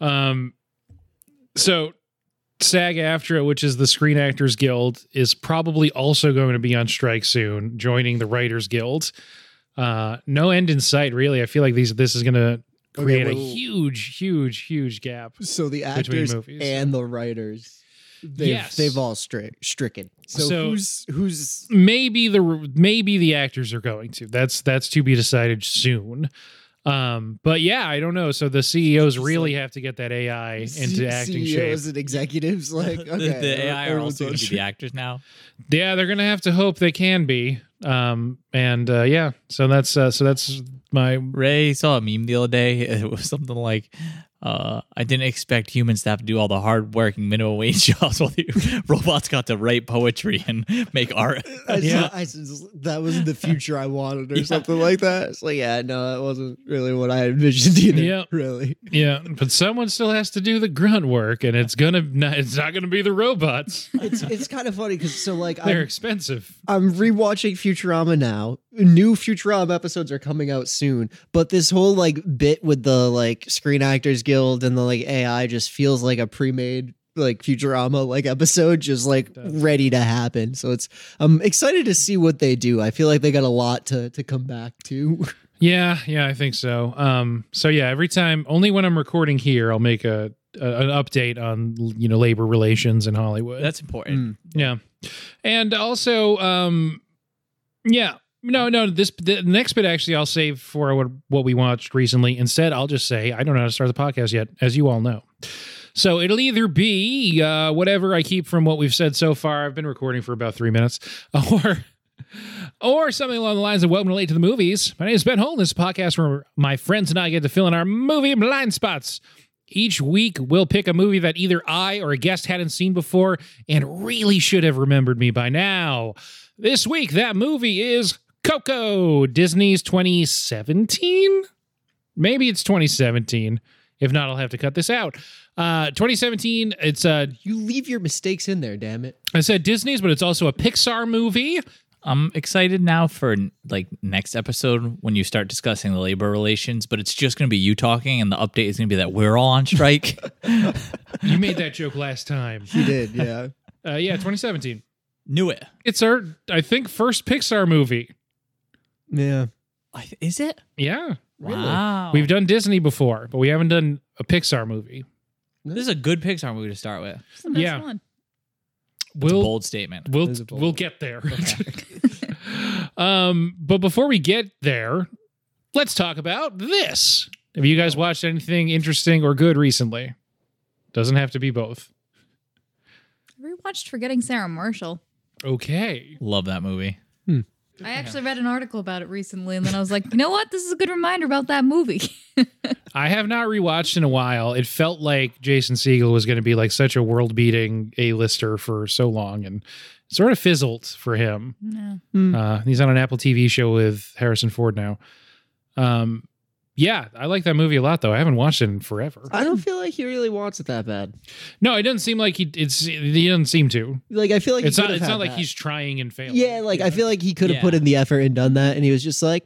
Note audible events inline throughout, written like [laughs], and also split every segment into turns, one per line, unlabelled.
Um, so SAG AFTRA, which is the Screen Actors Guild, is probably also going to be on strike soon, joining the Writers Guild. Uh, no end in sight, really. I feel like these this is going to
Okay,
create a
well-
huge, huge, huge gap.
So the
Between
actors
movies.
and the writers, they've
Yes.
they've all stri- stricken. So,
So-
who's who's
Maybe the maybe the actors are going to. That's that's to be decided soon. Um, but yeah, I don't know. So the CEOs
Just
really have to get that AI into
C- E
acting shape.
CEOs and
[laughs]
executives? Like
The-
okay,
the AI are
everyone's
also
on
going to be
strike.
the actors now.
Yeah, they're gonna have to hope they can be. Um, and uh, yeah, so that's uh, so that's my
Ray saw a meme the other day. [laughs] It was something like, uh, "I didn't expect human staff to do all the hard-working minimum wage [laughs] jobs, while the robots got to write poetry and make art."
[laughs] I
Yeah.
saw, I s- that was the future I wanted, or
[laughs] Yeah.
something like that. So yeah, no, that wasn't really what I envisioned either.
Yeah.
really.
yeah. But someone still has to do the grunt work, and it's gonna not, it's not gonna be the robots.
It's it's kind of funny because so like
They're
I'm,
expensive.
I'm rewatching Futurama now. New Futurama episodes are coming out soon, but this whole like bit with the like Screen Actors Guild and the like AI just feels like a pre-made like Futurama like episode just like
does.
ready to happen. So it's I'm excited to see what they do. I feel like they got a lot to to come back to.
Yeah, yeah, I think so. Um, so yeah, every time, only when I'm recording here, I'll make a, a an update on you know labor relations in Hollywood.
Mm.
That's
Hmm.
important.
Yeah. And also, um, yeah, no, no, this, the next bit actually I'll save for what, what we watched recently. Instead, I'll just say, I don't know how to start the podcast yet, as you all know. So it'll either be uh, whatever I keep from what we've said so far. I've been recording for about three minutes, [laughs] or or something along the lines of "Welcome to Late to the Movies." My name is Ben Hole. and This is a podcast where my friends and I get to fill in our movie blind spots. Each week, we'll pick a movie that either I or a guest hadn't seen before and really should have remembered me by now. This week, that movie is Coco, Disney's 2017. Maybe it's 2017. If not, I'll have to cut this out. Uh, 2017. It's uh,
You leave your mistakes in there, damn it.
I said Disney's, but it's also a Pixar movie.
I'm excited now for like next episode when you start discussing the labor relations, but it's just going to be you talking, and the update is going to be that we're all on strike.
You made that joke last time. [laughs]
You did, yeah.
Uh, yeah, 2017.
Knew it.
It's our, I think, first Pixar movie.
yeah.
I th- Is it?
Yeah,
Wow.
we've done Disney before, but we haven't done a Pixar movie.
This is a good Pixar movie to start with.
It's the best
Yeah.
one.
It's a
We'll
bold statement.
we'll
Visible.
we'll get there. [laughs] um, but before we get there, let's talk about this. Have you guys watched anything interesting or good recently? Doesn't have to be both.
I rewatched Forgetting Sarah Marshall.
Okay.
Love that movie.
I actually read an article about it recently, and then I was like, you know what? This is a good reminder about that movie. [laughs]
I have not rewatched in a while. It felt like Jason Siegel was going to be like such a world beating A lister for so long and sort of fizzled for him.
no.
Uh, he's on an Apple TV show with Harrison Ford now. Um, yeah, I like that movie a lot though. I haven't watched it in forever.
I don't feel like he really wants it that bad.
No, it doesn't seem like he. It's he doesn't seem to.
Like I feel like
It's
he
not.
could've
It's
had
not like
that.
he's trying and failing.
Yeah, like I feel like he could have
Yeah.
put in the effort and done that, and he was just like,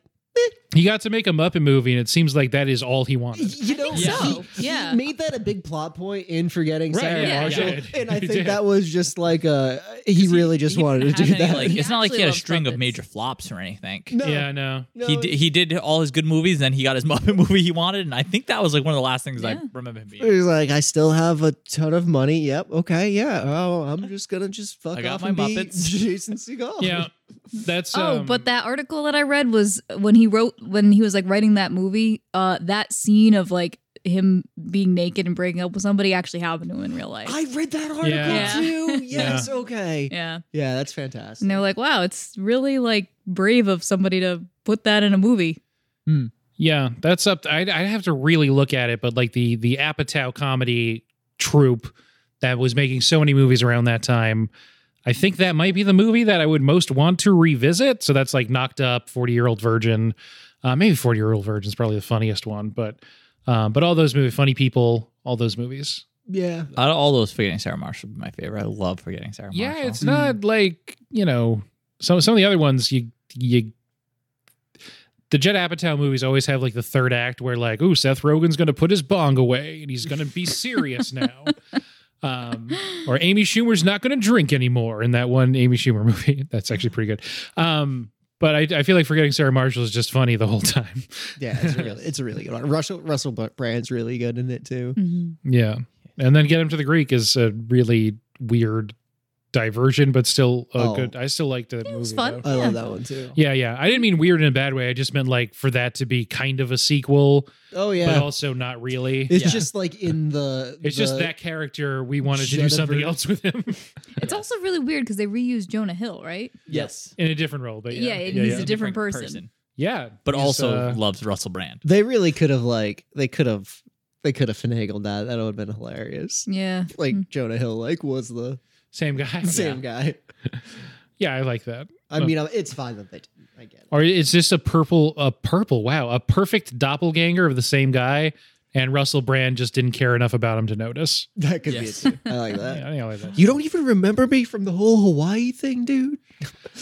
he got to make a Muppet movie, and it seems like that is all he wanted.
you know,
think so.
he- he
Yeah.
made that a big plot point in forgetting
Right,
Sarah
yeah,
Marshall,
yeah.
and I
He
think
did.
that was just like uh he really just
He
wanted
didn't
to do
have any,
that.
like- it's not like he
Actually
had a
loves
string of
puppets.
major flops or anything.
[laughs] [laughs] no,
Yeah, no.
no,
he did, he did all his good movies, then he got his [laughs] Muppet movie he wanted, and I think that was like one of the last things I
Yeah.
remember him being.
He's like, I still have a ton of money. Yep. Okay. Yeah. Oh, I'm just gonna just fuck
I got
off
my
and
Muppets.
be [laughs] Jason Segel. [laughs]
Yeah, that's.
oh,
um,
but that article that I read was when he wrote when he was like writing that movie. Uh, that scene of like him being naked and breaking up with somebody actually happened to him in real life.
I read that article
Yeah.
too. Yes. Okay. Yeah.
yeah,
that's fantastic.
and they were like, "Wow, it's really like brave of somebody to put that in a movie."
Yeah, that's up. I'd, I'd have to really look at it, but like the the Apatow comedy troupe that was making so many movies around that time, I think that might be the movie that I would most want to revisit. So that's like Knocked Up, Forty Year Old Virgin, uh, maybe Forty Year Old Virgin is probably the funniest one, but um, but all those movies, Funny People, all those movies.
Yeah.
Out of all those, Forgetting Sarah Marshall would be my favorite. I love Forgetting Sarah Marshall.
Yeah, it's not like you know some some of the other ones you you. the Judd Apatow movies always have like the third act where like, ooh, Seth Rogen's going to put his bong away and he's going to be serious now. Um, or Amy Schumer's not going to drink anymore in that one Amy Schumer movie. [laughs] That's actually pretty good. Um, but I, I feel like forgetting Sarah Marshall is just funny the whole time. [laughs]
Yeah, it's a really, it's a really good one. Russell Russell Brand's really good in it too.
Mhm.
Yeah. And then Get Him to the Greek is a really weird diversion, but still a
Oh.
good. I still liked the movie.
was fun.
though.
I love
Yeah.
that one too.
Yeah, yeah. I didn't mean weird in a bad way. I just meant like for that to be kind of a sequel,
Oh
but
yeah,
also not really.
it's
Yeah.
just like in the.
It's just
the-
that character we wanted to do
Jennifer-
something else with him [laughs]
It's also really weird because they reused Jonah Hill, right?
Yes.
in a different role. But yeah,
Yeah, and
yeah,
he's
yeah.
a different person.
Yeah,
but
he's,
also
uh,
loves Russell Brand.
they really could have like they could have they could have finagled that. That would have been hilarious.
Yeah.
Hmm.
Like Jonah Hill, like was the
same guy.
same guy.
Yeah, I like that.
I
Oh.
mean, I- it's fine that they didn't. I get it.
Or it's just a purple, a purple. Wow, a perfect doppelganger of the same guy. And Russell Brand just didn't care enough about him to notice.
That could
Yes.
be it too. I like
[laughs]
that.
Yeah, I think I like that.
Uh, You don't even remember me from the whole Hawaii thing, dude.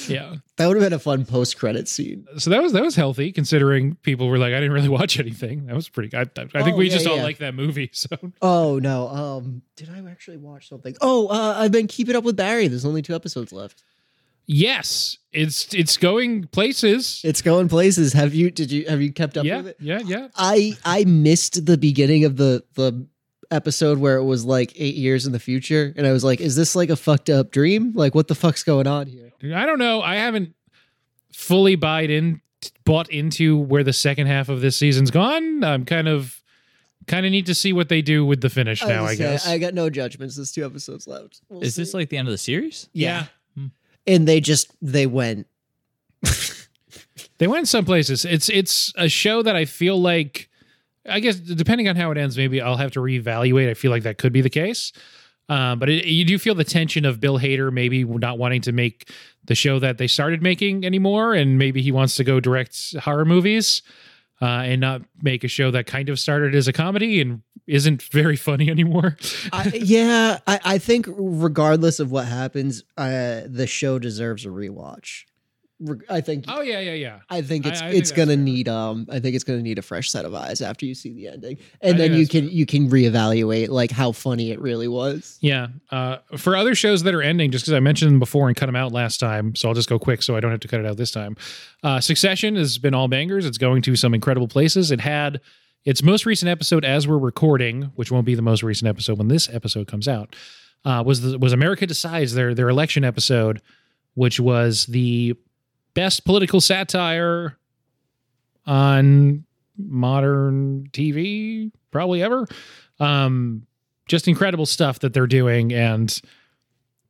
Yeah.
That would have been a fun post-credit scene.
So that was that was healthy considering people were like, I didn't really watch anything. That was pretty. I, I think
Oh,
we
yeah,
just all
yeah.
like that movie. [laughs] So
Oh no. Um, did I actually watch something? Oh, uh, I've been keeping up with Barry. There's only two episodes left.
yes, it's it's going places.
It's going places. Have you? Did you? Have you kept up
yeah,
with it?
yeah, yeah.
I I missed the beginning of the the episode where it was like eight years in the future, and I was like, "Is this like a fucked up dream? Like, what the fuck's going on here?"
I don't know. I haven't fully bought in bought into where the second half of this season's gone. I'm kind of kind of need to see what they do with the finish
was
now. I
gonna say,
guess.
I got no judgments. There's two episodes left. We'll
Is this
see.
like the end of the series?
yeah.
And they just they went.
They went some places. It's it's a show that I feel like I guess depending on how it ends, maybe I'll have to reevaluate. I feel like that could be the case. Um, but it, you do feel the tension of Bill Hader maybe not wanting to make the show that they started making anymore, and maybe he wants to go direct horror movies uh, and not make a show that kind of started as a comedy and isn't very [laughs] funny anymore. [laughs]
I, yeah, I, I think regardless of what happens, uh, the show deserves a rewatch. Re- I think.
oh yeah, yeah, yeah.
I think
I-
it's
I think
it's
that's
gonna
fair.
need um I think it's gonna need a fresh set of eyes after you see the ending, and
I think
then you
that's
can
fair.
you can reevaluate like how funny it really was.
Yeah. Uh, for other shows that are ending, just because I mentioned them before and cut them out last time, so I'll just go quick so I don't have to cut it out this time. Uh, Succession has been all bangers. It's going to some incredible places. It had its most recent episode as we're recording, which won't be the most recent episode when this episode comes out. Uh, was the, was America Decides their their election episode, which was the best political satire on modern TV probably ever. Um, just incredible stuff that they're doing and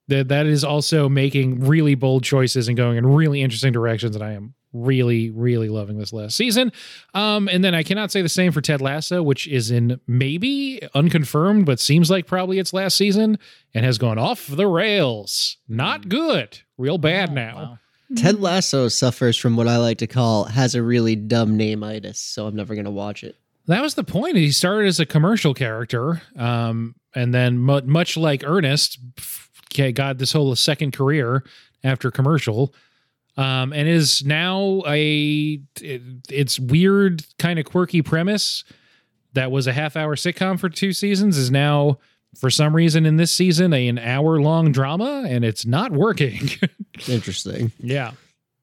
that that is also making really bold choices and going in really interesting directions and I am really really loving this last season. Um and then I cannot say the same for Ted Lasso which is in maybe unconfirmed but seems like probably its last season and has gone off the rails. Not good. Real bad
Hmm. Oh,
now.
wow.
Ted
Mm-hmm.
Lasso suffers from what I like to call has a really dumb nameitis, so I'm never gonna watch it.
That was the point. He started as a commercial character, um, and then mu- much like Ernest, f- got this whole second career after commercial, um, and is now a it, it's weird kind of quirky premise that was a half hour sitcom for two seasons is now for some reason in this season a, an hour long drama, and it's not working. [laughs]
Interesting.
Yeah.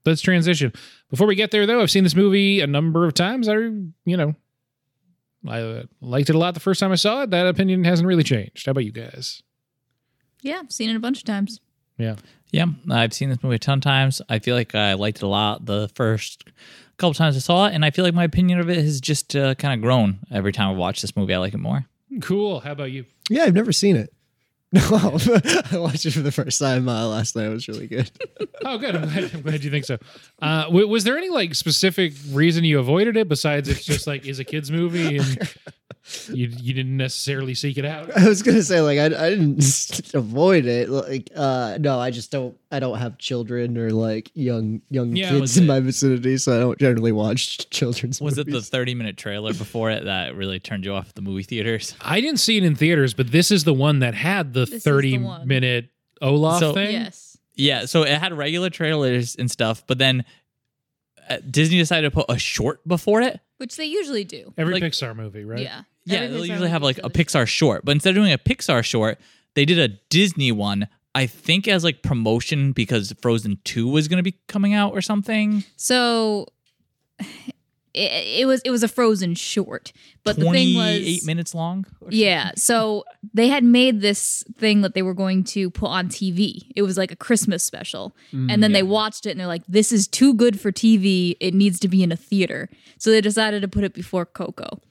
Let's transition. Before we get there, though, I've seen this movie a number of times. I, you know, I uh, liked it a lot the first time I saw it. That opinion hasn't really changed. How about you guys?
Yeah, I've seen it a bunch of times.
Yeah, I've seen this movie a ton of times. I feel like I liked it a lot the first couple times I saw it, and I feel like my opinion of it has just uh, kind of grown every time I watch this movie. I like it more.
Cool. How about you?
Yeah, I've never seen it. [laughs] No, I watched it for the first time uh, last night. It was really good.
Oh, good. I'm glad, I'm glad you think so. Uh, w- was there any like specific reason you avoided it besides it's just like is a kids movie and you you didn't necessarily seek it out?
I was gonna say like I, I didn't [laughs] avoid it. Like uh, no, I just don't. I don't have children or like young young
Yeah,
kids
was
in
it-
my vicinity, so I don't generally watch [laughs] children's.
[laughs] Was it the
movies.
30 minute trailer before it that really turned you off at the movie [laughs] theaters?
I didn't see it in theaters, but this is the one that had the
This is the
30
one.
minute Olaf
So-
thing.
Yes.
Yeah, so it had regular trailers and stuff, but then uh, Disney decided to put a short before it.
which they usually do.
Every
Like-
Pixar movie, right?
Yeah.
Yeah,
Every
they'll
Pixar
usually
movie
have like
does
a
it.
Pixar short, but instead of doing a Pixar short, they did a Disney one. I think as like promotion because Frozen Two was going to be coming out or something.
So [laughs] it, it was it was a frozen short, but the thing was
eight minutes long. or
Yeah, so they had made this thing that they were going to put on TV. It was like a Christmas special.
Mm,
and then they watched it and they're like, this is too good for TV. It needs to be in a theater. So they decided to put it before Coco.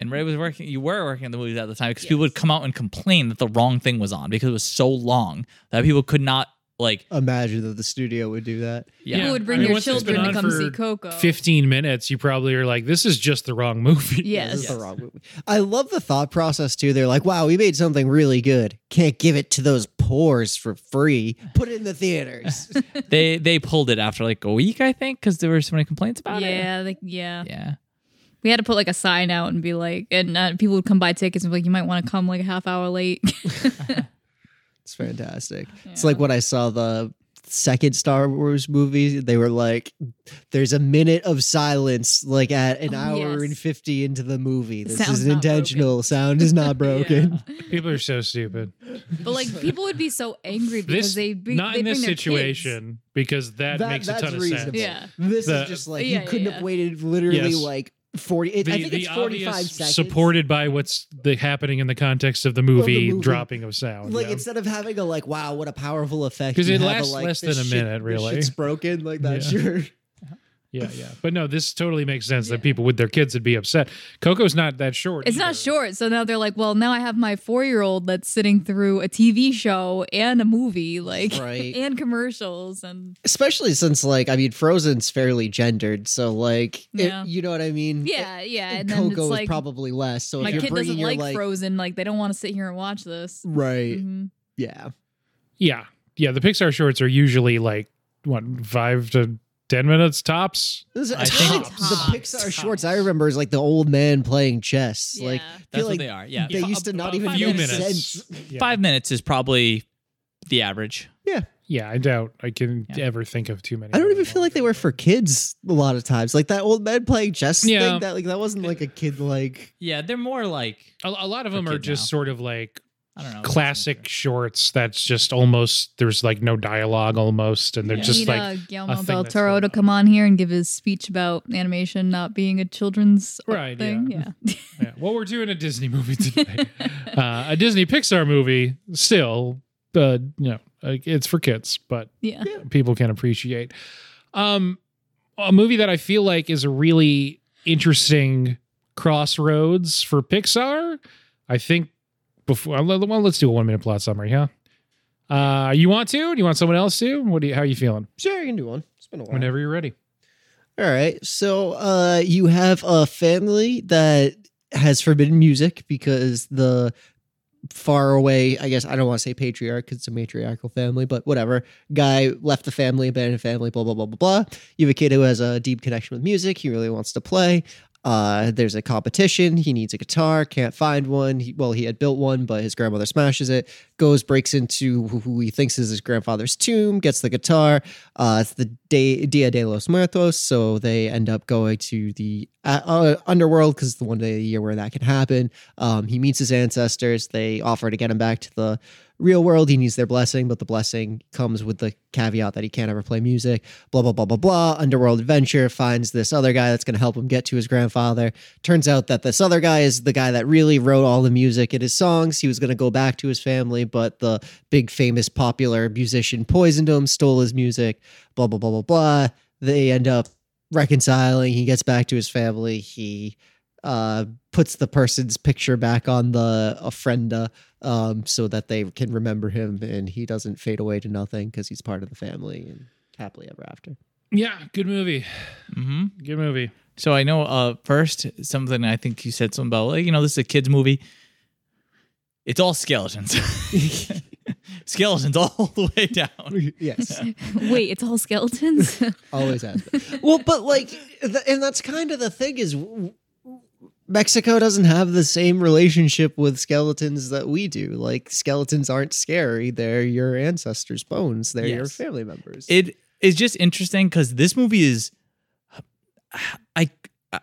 And Ray was working. You were working at the movies at the time because people would come out and complain that the wrong thing was on because it was so long that people could not like.
Imagine that the studio would do that.
Yeah,
Who would
I
bring
mean,
your
once it's been
children to
on
come
for
see Coco?
15 minutes, you probably are like, this is just the wrong movie.
Yeah, this
Yes.
is the wrong movie. I love the thought process too. They're like, "Wow, we made something really good. Can't give it to those poors for free. Put it in the theaters."
they they pulled it after like a week, I think, because there were so many complaints about it.
Yeah, like, yeah,
Yeah,
We had to put like a sign out and be like, and uh, people would come buy tickets and be like, you might want to come like a half hour late. [laughs]
it's fantastic. It's
Yeah.
like when I saw the second Star Wars movie. They were like, "There's a minute of silence, like at an
Oh,
hour
yes.
and fifty into the movie.
The
This
sound's
isn't
not broken."
intentional. Sound is
[laughs]
not broken."
[laughs] People are so stupid.
but like people would be so angry because
This,
they bring,
not
they
in
bring
this
their kids.
situation, because that,
That-
makes a
that's
ton of
reasonable.
sense.
Yeah.
This
The-
is just like
Yeah,
you
yeah,
couldn't
yeah.
have waited literally
Yes.
like forty. It, I think it's forty-five
obvious
seconds.
supported by what's the happening in the context of the movie,
movie.
dropping of sound.
Like
yeah.
instead of having a like, wow, what a powerful effect.
'Cause
you
it
have
lasts
like,
less
this
than a
shit-
minute,
this
really.
shit's broken like that.
Yeah.
Sure. [laughs]
yeah, yeah. But no, this totally makes sense that people with their kids would be upset. Coco's not that short.
It's not
either.
short. So now they're like, well, now I have my four year old that's sitting through a TV show and a movie, like, [laughs]
Right.
and commercials. And
Especially since like I mean, Frozen's fairly gendered, so like it-
Yeah.
you know what I mean.
yeah, yeah. And then
Coco
it's
is
like,
probably less. So
my
if you're
kid doesn't
bringing your
like,
like,
Frozen. Like, they don't want to sit here and watch this.
right,
Mhm.
yeah,
Yeah. Yeah. The Pixar shorts are usually like, what, five to 10 minutes tops?
This is-
I think-
the
Tops.
Pixar shorts I remember is like the old man playing chess.
Yeah.
Like
that's
feel
what
like
they are. Yeah,
they
F-
used to not
about
even
five
few
make
minutes.
sense.
Yeah.
Five minutes is probably the average.
Yeah. I doubt I can
Yeah.
ever think of too many.
I don't
that
even
are
feel like they
longer.
were for kids a lot of times. Like that old man playing chess
Yeah.
thing. That like that wasn't like a kid like.
Yeah, they're more like
A, a lot of
for
them are
kid
just
now.
sort of like
Oh,
I don't know
classic shorts that's just almost, there's like no dialogue almost. And they're
Yeah.
just
Need
like,
uh,
a
Guillermo
thing
del
that's
Toro
going
to
on.
come on here and give his speech about animation not being a children's
Right,
thing. Yeah.
Yeah, well, we're doing a Disney movie [laughs]
[laughs]
today, uh, a Disney Pixar movie. Still, uh, you know, like, it's for kids, but
Yeah.
people can appreciate. Um, a movie that I feel like is a really interesting crossroads for Pixar. I think before uh, well, let's do a one minute plot summary, huh? Uh, you want to? Do you want someone else to? What do you? How are you feeling?
Sure, you can do one. It's been a while.
Whenever you're ready.
All right. So uh you have a family that has forbidden music because the far away, I guess I don't want to say patriarch because it's a matriarchal family, but whatever. Guy left the family, abandoned family, blah blah blah blah blah. You have a kid who has a deep connection with music, he really wants to play. Uh, there's a competition. He needs a guitar. Can't find one. He, well, he had built one, but his grandmother smashes it. Goes breaks into who- who he thinks is his grandfather's tomb. Gets the guitar. Uh, it's the day, Dia de los Muertos, so they end up going to the uh, uh, underworld because it's the one day a year where that can happen. Um, he meets his ancestors. They offer to get him back to the real world. He needs their blessing, but the blessing comes with the caveat that he can't ever play music. Blah blah blah blah blah. Underworld adventure finds this other guy that's going to help him get to his grandfather. Turns out that this other guy is the guy that really wrote all the music in his songs. He was going to go back to his family, but the big famous popular musician poisoned him, stole his music blah blah blah blah blah. They end up reconciling. He gets back to his family. He uh, puts the person's picture back on the ofrenda um, so that they can remember him, and he doesn't fade away to nothing because he's part of the family and happily ever
[laughs]
after.
Yeah, good movie.
hmm
Good movie.
So I know uh first something I think you said something about like, you know, this is a kids movie. It's
[laughs]
all skeletons. [laughs] skeletons all the way down.
yes,
[laughs] Wait, it's all skeletons?
[laughs]
[laughs]
always has. been. well, but like, th- and that's kind of the thing is. w- w- Mexico doesn't have the same relationship with skeletons that we do. Like skeletons aren't scary; they're your ancestors' bones. They're your
Yes.
family members.
It is just interesting because this movie is I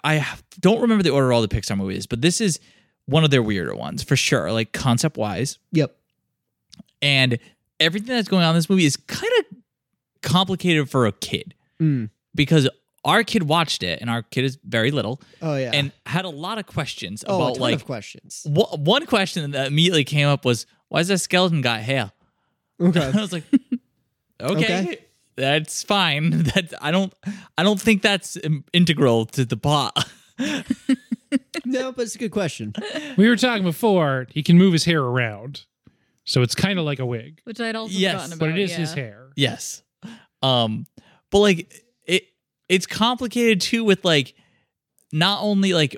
I don't remember the order of all the Pixar movies, but this is one of their weirder ones for sure, like concept wise.
Yep.
And everything that's going on in this movie is kind of complicated for a kid
Mm.
because our kid watched it and our kid is very little
Oh yeah.
and had a lot of questions
oh, a
about
ton
like
of questions. [laughs]
wh- one question that immediately came up was why does that skeleton got hair?
Okay.
[laughs] I was like, okay,
Okay.
that's fine. [laughs] That's I don't I don't think that's um, integral to the plot. [laughs]
no, but it's a good question.
We were talking before, he can move his hair around. So it's kind of like a wig,
which I'd also
Yes,
forgotten about.
but it is
yeah.
his hair.
yes, um, but like it it's complicated too with like not only like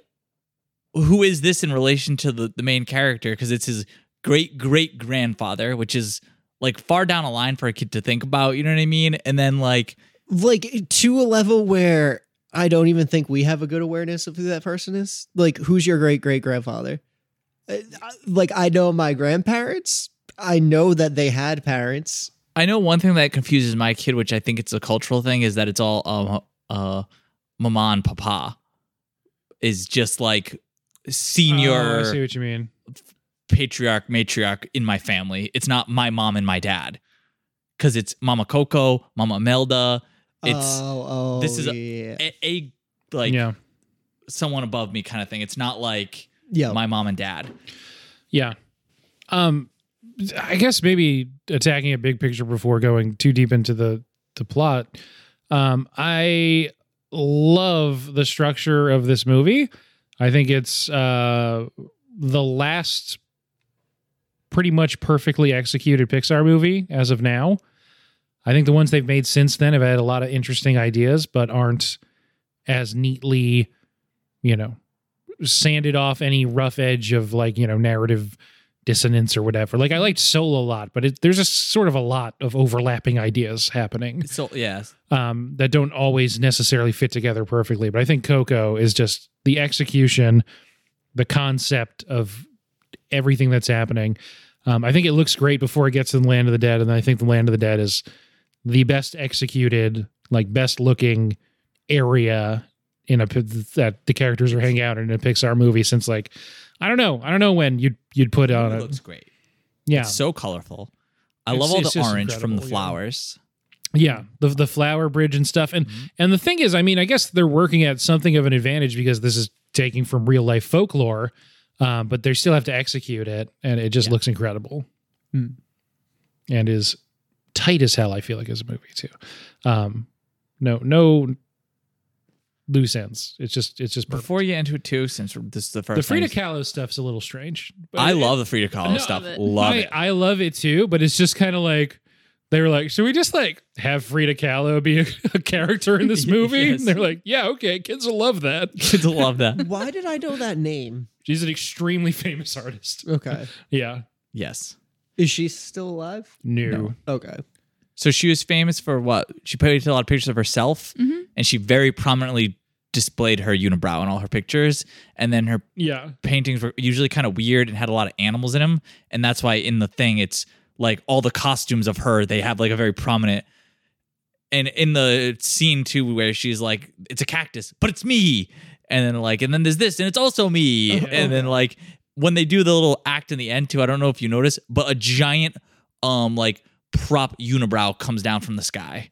who is this in relation to the the main character because it's his great great grandfather, which is like far down a line for a kid to think about. You know what I mean? And then like
Like to a level where I don't even think we have a good awareness of who that person is. Like, who's your great great grandfather? Like, I know my grandparents. I know that they had parents.
I know one thing that confuses my kid, which I think it's a cultural thing, is that it's all um uh mama and papa is just like
Oh, I
senior
see what you mean.
patriarch matriarch in my family. It's not my mom and my dad because it's Mama Coco, Mama Melda. It's
oh, oh,
this is a-
yeah.
a, a like
yeah.
someone above me kind of thing. It's not like
yeah.
my mom and dad.
Yeah. Um I guess maybe attacking a big picture before going too deep into the the plot. Um I love the structure of this movie. I think it's uh the last pretty much perfectly executed Pixar movie as of now. I think the ones they've made since then have had a lot of interesting ideas but aren't as neatly, you know, sanded off any rough edge of like you know narrative dissonance or whatever like i liked soul a lot but it, there's a sort of a lot of overlapping ideas happening
So yeah,
um, that don't always necessarily fit together perfectly but i think coco is just the execution the concept of everything that's happening um, i think it looks great before it gets to the land of the dead and i think the land of the dead is the best executed like best looking area in a pi- that the characters are hanging out in a Pixar movie since like I don't know I don't know when you'd you'd [laughs] put on
it
a
looks great.
yeah
It's so colorful. I
It's-
love all
it's
the
just
orange from the
incredible, yeah.
flowers.
yeah the the flower bridge and stuff and
Mm-hmm.
and the thing is I mean I guess they're working at something of an advantage because this is taking from real life folklore um, but they still have to execute it and it just
Yeah.
looks incredible
Hmm.
and is tight as hell I feel like as a movie too um, no no loose ends it's just it's just perfect.
Before you enter it too, since this is the first
the Frida
time-
Kahlo stuff's a little strange. but
I
it-
love the Frida Kahlo
No,
stuff.
I love it.
Love
I,
it. [laughs]
I love it too, but it's just kind of like they were like, should we just like have Frida Kahlo be a, [laughs] a character in
[laughs]
this movie?
Yes.
And they're like, yeah, okay, kids will love that.
[laughs] Kids will love that.
Why did I know that name?
She's an extremely famous artist.
[laughs] Okay.
Yeah,
Yes.
Is she still alive?
new.
No.
Okay.
So she was famous for what? She painted a lot of pictures of herself,
Mm-hmm.
Mhm.
and she very prominently displayed her unibrow in all her pictures. And then her
Yeah,
paintings were usually kind of weird and had a lot of animals in them. And that's why in the thing, it's like all the costumes of her, they have like a very prominent. And in the scene too, where she's like, it's a cactus, but it's me. And then like, and then there's this, and it's also me.
Okay.
And then like, when they do the little act in the end too, I don't know if you notice, but a giant, um, like prop unibrow comes down from the sky.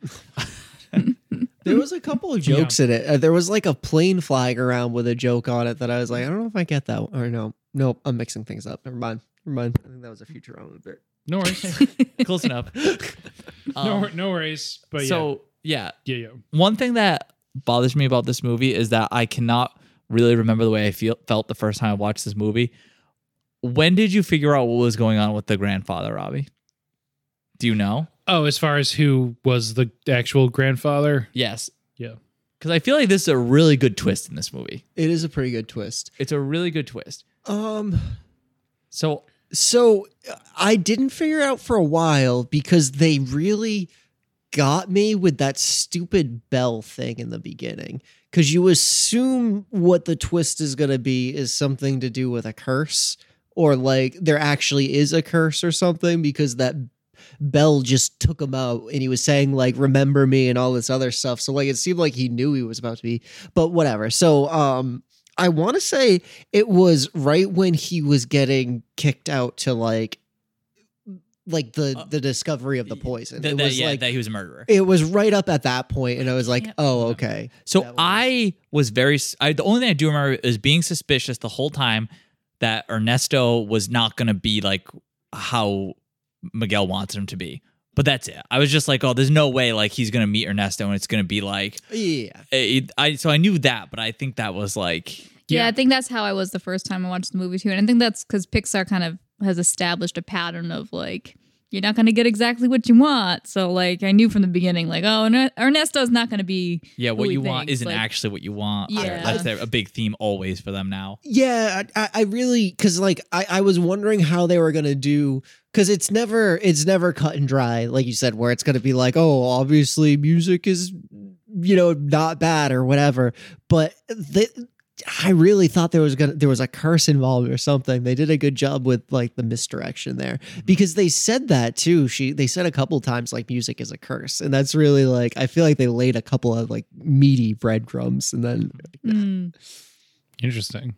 There was a couple of
Yeah.
jokes in it. Uh, there was like a plane flying around with a joke on it that I was like, I don't know if I get that. Or no, nope, I'm mixing things up. Never mind. Never mind. I think that was a Futurama bit.
no worries,
Close enough.
no,
[laughs] Um,
wor- no worries. But
so yeah,
yeah, yeah, yeah.
one thing that bothers me about this movie is that I cannot really remember the way I feel felt the first time I watched this movie. When did you figure out what was going on with the grandfather, Robbie? Do you know?
Oh, as far as who was the actual grandfather?
Yes.
Yeah.
Because I feel like this is a really good twist in this movie.
It is a pretty good twist.
It's a really good twist.
Um,
So
so uh, I didn't figure out for a while because they really got me with that stupid bell thing in the beginning. Because you assume what the twist is going to be is something to do with a curse, or like there actually is a curse or something because that Bell just took him out and he was saying like remember me and all this other stuff. So like it seemed like he knew he was about to be, but whatever. So um I want to say it was right when he was getting kicked out to like like the
Uh,
the discovery of the poison.
That,
it
that-
was
yeah,
like
that he was a murderer.
it was right up at that point and I was like,
Yeah.
"Oh, okay."
So
That was-
I was very. s- I, the only thing I do remember is being suspicious the whole time that Ernesto was not going to be like how Miguel wants him to be. But that's it. I was just like, oh, there's no way like he's going to meet Ernesto and it's going to be like.
Yeah.
eh, I so I knew that, but I think that was like.
Yeah.
Yeah.
I think that's how I was the first time I watched the movie too. And I think that's because Pixar kind of has established a pattern of like, you're not going to get exactly what you want. So, like, I knew from the beginning, like, oh, Erne- Ernesto's not going to be.
[laughs] Yeah,
Who
what
he
you want
thinks,
isn't
like-
actually what you want.
Yeah.
That's a, a big theme always for them now.
Yeah, I, I- I really because like I, I was wondering how they were gonna do because it's never it's never cut and dry like you said where it's gonna be like oh obviously music is you know not bad or whatever but they, I really thought there was gonna there was a curse involved or something they did a good job with like the misdirection there because they said that too she they said a couple times like music is a curse and that's really like I feel like they laid a couple of like meaty breadcrumbs and then
Mm.
Interesting.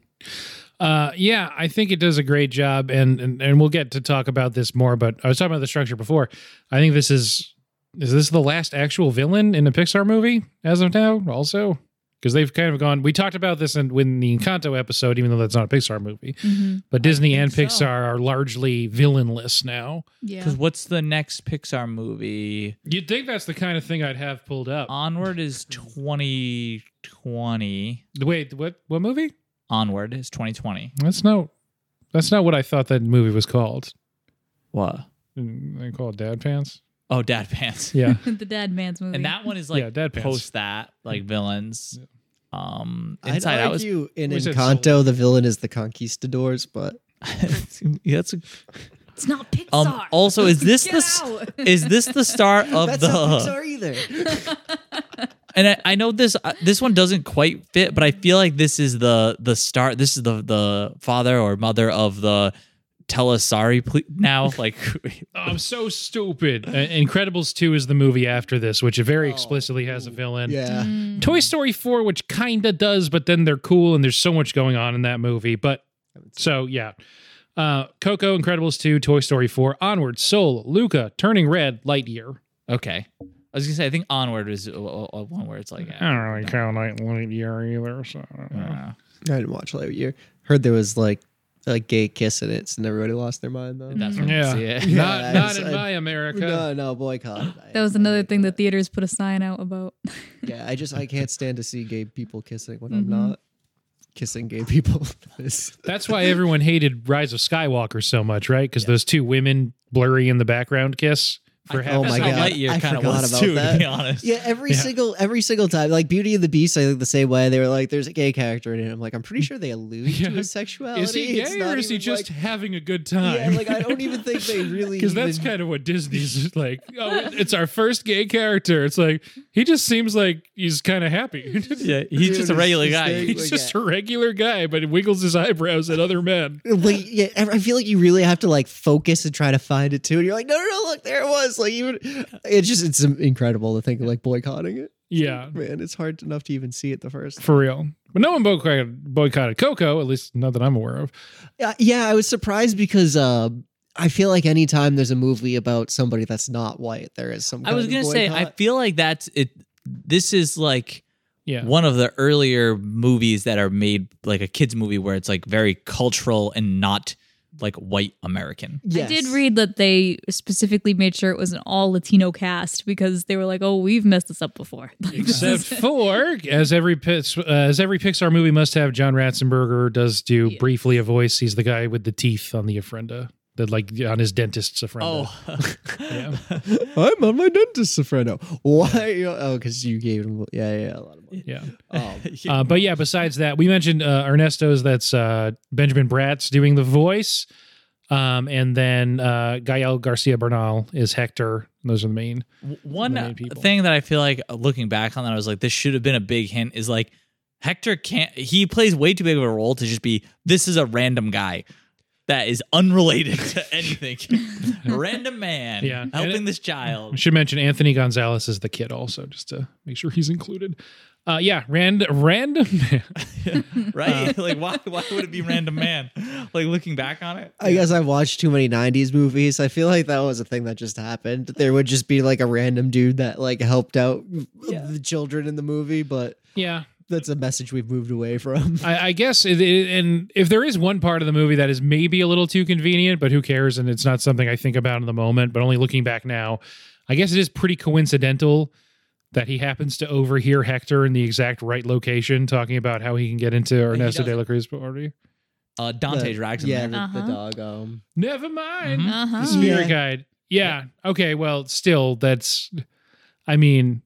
Uh, yeah, I think it does a great job, and, and and we'll get to talk about this more. But I was talking about the structure before. I think this is is this the last actual villain in a Pixar movie as of now, also because they've kind of gone. We talked about this in when the Encanto episode, even though that's not a Pixar movie.
Mhm.
But Disney and
think
Pixar
so.
are largely villainless now.
Yeah.
Because what's the next Pixar movie?
You'd think that's the kind of thing I'd have pulled up.
Onward is 2020.
Wait, what? What movie?
Onward is 2020.
That's not. That's not what I thought that movie was called.
What?
Didn't They call it Dad Pants.
Oh, Dad Pants.
Yeah.
[laughs] the Dead Man's movie.
And that one is like
Yeah, Dad Pants.
post that, like villains.
Yeah.
Um
I'd
Inside Out was
argue in
We said
Encanto
Soul.
the villain is the conquistadors, but
Yeah, [laughs] that's a-
it's not Pixar.
um also is this the s- [laughs] is this
[laughs]
the start of
[laughs] that's
the
not Pixar either.
and I, I know this uh, this one doesn't quite fit, but I feel like this is the the start. This is the the father or mother of the tell us sorry please
[laughs]
now. Like [laughs]
Oh, I'm so stupid. Uh, Incredibles 2 is the movie after this, which very explicitly has a villain.
[laughs] Oh. yeah.
Mm.
Toy Story 4, which kind of does, but then they're cool and there's so much going on in that movie. But so, yeah. Uh, Coco, Incredibles 2, Toy Story 4, Onward, Soul, Luca, Turning Red, Lightyear.
okay, I was gonna say I think onward is uh, uh, one where it's like
I don't really count Light- Lightyear either. So I don't know.
uh,
I didn't watch that year. Heard there was like a gay kiss in it, and everybody lost their mind though.
Mm-hmm.
that's when
yeah.
you see it.
Not,
Yeah,
not
I-
in
I-
my America.
No, no, boycott.
[gasps] That was another thing the theaters put a sign out about.
Yeah, I just I can't stand to see gay people kissing when
Mhm.
I'm not kissing gay people. [laughs] It's-
That's why everyone hated Rise of Skywalker so much, right? Because those two women blurry in the background kiss for half
oh
a
my
second.
God. I
uh, Lightyear kind of
forgot
was
about
too, to
that.
be honest.
yeah, every
Yeah.
single every single time, like Beauty and the Beast, I think the same way. They were like, "There's a gay character in it." I'm like, "I'm pretty [laughs] sure they allude
Yeah.
to his sexuality."
Is he
It's
gay
not
or is he
even,
just
like-
having a good
yeah,
time?
like I don't even
[laughs]
think they really
because that's
even-
kind of what Disney's like. Oh, it- it's our first gay character. It's like he just seems like he's kind of happy. [laughs]
Yeah, he's
Dude,
just a
it's
regular
just
guy.
very-
he's
Like
just
that.
a regular guy, but he wiggles his eyebrows at other men.
[laughs] like yeah, I I feel like you really have to like focus and try to find it too. And you're like, no, no, no, look, there it was. Like even it's just it's incredible to think of like boycotting it.
Yeah,
Man, it's hard enough to even see it the first.
for real. But no one boycotted, boycotted Coco, at least not that I'm aware of.
Yeah, yeah, I was surprised because uh, I feel like anytime there's a movie about somebody that's not white, there is some.
I was
kind
gonna
of
say I
boycott.
feel like that's it. This is like
Yeah,
one of the earlier movies that are made like a kids movie where it's like very cultural and not like white American.
Yes.
I did read that they specifically made sure it was an all Latino cast because they were like, "Oh, we've messed this up before." [laughs] Like, this
except
is-
[laughs] for as every Pix- uh, as every Pixar movie must have, John Ratzenberger does do
Yeah.
briefly a voice. He's the guy with the teeth on the ofrenda. That like on his dentist's
Oh.
ofrenda. [laughs] Yeah.
I'm on my dentist, Sofreno. Why? Oh, because you gave him. Yeah, yeah, a lot of money.
yeah.
Um,
[laughs] Yeah.
Uh, but yeah, besides that, we mentioned uh, Ernesto's. That's uh, Benjamin Bratz doing the voice, um, and then uh, Gael Garcia Bernal is Hector. Those are the main.
W- One
The main people.
thing that I feel like uh, looking back on that, I was like, this should have been a big hint is like Hector can't, he plays way too big of
[laughs]
a [laughs] role to just be, this is a random guy that is unrelated to anything. random man
Yeah.
helping
And it-
this child.
I should mention Anthony Gonzalez is the kid also, just to make sure he's included. Uh, yeah, rand [laughs] random man.
right?
Uh,
[laughs] like, why? Why would it be random man? Like looking back on it,
I guess I watched too many 90s movies. I feel like that was a thing that just happened. There would just be like a random dude that like helped out the children in the movie, but
Yeah,
that's a message we've moved away from. [laughs]
I, I guess, it, it- and if there is one part of the movie that is maybe a little too convenient, but who cares? And it's not something I think about in the moment. But only looking back now, I guess it is pretty coincidental that he happens to overhear Hector in the exact right location talking about how he can get into Ernesto de la Cruz party.
uh, Dante drags him
yeah,
there.
the, the
Uh-huh.
dog. Um,
Never mind.
Mhm.
The
Uh-huh.
spirit
Yeah.
guide. Mm-hmm. Yeah. Okay. Well, still, that's, I mean,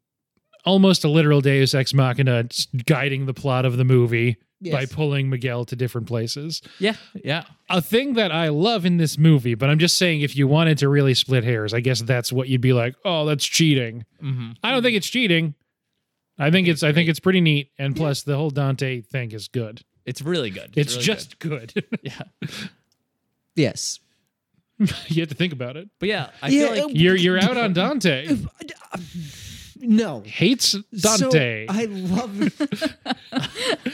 almost a literal Deus Ex Machina s- guiding the plot of the movie by
yes.
pulling Miguel to different places.
Yeah, yeah.
A thing that I love in this movie, but I'm just saying, if you wanted to really split hairs, I guess that's what you'd be like. Oh, that's cheating.
Mm-hmm.
I don't think it's cheating. I think it's. I think it's pretty neat, and plus the whole Dante thing is good.
It's really good.
It's,
really
just good. [laughs]
good. [laughs] yeah.
yes.
you have to think about it.
But yeah, I
Yeah,
feel like
it-
You're you're out on Dante.
No.
Hates
So,
Dante.
I love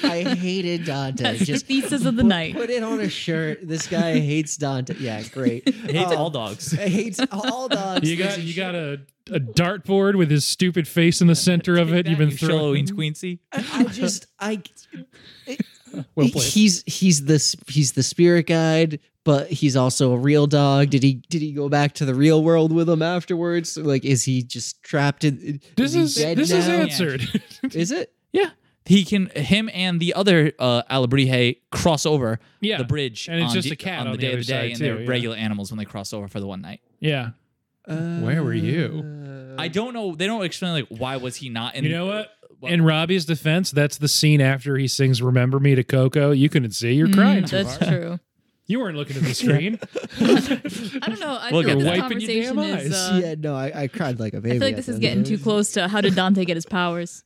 I hated Dante.
That's [laughs] the
just
thesis of the
put-
night.
Put it on a shirt. This guy hates Dante. Yeah, great.
hates
Um, [laughs]
all dogs.
Hates all dogs.
You got
There's
you
a
got a a dartboard with his stupid face in the center of it. Mm-hmm. You've been throwing.
Halloween's Quincy.
I just I
Well played.
he's he's this he's the spirit guide, but he's also a real dog. Did he did he go back to the real world with him afterwards? Like, is he just trapped in?
This
he
is
dead
this is
now?
answered. [laughs]
Is it?
Yeah. He can him and the other uh Alabrije cross over
Yeah.
the bridge
And it's
on
just
the-
a cat
on,
on
the
the
day of
other
the day
side,
and they're
too, yeah.
regular animals when they cross over for the one night.
yeah. Where were you?
I don't know they don't explain like why was he not [clears throat] in
You
[laughs]
know what?
Well-
In Robbie's defense, that's the scene after he sings "Remember Me" to Coco. You couldn't see. You're crying
Mm,
too
that's
hard.
true.
You weren't looking
[laughs]
at the screen.
I don't know. I
Look
feel
that.
at
like this
Wiping your damn
conversation is.
eyes.
Uh,
yeah, no, I, I cried like a
I
baby.
feel like
at
this
the end
is
of
getting too
it.
close to how did Dante get his powers?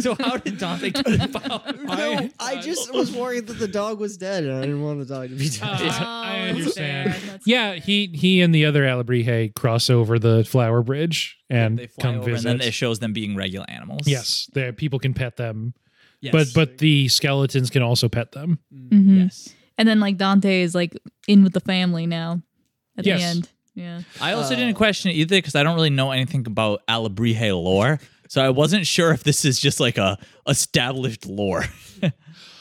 So how did
[laughs]
Dante get the power?
No,
[laughs]
I just was worried that the dog was dead, and I didn't want the dog to be dead.
[laughs] Uh, I
Oh, that's
understand.
fair, that's
yeah,
fair.
he he and the other Alabrije cross over the flower bridge and
they fly
come
over
visit.
and then it shows them being regular animals.
yes, the people can pet them,
yes.
but but the skeletons can also pet them.
Mhm.
yes.
And then like Dante is like in with the family now at
Yes.
the end. Yeah.
I also
Uh,
Um,
didn't question it either because I don't really know anything about Alabrije lore. So I wasn't sure if this is just like a established lore. [laughs]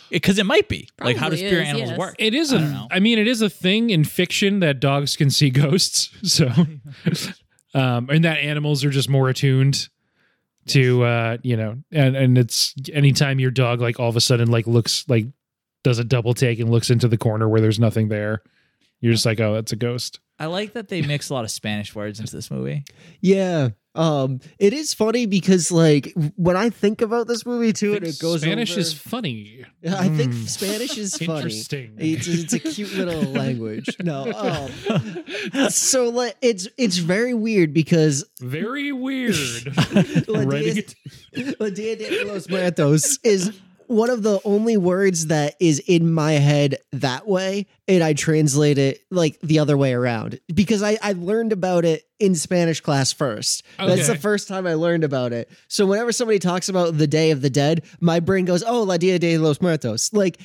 Because it might be. like how do
Probably
spirit
is,
animals
yes.
work?
It is
I
a.
don't know.
I mean, it is a thing in fiction that dogs can see [laughs] ghosts.
[laughs]
So, um, and that animals are just more attuned to, uh, you know, and and it's anytime your dog like all of a sudden like looks like does a double take and looks into the corner where there's nothing there, you're just like, oh, that's a ghost.
I like that they mix a lot of Spanish words into this movie.
Yeah. Um, it is funny because like when I think about this movie too, and it goes
Spanish
over-
is funny.
I think
Mm. [laughs]
Spanish is funny.
Interesting.
It's, [laughs] it's a cute little language. No, um, so like it's it's very weird because
[laughs] Very weird.
[laughs] La
Writing
Dia,
it.
[laughs] La Dia de los Muertos is one of the only words that is in my head that way, and I translate it like the other way around because I, I learned about it in Spanish class first. That's the
Okay.
first time I learned about it. So whenever somebody talks about the Day of the Dead, my brain goes, "Oh, La Dia de los Muertos," like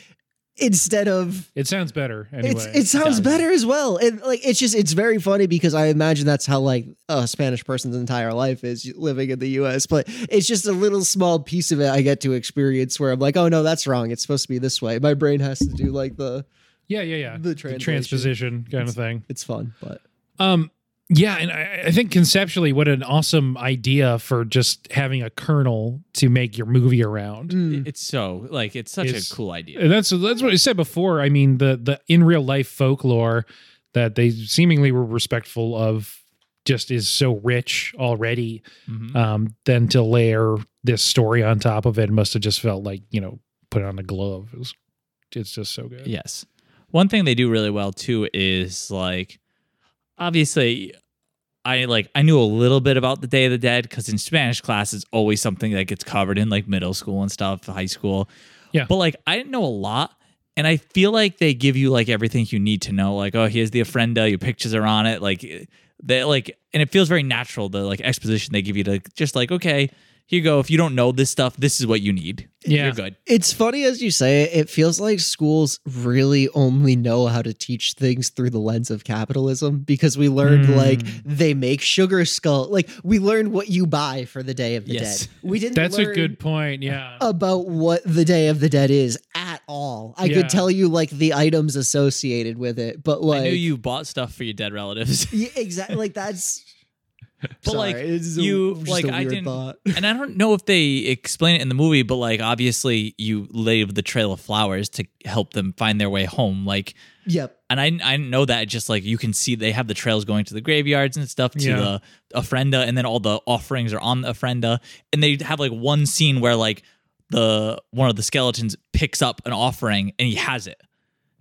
instead of
It sounds better anyway.
it's, it sounds
does.
better as well. And like it's just it's very funny because I imagine that's how like a Spanish person's entire life is living in the US, but it's just a little small piece of it I get to experience where I'm like, "Oh no, that's wrong. It's supposed to be this way." My brain has to do like the
yeah, yeah, yeah.
The
the
translation.
transposition kind of thing.
it's fun, but
Um, yeah, and I, I think conceptually, what an awesome idea for just having a kernel to make your movie around.
Mm.
It's so like it's such
It's-
a cool idea.
And that's that's what I said before. I mean, the the in real life folklore that they seemingly were respectful of just is so rich already.
Mhm.
Um, then to layer this story on top of it must have just felt like you know put on a glove. It was, it's just so good.
Yes. One thing they do really well too is like obviously I like I knew a little bit about the Day of the Dead cuz in Spanish class it's always something that gets covered in like middle school and stuff, high school.
Yeah.
But like I didn't know a lot And I feel like they give you like everything you need to know. Like, oh, here's the ofrenda. Your pictures are on it. Like, they like, and it feels very natural. The like exposition they give you to just like, okay, here you go. If you don't know this stuff, this is what you need.
Yeah.
you're good.
It's funny as you say it, it feels like schools really only know how to teach things through the lens of capitalism because we learned
Mm.
like
Hmm.
they make sugar skull like we learned what you buy for the Day of the
Yes.
Dead. We didn't
That's a
learn
good point. Yeah.
about what the Day of the Dead is at all. I
Yeah.
could tell you like the items associated with it, but like
I knew you bought stuff for your dead relatives. [laughs]
yeah, exactly like that's
But, like,
Sorry, it's just a-
you-
just
like,
a
I
weird
didn't-
thought.
and I don't know if they explain it in the movie, but like obviously you leave the trail of flowers to help them find their way home. Like,
Yep.
and I I didn't know that. Just like you can see, they have the trails going to the graveyards and stuff to
Yeah.
the ofrenda, and then all the offerings are on the ofrenda, and they have like one scene where like the one of the skeletons picks up an offering and he has it,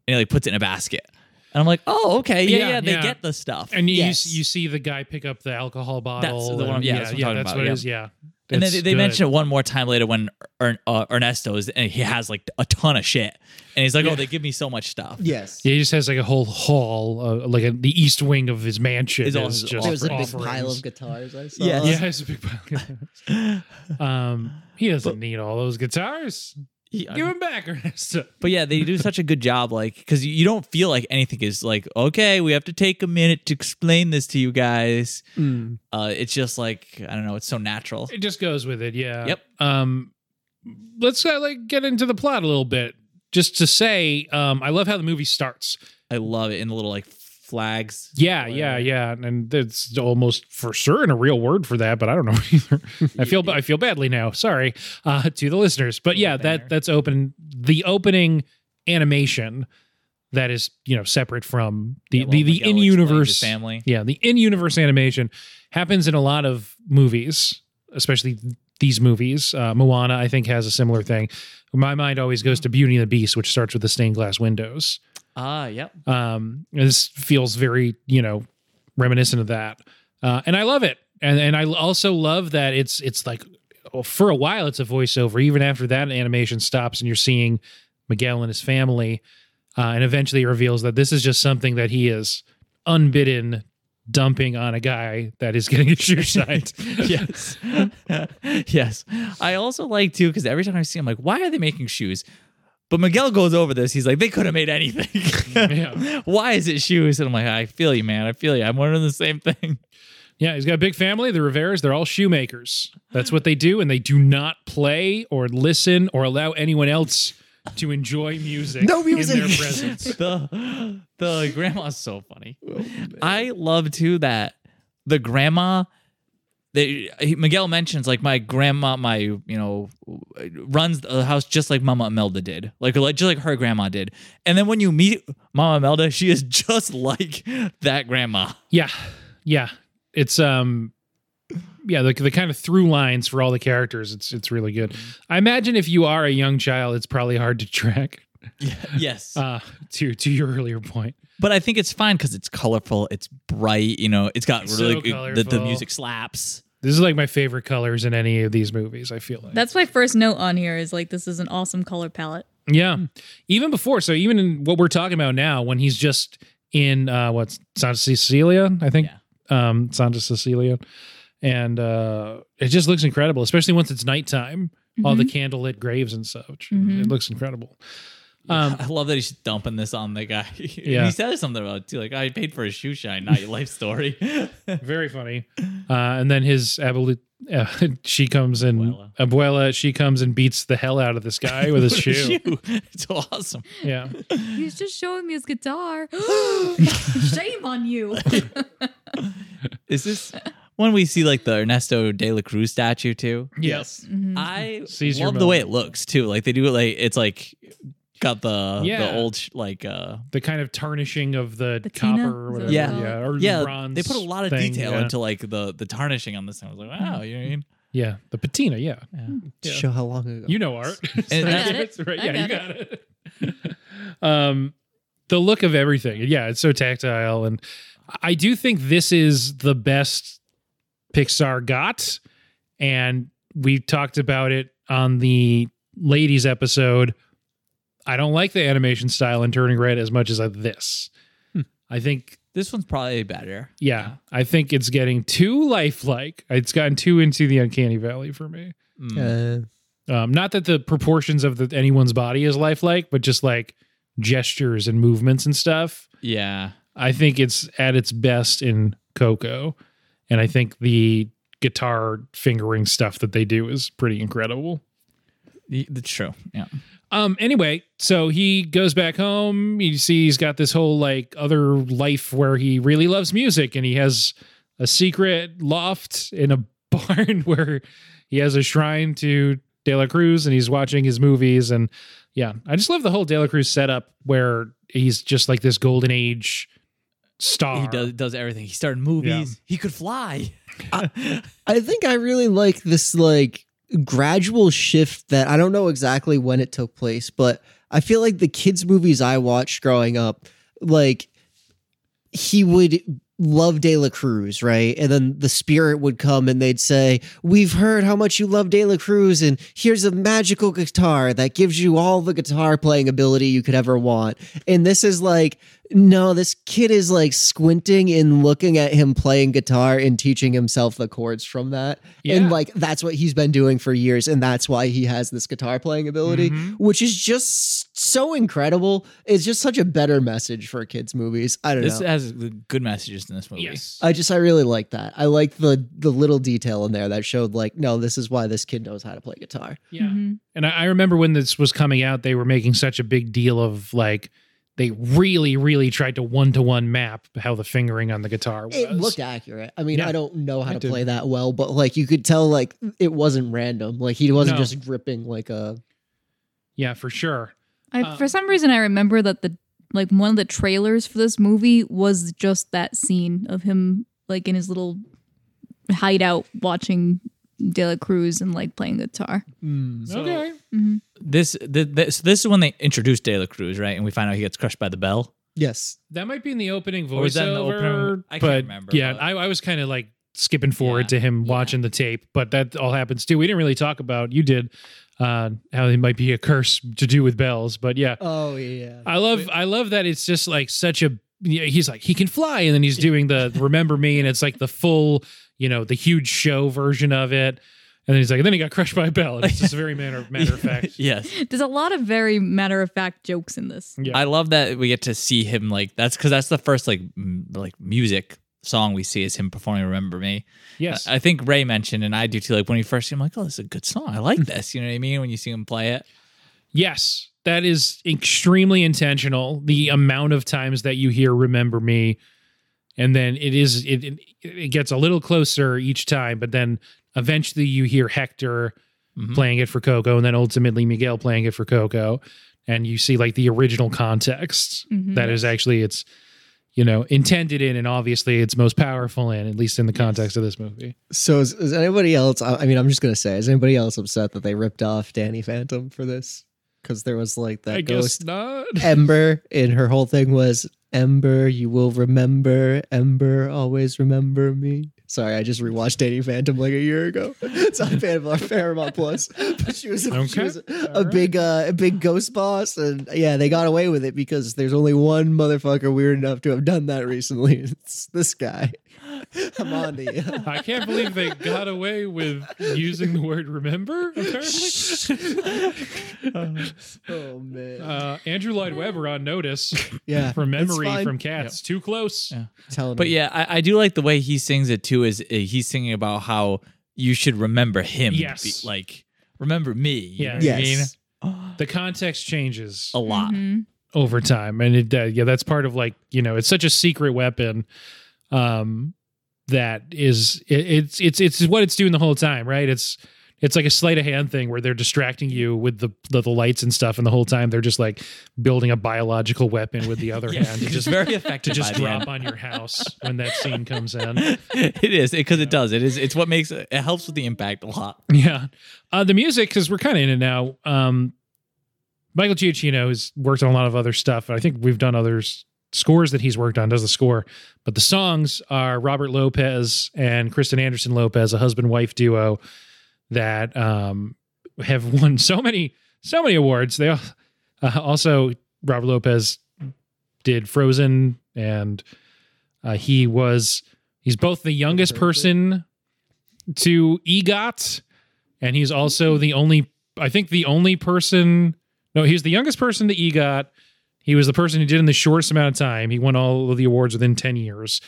and he like puts it in a basket, and I'm like, oh okay, yeah,
Yeah,
yeah, they
yeah.
get the stuff.
And you,
Yes.
you see the guy pick up the alcohol bottle.
the one-
and-
yeah, that's what I'm talking
that's
about,
what
yeah.
it is. Yeah.
and then
It's
they, they
good.
mention it one more time later when Ern, uh, Ernesto is and he has like a ton of shit, and he's like,
Yeah.
"Oh, they give me so much stuff."
Yes.
Yeah, he just has like a whole hall, uh, like a, the east wing of his mansion.
Is
Is
all his
just
There was a big
offerings.
pile of guitars I saw.
Yes.
Yeah, it's a big pile. um, he doesn't need all those guitars.
Yeah.
Give him back,
[laughs]
Ernesto.
But yeah, they do such a good job, like because you don't feel like anything is like, okay, we have to take a minute to explain this to you guys.
Mm.
Uh, it's just like I don't know, it's so natural.
It just goes with it. Yeah.
Yep.
Um, let's uh, like get into the plot a little bit. Just to say, um, I love how the movie starts.
I love it in the little like flags.
Yeah,
Where-
yeah, yeah, and it's almost for certain a real word for that, but I don't know [laughs] either. I feel I feel badly now. Sorry uh, to the listeners, but yeah, that that's open. The opening animation that is you know separate from the
Yeah, well,
the, the
Miguel
in
explains his
universe
family.
yeah, the in universe animation happens in a lot of movies, especially these movies. Uh, Moana, I think, has a similar thing. My mind always
Mm-hmm.
goes to Beauty and the Beast, which starts with the stained glass windows.
Ah, yep.
Um, this feels very, you know, reminiscent of that, uh, and I love it. And and I also love that it's it's like well, for a while it's a voiceover. Even after that animation stops, and you're seeing Miguel and his family, uh, and eventually it reveals that this is just something that he is unbidden dumping on a guy that is getting his shoe shined.
[laughs] yes. yes. I also like too because every time I see him, like, why are they making shoes? But Miguel goes over this. He's like, they could have made anything.
Yeah.
[laughs] Why is it shoes? And I'm like, I feel you, man. I feel you. I'm wondering the same thing.
Yeah, he's got a big family. The Riveras, they're all shoemakers. That's what they do, and they do not play or listen or allow anyone else to enjoy music.
No music.
in their presence.
[laughs] the the grandma's so funny. I love too that the grandma. They, he- Miguel mentions like my grandma, my you know, runs the house just like Mama Imelda did, like like just like her grandma did. And then when you meet Mama Imelda, she is just [laughs] like that grandma.
Yeah, yeah. It's um, yeah. The the kind of through lines for all the characters. It's it's really good. I imagine if you are a young child, it's probably hard to track.
Yes,
Uh, to to your earlier point.
but I think it's fine because it's colorful, it's bright. You know, it's got
It's
really
so
good, the, the
colorful.
music slaps.
This is like my favorite colors in any of these movies. I feel like
That's my first note on here is like this is an awesome color palette.
yeah. Even before, so even in what we're talking about now, when he's just in uh, what's Santa Cecilia, I think. Um, Santa Cecilia, and uh, it just looks incredible, especially once it's nighttime. All the candlelit graves and such.
Mhm.
It looks incredible. Um,
[laughs] I love that he's dumping this on the guy. [laughs]
Yeah.
and he says something about it too, like I paid for a shoe shine, not your life story. [laughs]
Very funny. Uh, and then his aboli- uh, [laughs] she comes and
Abuela.
abuela. she comes and beats the hell out of this guy with his [laughs] shoe.
Shoe. [laughs] It's awesome.
Yeah.
He's just showing me his [gasps] [laughs] guitar. Shame on you.
Is this when we see like the Ernesto de la Cruz statue too?
Yes.
Mm-hmm.
I
Seize Mm-hmm. your
love the way it
moment.
looks too. Like they do it like it's like got the
Yeah.
the old sh- like uh
The kind of tarnishing of the
Patina?
copper or
Is that
whatever.
Yeah.
what
Yeah. Or
yeah
bronze.
they put a lot of
thing,
detail
yeah.
into like the the tarnishing on this. And I was like, wow, you know what I mean?
Yeah. The patina. Yeah.
To
Yeah.
show how long ago.
You know art. [laughs]
And
I got
It's right.
I
Yeah. You
got
got it. [laughs] um, the look of everything. Yeah. It's so tactile. And I do think this is the best Pixar got. And we talked about it on the ladies episode. I don't like the animation style in Turning Red as much as I, this. I think,
This one's probably better.
yeah, I think it's getting too lifelike. It's gotten too into the uncanny valley for me.
Mm.
Uh,
Um, not that the proportions of the, anyone's body is lifelike, but just like gestures and movements and stuff.
Yeah.
I think it's at its best in Coco, and I think the guitar fingering stuff that they do is pretty incredible.
Y- That's true. Yeah.
Um. Anyway, so he goes back home. You see, he's got this whole like other life where he really loves music, and he has a secret loft in a [laughs] barn where he has a shrine to De La Cruz, and he's watching his movies. And yeah, I just love the whole De La Cruz setup where he's just like this golden age star.
He does does everything. He started movies. He could [laughs] fly. Uh,
I think I really like this like gradual shift that I don't know exactly when it took place, but I feel like the kids movies I watched growing up, like he would love De La Cruz, right? And then the spirit would come and they'd say, "We've heard how much you love De La Cruz and here's a magical guitar that gives you all the guitar playing ability you could ever want." And this is like no, this kid is like squinting and looking at him playing guitar and teaching himself the chords from that.
Yeah.
And like that's what he's been doing for years and that's why he has this guitar playing ability,
Mhm.
which is just so incredible. It's just such a better message for kids movies. I don't
This
know.
has good messages in this movie.
Yes.
I just I really like that. I like the the little detail in there that showed like no, this is why this kid knows how to play guitar.
yeah.
Mhm.
And I, I remember when this was coming out, they were making such a big deal of like they really, really tried to one to one map how the fingering on the guitar was.
It looked accurate. I mean,
Yeah.
I don't know how
I
to
did.
play that well, but like you could tell like it wasn't random. Like he wasn't
No.
just gripping like a
yeah, for sure.
I,
Uh,
for some reason, I remember that the like one of the trailers for this movie was just that scene of him like in his little hideout watching De La Cruz and like playing guitar.
So-
Mm. okay.
Mhm.
This the, the, so this is when they introduced De La Cruz, right? And we find out he gets crushed by the bell.
Yes.
That might be in the opening
Or was that in the opening?
voiceover.
I can't
but
remember,
Yeah,
but-
I, I was kind of like skipping forward
Yeah,
to him
yeah.
watching the tape, but that all happens too. We didn't really talk about you did uh, how it might be a curse to do with bells, but yeah,
Oh yeah.
I love I love that it's just like such a yeah, he's like he can fly and then he's doing the remember me and it's like the full you know the huge show version of it and then he's like then he got crushed by a bell and it's just very matter matter of fact
[laughs] yes.
There's a lot of very matter of fact jokes in this.
Yeah.
I love that we get to see him like that's because that's the first like m- like music song we see is him performing "Remember Me."
yes
I, I think Ray mentioned and I do too. Like when he first, I'm like, oh, this is a good song. I [laughs] like this. You know what I mean? When you see him play it,
yes that is extremely intentional the amount of times that you hear remember me and then it is it it, it gets a little closer each time but then eventually you hear Hector
Mm-hmm.
Mhm.
playing it for Coco, and then ultimately Miguel playing it for Coco, and you see like the original context
Mhm.
that is actually it's you know intended in, and obviously it's most powerful in, at least in the context of this movie.
So is, is anybody else? I, I mean, I'm just gonna say, is anybody else upset that they ripped off Danny Phantom for this? Because there was like that
I
ghost
guess not.
Ember, and her whole thing was Ember, you will remember. Ember, always remember me. Sorry, I just rewatched Danny Phantom like a year ago. [laughs] It's on Paramount, Paramount Plus, [laughs] but she was a, she
Okay.
was a,
All
a
right.
big uh, a big ghost boss, and yeah, they got away with it because there's only one motherfucker weird enough to have done that recently. [laughs] It's this guy, [laughs] Hamandi.
[laughs] I can't believe they got away with using the word "remember."
[laughs]
Apparently,
Oh man.
uh, Andrew Lloyd Webber on notice
yeah.
for memory
it's fine.
from Cats. Too close.
Yeah.
Telling
but
me.
yeah, I, I do like the way he sings it too. Is uh, he's singing about how you should remember him?
Yes.
Be- like remember me. You know
Yeah.
what I mean?
Yes.
The context changes.
[gasps] a lot.
Mhm.
over time and it uh, yeah that's part of like you know it's such a secret weapon um that is it, it's it's it's what it's doing the whole time right it's it's like a sleight of hand thing where they're distracting you with the the, the lights and stuff and the whole time they're just like building a biological weapon with the other
[laughs] Yeah.
hand to
It's
just
very
to
effective.
just
by the end.
drop on your house when that scene comes in
it [laughs] is because it does. It is. It's what makes it helps with the impact a lot.
[laughs] Yeah. Uh, the music, because we're kind of in it now. Um, Michael Giacchino has worked on a lot of other stuff. I think we've done others scores that he's worked on, does the score. But the songs are Robert Lopez and Kristen Anderson Lopez, a husband wife duo that um, have won so many, so many awards. They all, Uh, also, Robert Lopez did Frozen, and uh, he was he's both the youngest person to EGOT, and he's also the only I think the only person. No, he was the youngest person to EGOT. He was the person who did in the shortest amount of time. He won all of the awards within ten years,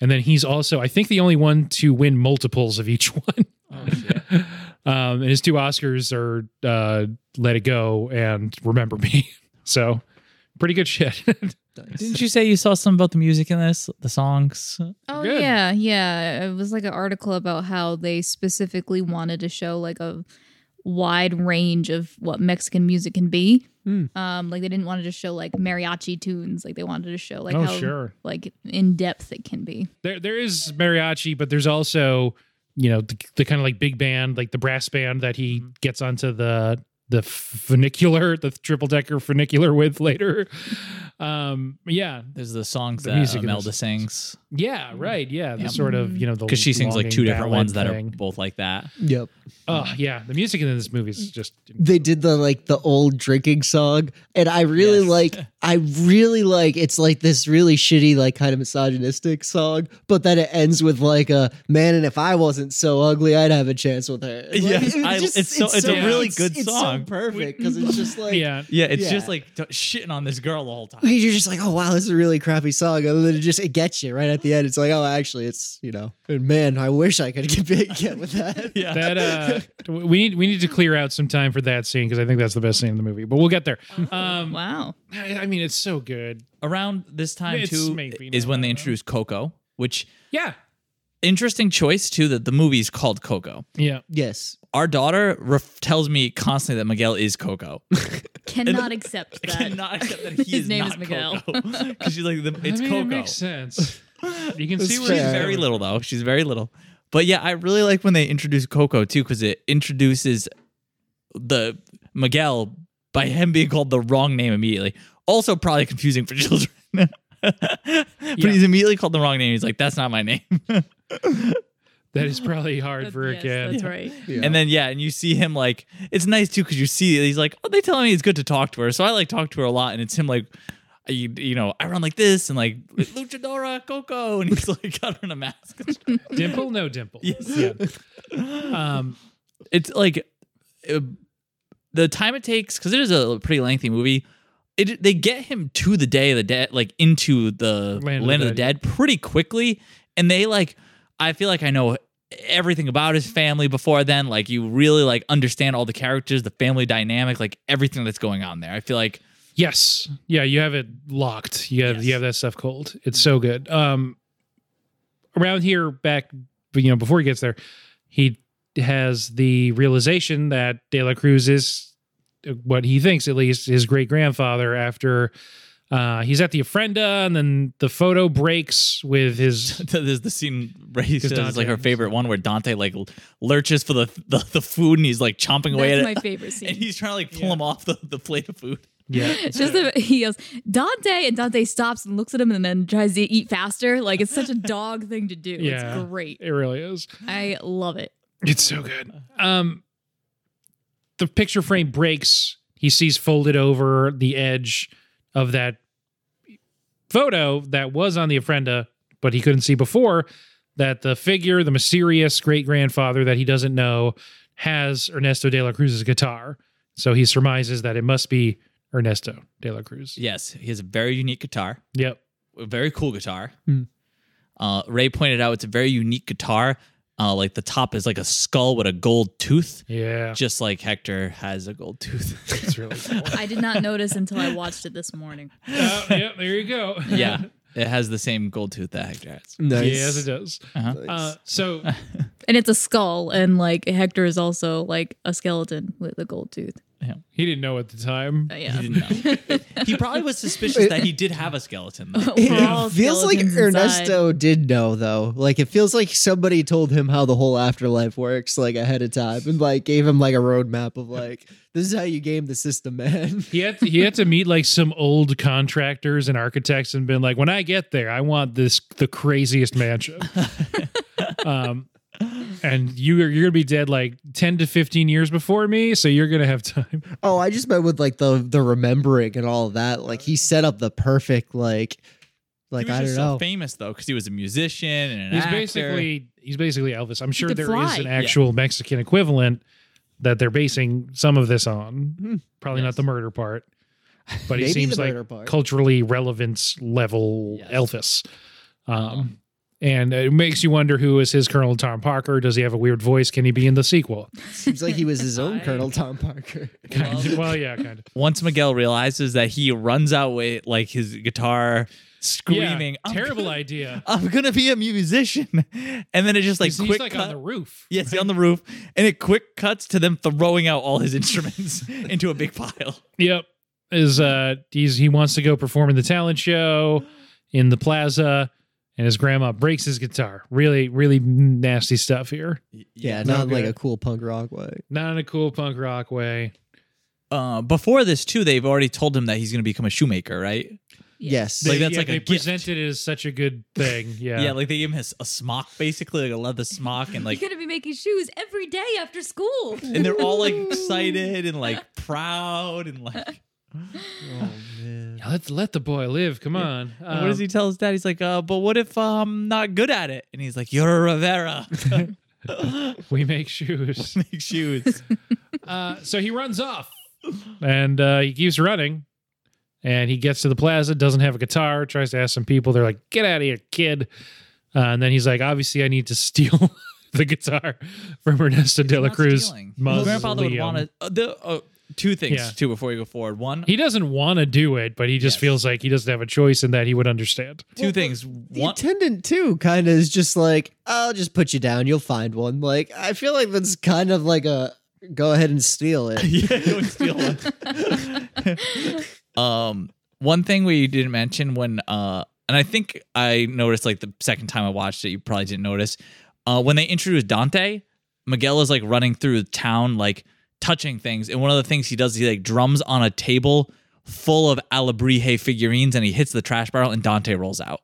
and then he's also I think the only one to win multiples of each [laughs] one.
Oh, shit.
um, and his two Oscars are uh, Let It Go and Remember Me. [laughs] So pretty good shit. [laughs]
Didn't you say you saw something about the music in this? The songs?
Oh
Good.
yeah, yeah. It was like an article about how they specifically wanted to show like a wide range of what Mexican music can be.
Hmm.
Um, like they didn't want to just show like mariachi tunes. Like they wanted to show like
oh,
how
sure.
like in depth it can be.
There, there is mariachi, but there's also, you know, the, the kind of like big band, like the brass band that he
Mm-hmm.
gets onto the the funicular, [laughs] the triple decker funicular with later. Um, yeah,
There's the songs
The
that
music in
Imelda
this.
sings
yeah, right, yeah. The
Yeah.
sort of you know the
because Mm. she sings like
longing
two different
ballad
ones that are
thing.
both like that.
Yep.
Oh yeah, the music in this movie is just
they did the like the old drinking song and i really
Yes.
like
[laughs]
i really like it's like this really shitty like kind of misogynistic song but then it ends with like a man and if i wasn't so ugly i'd have a chance with her Like,
Yes,
it
I-
just-
it's so- it's a
really
good
it's so
song.
perfect because it's
[laughs]
just like
yeah.
Yeah, it's
Yeah.
just like t- shitting on this girl the whole time.
you're just like oh wow this is a really crappy song and then it just it gets you right at the end it's like oh actually it's you know and man i wish i could [laughs] get, get with
[laughs]
that
Yeah.
that uh we need we need to clear out some time for that scene because i think that's the best scene in the movie but we'll get there um
Wow.
i, I mean it's so good
Around this time
It's
too
maybe
is
now,
when
I don't
they
know.
introduced Coco, which
yeah
interesting choice too that the movie's called Coco.
yeah
yes
Our daughter ref- tells me constantly that Miguel is Coco. [laughs]
Cannot accept
I
that.
cannot accept that he
His
is
name
not
is Miguel.
[laughs] Because she's like, the, it's
I mean,
Coco.
it makes sense [laughs] you can
That's
see where
fair.
She's
he's
very little though. She's very little. But yeah, I really like when they introduce Coco too, because it introduces the Miguel by him being called the wrong name immediately. Also, probably confusing for [laughs] children. but he's immediately called the wrong name. He's like, "That's not my name."
that is probably hard
That-
for a
yes,
kid
That's right.
Yeah.
And then yeah, and you see him like it's nice too because you see he's like, "Oh, they telling me it's good to talk to her." So I like talk to her a lot, and it's him like. You, you know, I run like this and like Luchadora Coco, and he's [laughs] like got her in a mask.
dimple no dimple
Yes.
yeah um
it's like uh, the time it takes because it is a pretty lengthy movie. It they get him to the day of the dead, like into the land, of the dead, pretty quickly, and they like. I feel like I know everything about his family before then. Like you really like understand all the characters, the family dynamic, like everything that's going on there. I feel like
Yes. Yeah, you have it locked. You have
Yes.
you have that stuff cold. It's so good. Um around here back you know before he gets there, he has the realization that De La Cruz is uh, what he thinks at least his great grandfather after uh he's at the ofrenda and then the photo breaks with his
[laughs] there's the scene where he says
Dante-
like her favorite one where Dante like lurches for the the, the food and he's like chomping away
That's
at
my
it, [laughs]
favorite
uh, and
scene.
he's trying to like pull him off the, the plate of food.
[laughs] yeah.
It's just the, he yells Dante, and Dante stops and looks at him, and then tries to eat faster. Like it's such a dog thing to do.
Yeah.
It's great.
It really is.
I love it.
It's so good. Um, the picture frame breaks. He sees folded over the edge of that photo that was on the ofrenda, but he couldn't see before that the figure, the mysterious great grandfather that he doesn't know, has Ernesto de la Cruz's guitar. So he surmises that it must be Ernesto de la Cruz.
Yes, he has a very unique guitar,
Yep.
a very cool guitar.
Hmm.
Uh, Ray pointed out it's a very unique guitar. Uh, like the top is like a skull with a gold tooth,
Yeah.
just like Hector has a gold tooth.
[laughs]
It's really cool.
I did not notice until I watched it this morning.
Uh, yep. There you go.
yeah, it has the same gold tooth that Hector has.
[laughs]
Hmm.
Yes, it does.
Uh-huh.
Uh, so
And it's a skull, and like Hector is also like a skeleton with a gold tooth.
he didn't know at the time.
But
He
[laughs] yeah.
didn't know. he probably was suspicious that he did have a skeleton. Though.
We're all
It feels like
skeletons inside.
Ernesto did know though. Like it feels like somebody told him how the whole afterlife works like ahead of time and like gave him like a roadmap of like this is how you game the system, man. [laughs]
He had to, he had to meet like some old contractors and architects and been like, when I get there, I want this the craziest mansion. um, and you are you're gonna be dead like ten to fifteen years before me, so you're gonna have time.
Oh, I just meant with like the the remembering and all of that. Like he set up the perfect like [laughs] like
he was
I
just
don't
so
know.
famous though because he was a musician and an
He's
actor.
basically he's basically Elvis. I'm sure
could
there is
fly.
an
Yeah.
actual Mexican equivalent that they're basing some of this on.
Hmm.
Probably
Yes.
not the murder part, but he
Maybe
seems
the
like
murder part.
culturally relevance level
Yes. Uh-huh.
Elvis. Um, and it makes you wonder who is his Colonel Tom Parker. Does he have a weird voice? Can he be in the sequel?
Seems like he
[laughs]
was his own
I-
Colonel Tom
[laughs]
Parker.
Kind
Well-
of- [laughs] well, yeah, kind of.
[laughs] Once Miguel realizes that he runs out with like his guitar,
Yeah,
screaming, "I'm
terrible
gonna-
idea.
I'm gonna be a musician," and then it just [laughs] like
he's, he's,
quick
like
cut.
on the roof.
yeah, it's on the roof, and it quick cuts to them throwing out all his [laughs] instruments into a big pile.
Yep. Is uh he's he wants to go perform in the talent show in the plaza and his grandma breaks his guitar. Really, really nasty stuff here.
Yeah,
no
not in, like
good.
a cool punk rock way.
Not in a cool punk rock way.
Uh, before this too, they've already told him that he's gonna become a shoemaker, right?
Yes.
Like, that's
yeah,
like a
they
gift.
presented it as such a good
[laughs]
thing. Yeah.
Yeah, like they gave him his, a smock, basically like a leather smock, and like
You're gonna be making shoes every day after school.
and they're
[laughs]
all like excited and like proud and like
oh man.
Yeah, let let the boy live. Come on.
And what does
Um,
he tell his dad he's like uh but what if i'm not good at it and he's like you're
[laughs]
a rivera [laughs]
we make shoes.
make shoes
uh, so he runs off and uh, he keeps running and he gets to the plaza doesn't have a guitar tries to ask some people they're like get out of here kid uh, and then he's like obviously i need to [laughs] steal the guitar from ernesto de la
Not
cruz
stealing. His grandfather would
mausoleum.
want to uh, the uh, two things
Yeah.
too before we go forward one
he doesn't want to do it but he just
Yes.
feels like he doesn't have a choice and that he would understand
two things
The
one
attendant too kind of is just like, I'll just put you down, you'll find one. Like I feel like that's kind of like a go ahead and steal it. [laughs]
[laughs] yeah don't steal one um one thing we didn't mention when uh and i think i noticed like the second time i watched it you probably didn't notice uh when they introduced dante miguel is like running through the town like touching things and one of the things he does is he like drums on a table full of alabrije figurines and he hits the trash barrel and dante rolls out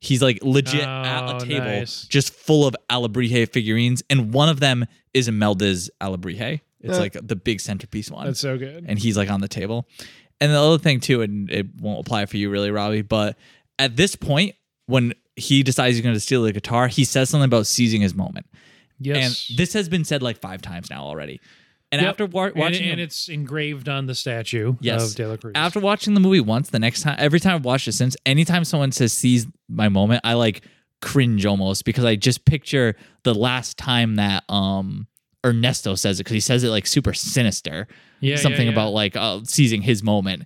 he's like legit at
Oh,
a table
nice.
just full of alabrije figurines and one of them is imelda's alabrije it's
Uh.
like the big centerpiece one
that's so good
and he's like on the table. And the other thing too, and it won't apply for you really, Robbie, but at this point, when he decides he's going to steal the guitar, he says something about seizing his moment.
yes
And this has been said like five times now already. And
Yep.
after wa-
And-
watching,
and,
the-
it's engraved on the statue
Yes.
of de la cruz
after watching the movie once, the next time, every time I've watched it since, anytime someone says "seize my moment," I like cringe almost because I just picture the last time that um Ernesto says it because he says it like super sinister.
yeah, yeah,
something
yeah.
about like uh, seizing his moment.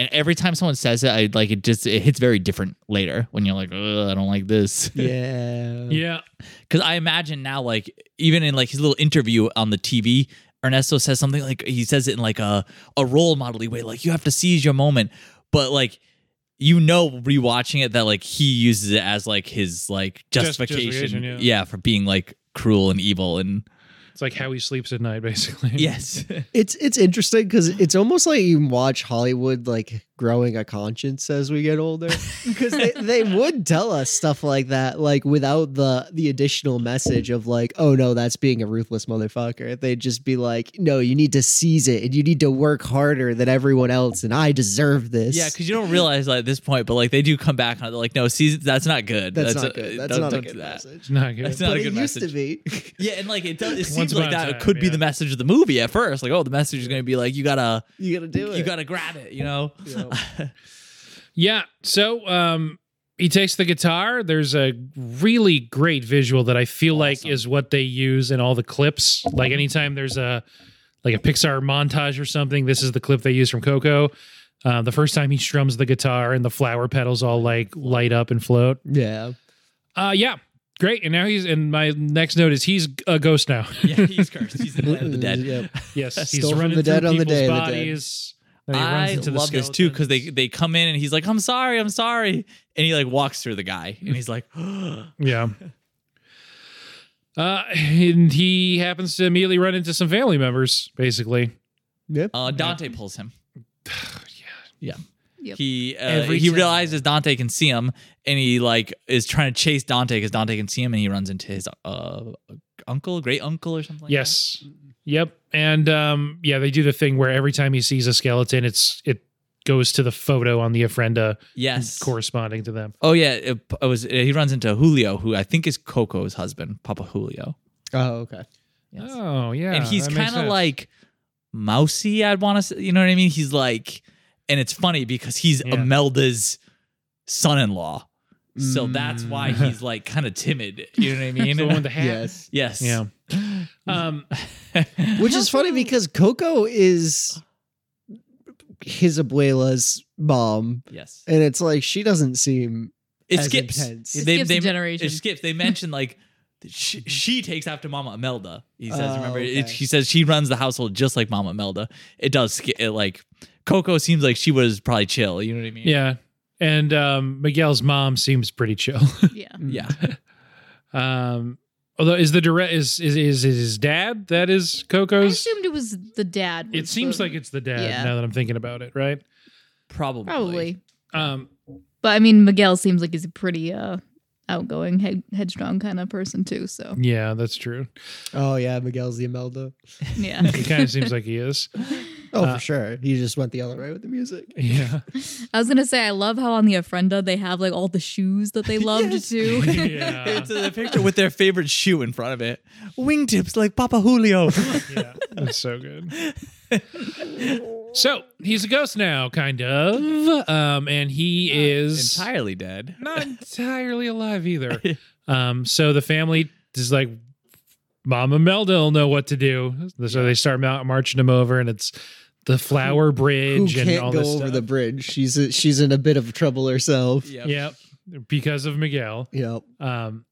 And every time someone says it, I like it just it hits very different later when you're like, Ugh, I don't like this.
Yeah.
yeah
Because I imagine now, like even in like his little interview on the TV, Ernesto says something like he says it in like a a role modelly way, like you have to seize your moment. But like you know, rewatching it, that like he uses it as like his like justification,
Justification, yeah.
for being like cruel and
[laughs]
evil and
it's like how he sleeps at night basically
yes,
It's it's interesting because it's almost like you watch Hollywood like growing a conscience as we get
[laughs]
older because they, they would tell us stuff like that like without the the additional message of like oh no that's being a ruthless motherfucker they'd just be like no you need to seize it and you need to work harder than everyone else and I deserve this
Yeah, because you don't realize like, at this point, but like they do come back on it. They're like, no, season that's not good.
that's,
a-
not good that's
don't-
not a
don't do
good
that."
message
not good.
That's not
but
a
it
good
used
message.
to be [laughs]
Yeah, and like it does. It seems
[laughs] Once
like
upon
that
a
could
time,
be
yeah.
the message of the movie at first. Like, oh, the message is going to be like, you gotta,
you gotta do it
[laughs] you gotta grab it. You know,
Yeah.
Yeah. So um he takes the guitar. There's a really great visual that I feel like
Awesome.
is what they use in all the clips. Like anytime there's a like a Pixar montage or something, this is the clip they use from Coco. Uh, the first time he strums the guitar and the flower petals all like light up and float.
yeah
Uh yeah. Great. And now he's and my next note is he's a ghost now.
[laughs] yeah, he's cursed. He's in the land of
[laughs]
the dead.
Mm,
[laughs]
Yep.
yes. [laughs] He's
Stole from
running
the dead
through
on the
people's
day of the dead.
bodies. Then he runs
I
into the
love this too because they
skeletons.
they come in and he's like, I'm sorry, I'm sorry, and he like walks through the guy and he's like, [gasps]
Yeah. [laughs] Uh, and he happens to immediately run into some family members, basically.
Yep.
uh, Dante pulls [sighs] him.
Yep.
He uh,
Every
he
time.
realizes Dante can see him, and he like is trying to chase Dante because Dante can see him, and he runs into his uh uncle, great uncle, or something. like that?
yes. Yep. And um, yeah, they do the thing where every time he sees a skeleton, it's it goes to the photo on the ofrenda
Yes.
corresponding to them.
Oh yeah, it, it was. He runs into Julio, who I think is Coco's husband, Papa Julio,
Oh, okay.
Yes.
Oh yeah,
and he's
that makes
kind of
sense.
like mousy. I'd want to, say, you know what I mean? He's like, and it's funny because he's
Yeah.
Imelda's son-in-law, so that's
Mm.
why he's like kind of timid.
[laughs]
You know what I mean?
the one with the hat.
Yes.
[laughs] yes.
Yeah. Um,
Which is funny because Coco is his abuela's mom,
[laughs] yes.
and it's like she doesn't seem
It
as
skips.
intense.
It
They-
skips
they-
a generation.
It skips. They mention like she, she takes after Mama Imelda. He says,
Oh,
remember,
okay.
it, he says she runs the household just like Mama Imelda. It does sk- it, like Coco seems like she was probably chill. You know what I mean?
yeah, and um, Miguel's mom seems pretty chill.
[laughs]
[laughs]
yeah.
Yeah.
Um, although is the direct is is is, is his dad that is
I
Coco's?
assumed it was the dad.
It
was
seems
the-
like it's the dad
Yeah.
now that I'm thinking about it, right?
Probably.
probably,
Um,
but I mean, Miguel seems like he's a pretty uh, outgoing, head- headstrong kind of person too. So
yeah, that's true.
Oh yeah, Miguel's the Imelda.
[laughs]
yeah,
It kind of seems like he is. [laughs]
Oh,
Uh,
for sure. He just went the other way with the music.
Yeah,
I was gonna say I love how on the Ofrenda they have like all the
[laughs]
shoes that they loved
Yes.
too. [laughs]
yeah,
It's a picture with their favorite shoe in front of it. Wingtips like Papa Julio.
[laughs] yeah. That's so good. So he's a ghost now, kind of, um, and he is
entirely dead.
not entirely alive either. Um, so the family is like, Mama Melda will know what to do. So they start mou- marching him over, and it's the flower
Who
bridge and all
can't go
this
over
stuff.
the bridge? She's a, she's in a bit of trouble herself.
Yep.
Yep, because of Miguel.
Yep.
Um,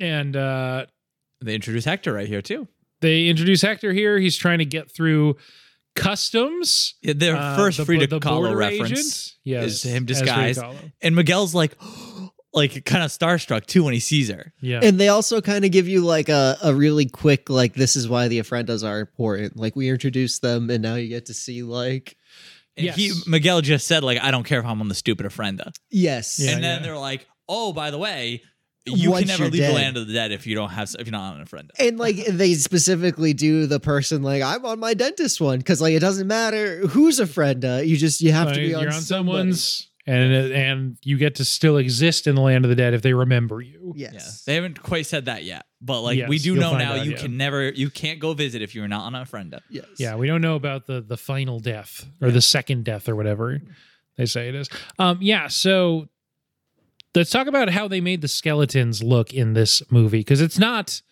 and uh,
They introduce Hector right here too.
they introduce Hector here. He's trying to get through customs.
Yeah, Their
uh,
first
the-
Frida
the
Kahlo
border
reference.
agent. Yes,
is him
as Frida
disguised.
Kahlo.
And Miguel's like [gasps] like kind of starstruck too when he sees her.
Yeah, [laughs]
And they also kind of give you like a, a really quick like this is why the ofrendas are important. Like we introduced them and now you get to see like
And
Yes.
he Miguel just said like I don't care if I'm on the stupid ofrenda.
yes.
Yeah,
and then
yeah.
they're like, "Oh, by the way, you
Once
can never
you're
leave
dead.
the land of the dead if you don't have if you're not on an ofrenda."
And like they specifically do the person like I'm on my dentist one because like it doesn't matter who's a friend. Uh, you just you have
So
to be
you're
on,
on
somebody.
someone's, and and you get to still exist in the land of the dead if they remember you.
Yes.
Yeah, they haven't quite said that yet, but like
Yes,
we do
you'll
know
find
now,
out,
you
yeah.
can never, you can't go visit if you're not on an ofrenda.
yes.
Yeah, we don't know about the the final death or the second death or whatever they say it is. Um, yeah, so let's talk about how they made the skeletons look in this movie because it's not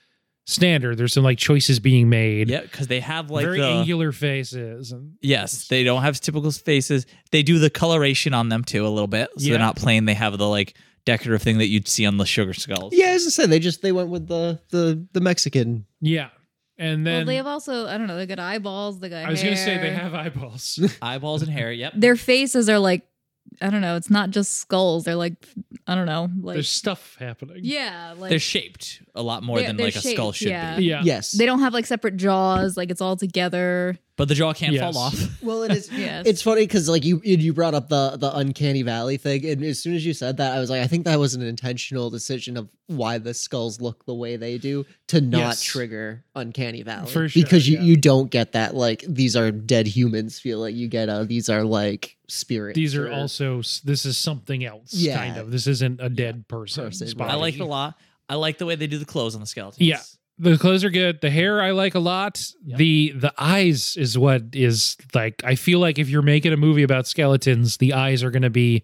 standard. There's some like choices being made.
Yeah, because they have like
very
the
angular faces. And,
yes, they don't have typical faces. They do the coloration on them too a little bit, so
Yeah.
they're not plain. They have the like decorative thing that you'd see on the sugar skulls.
Yeah, as I said, they just they went with the the the Mexican.
yeah, and
well,
then
they have also I don't know they got eyeballs. They got.
I was gonna say they
hair.
have eyeballs.
eyeballs and hair. Yep.
their faces are like I don't know. It's not just skulls. They're like I don't know like
There's stuff happening.
yeah like
they're shaped a lot more
They're-
than
they're
like a skull
shaped,
should
yeah.
be.
yeah,
Yes.
they don't have like separate jaws. Like it's all together.
But the jaw can't
Yes.
fall off.
[laughs]
Well, it is.
Yes.
It's funny because like you you brought up the the uncanny valley thing, and as soon as you said that, I was like, I think that was an intentional decision of why the skulls look the way they do to not
Yes.
trigger uncanny valley
For sure,
because you
yeah.
you don't get that like these are dead humans feeling. You get uh these are like spirits.
These are
or-
also this is something else.
Yeah.
kind of. This isn't a dead person.
Person's
body.
I like it a lot. I like the way they do the clothes on the skeletons.
Yeah. the clothes are good the hair i like a lot
Yep.
the the eyes is what is like i feel like if you're making a movie about skeletons the eyes are going to be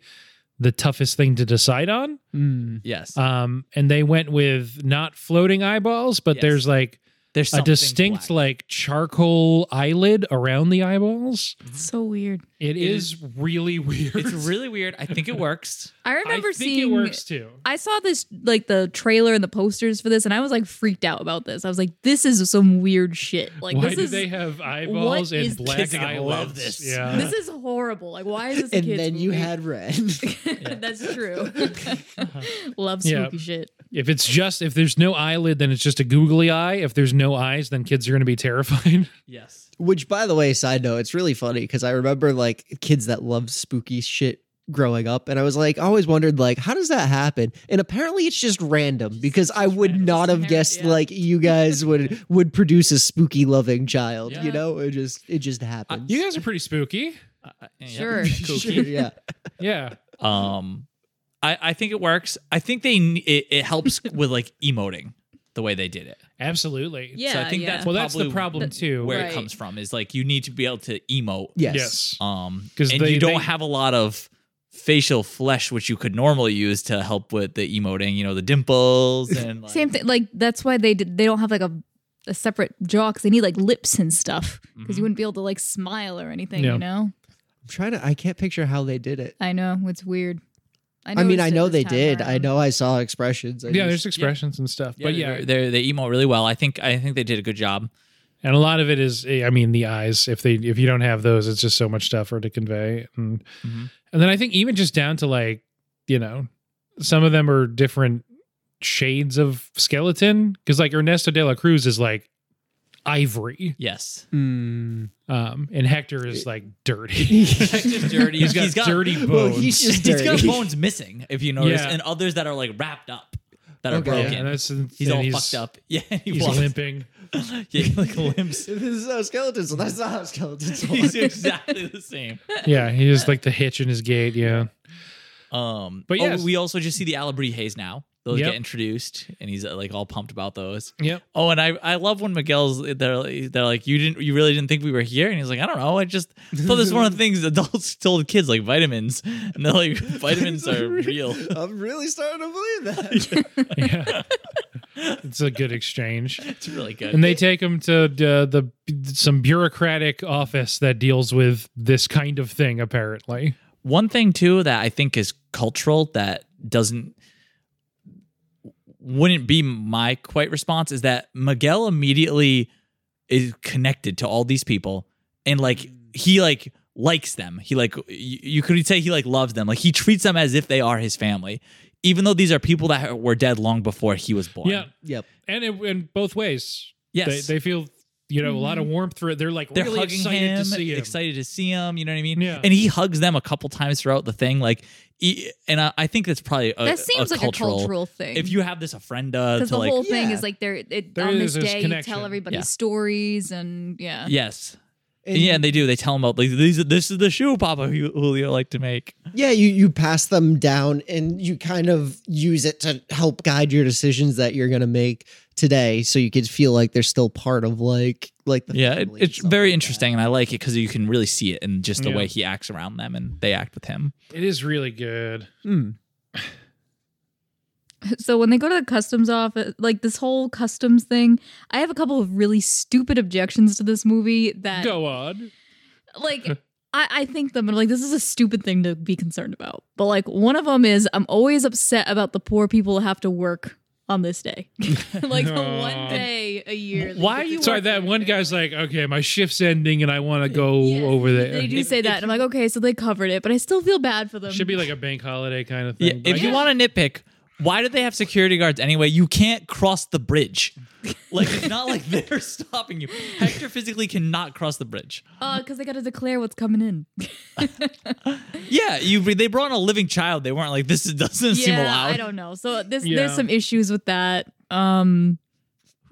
the toughest thing to decide on
Mm.
Yes.
um and they went with not floating eyeballs but
Yes.
there's like
There's
a distinct like charcoal eyelid around the eyeballs
It's so weird.
it is, really weird
[laughs] It's really weird. I think it works.
I remember
I think
seeing
it works too
I saw this like the trailer and the posters for this, and I was like freaked out about this. I was like, "This is some weird shit. Like
why
this
do
is
they have eyeballs and
is
black
this? Kids are
eyelids
gonna love this.
yeah
[laughs] this is horrible. Like, why is this?" a
And
kids
then you
movie?
had red.
[laughs] That's true. Love spooky
Yeah.
shit.
If it's just if there's no eyelid, then it's just a googly eye. If there's no eyes, then kids are going to be [laughs] terrified.
Yes.
[laughs]
Which, by the way, side note, it's really funny because I remember like kids that love spooky shit growing up and I was like I always wondered like how does that happen? And apparently it's just random because I would
random.
not have
Parent-
guessed
yeah.
like you guys would would produce a spooky loving child,
Yeah.
you know? It just it just happens.
Uh, You guys are pretty spooky.
Uh, uh, yeah. [laughs]
Sure.
[laughs] Sure,
Kooky.
yeah.
Yeah.
Um, I, I think it works. I think they n- it, it helps with like emoting the way they did it.
Absolutely.
Yeah,
so I think
yeah.
that's
Well, that's the
probably
problem too.
Where
Right.
it comes from is like you need to be able to emote.
Yes.
Yes.
Um,
'Cause
and
they-
you don't
they-
have a lot of facial flesh, which you could normally use to help with the emoting. You know, the dimples and like,
Same thing. Like that's why they did. They don't have like a a separate jaw because they need like lips and stuff because
mm-hmm.
you wouldn't be able to like smile or anything.
Yeah.
You know.
I'm trying to I can't picture how they did it.
I know it's weird.
I mean,
noticed
I
it
know
this
they
time
did. I
around.
know I saw expressions. I
yeah,
just-
there's expressions and stuff. but yeah,
they're- they're- they emote really well. I think I think they did a good job.
and a lot of it is eh, i mean the eyes if they if you don't have those it's just so much tougher to convey and
Mhm.
and then i think even just down to like you know some of them are different shades of skeleton because like ernesto de la cruz is like ivory
Yes,
Hmm.
um and hector is like [laughs] dirty
Hector's dirty.
he's got, dirty
[laughs]
Hmm. bones
Well,
[laughs]
he's just
He's got
dirty.
bones missing, if you notice,
Yeah.
and others that are like wrapped up, that are
Okay.
Yeah,
broken.
that's-
he's
and
all fucked up. [laughs] Yeah, he
he's
walks.
limping
yeah, he, like
[laughs]
[laughs]
limps. [laughs]
This is how skeletons. That's not how skeletons
he's exactly the same.
yeah he is like the hitch in his gait
[laughs]
yeah
Um,
But
oh,
yes.
we also just see the Alabri Hayes now. Those
Yep.
get introduced, and he's uh, like all pumped about those.
yep
Oh, and I, I love when Miguel's they're like- they're like you didn't you really didn't think we were here, and he's like I don't know I just thought this was one
[laughs]
of the things adults [laughs] told kids like vitamins, and they're like vitamins are real.
I'm really starting to believe [laughs] that.
yeah it's a good exchange
[laughs] It's
[laughs]
really good.
and they take him to uh, the some bureaucratic office that deals with this kind of thing apparently
One thing too that I think is cultural that doesn't wouldn't be my quite response is that Miguel immediately is connected to all these people and like he like likes them. He like y- you could say he like loves them. Like he treats them as if they are his family, even though these are people that were dead long before he was born.
yeah
yep.
and it, in both ways
Yes.
they,
They,
they feel you know a lot of warmth through it they're like
are
really
hugging
excited
him,
to see him
excited to see him. You know what I mean?
Yeah.
And he hugs them a couple times throughout the thing. Like, e- and I, I think that's probably a,
that seems
a
like a
cultural
cultural thing.
if you have this ofrenda
because
Uh, to
the
like
whole thing
Yeah.
is like they're it,
There
on
is
this
this
day you
connection.
tell everybody
Yeah.
stories and yeah.
yes yeah and they do they tell them about like these this is the shoe papa Ju- julio like to make
yeah, you you pass them down and you kind of use it to help guide your decisions that you're gonna make today, so you could feel like they're still part of like like the
yeah it-
family and
it's
stuff
very
like that.
interesting and i like it because you can really see it in just the
Yeah.
way he acts around them and they act with him
it is really good
Hmm.
[laughs] So when they go to the customs office, like this whole customs thing, I have a couple of really stupid objections to this movie that
go on
[laughs] like
[laughs]
I, I think them and I'm like this is a stupid thing to be concerned about. But like one of them is I'm always upset about the poor people who have to work on this day, [laughs] like the
Aw.
one day a year. they
Why
get
are
to
you
sorry
work
that
on
one
day.
guy's like okay my shift's ending and i want to go
Yeah,
over there
They do
If-
say
if
that, and I'm like, okay, so they covered it, but I still feel bad for them.
should be like a bank holiday kind of
yeah
thing but I
if you
guess-
want to nitpick why do they have security guards anyway you can't cross the bridge like it's not like [laughs] they're stopping you hector physically cannot cross the bridge
Uh, because they got to declare what's coming in.
yeah you they brought in a living child they weren't like this doesn't seem
yeah,
allowed
I don't know. So this
Yeah.
there's some issues with that. Um,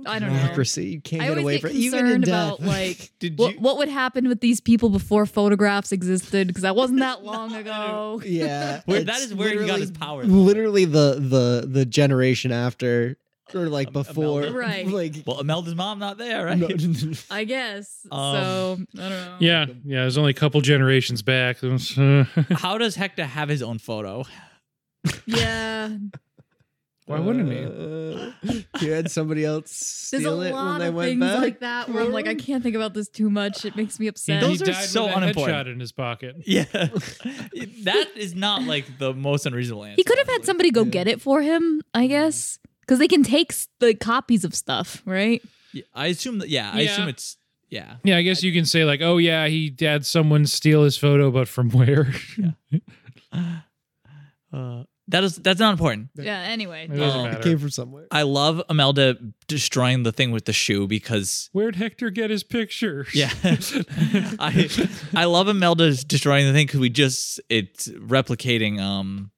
I don't know.
Democracy, you can't
I
get
always
away
get
from
concerned
even in
about
death.
like
Did
what,
you-
what would happen with these people before photographs existed because that wasn't
[laughs]
that long ago.
[laughs] yeah,
[laughs] Where- that
it's
is where he got his
literally-
power.
Literally, the the the generation after or like before,
Imelda. Right.
[laughs] Like
Well, Imelda's mom not there, right?
no-
I guess.
Um,
so I don't know.
yeah yeah there's only a couple generations back [laughs] uh, why
How does Hector have his own photo?
Yeah.
wouldn't he
he? uh, You had somebody else
There's a
steal it when
lot
they
of
went
things
back.
like that where I'm like, I can't think about this too much. It makes me
He-
upset.
he
Those are
died with
so
a
unimportant.
headshot in his pocket
Yeah. [laughs] that is not like the most unreasonable answer.
He could have had somebody go get it for him, I guess, because they can take s- the copies of stuff, right?
Yeah, I assume that, yeah, I
Yeah.
assume it's, yeah.
Yeah, I guess you can say like, "Oh yeah, he had someone steal his photo, but from where?"
Uh, That is that's not important.
Yeah. Anyway,
[laughs] It doesn't
Oh.
It
matter.
came from somewhere.
I love Imelda destroying the thing with the shoe because
Where'd Hector get his pictures? [laughs]
yeah, [laughs] I I love Imelda destroying the thing because we just it's replicating um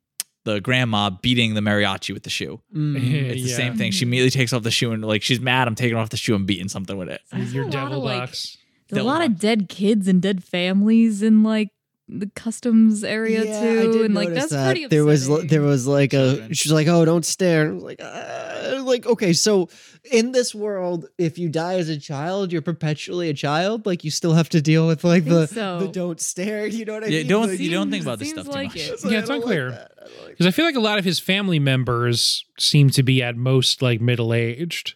the grandma beating the mariachi with the shoe.
Mm.
It's the
Yeah.
same thing. She immediately takes off the shoe and like she's mad. I'm taking off the shoe and beating something with it.
There's
Your
a lot
devil
of, like-
box.
there's a
Don't
lot
lie.
of dead kids and dead families in like the customs [laughs] area
Yeah, I
too,
did
and like
notice
that's
that.
pretty.
There was
upsetting.
there was like
Children.
a she's like oh don't stare. And I was like uh, like okay so in this world if you die as a child you're perpetually a child like you still have to deal with like
I
the
think so.
the don't stare you know what I
Yeah,
mean?
don't-
[laughs]
Like,
you don't think
Seems-
about this
seems
stuff too
like
much.
like,
it.
Yeah,
I
it's
don't like
unclear.
that. I don't like
Because I feel like a lot of his family members seem to be at most like middle aged.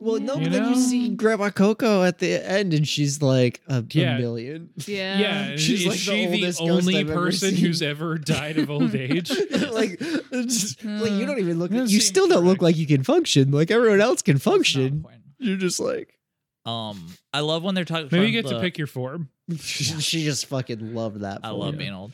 Well, no,
You
but then you
know?
see Grandma Coco at the end, and she's like a, a
Yeah. [laughs]
million. [laughs]
Yeah.
Yeah, and
She's
is
like the
she the,
oldest ghost
only
I've ever
person
seen.
who's ever died of
[laughs]
old age?
like, it's just- like
Hmm.
you don't even look.
Doesn't seem
You still don't look
correct.
like you can function. Like everyone else can
It's not
function.
important.
You're just like
Um, I love when they're talking.
Maybe
from
you get
the-
to pick your form.
[laughs] she, she just fucking loved that.
I
for
love
you.
[laughs] being
[laughs]
old.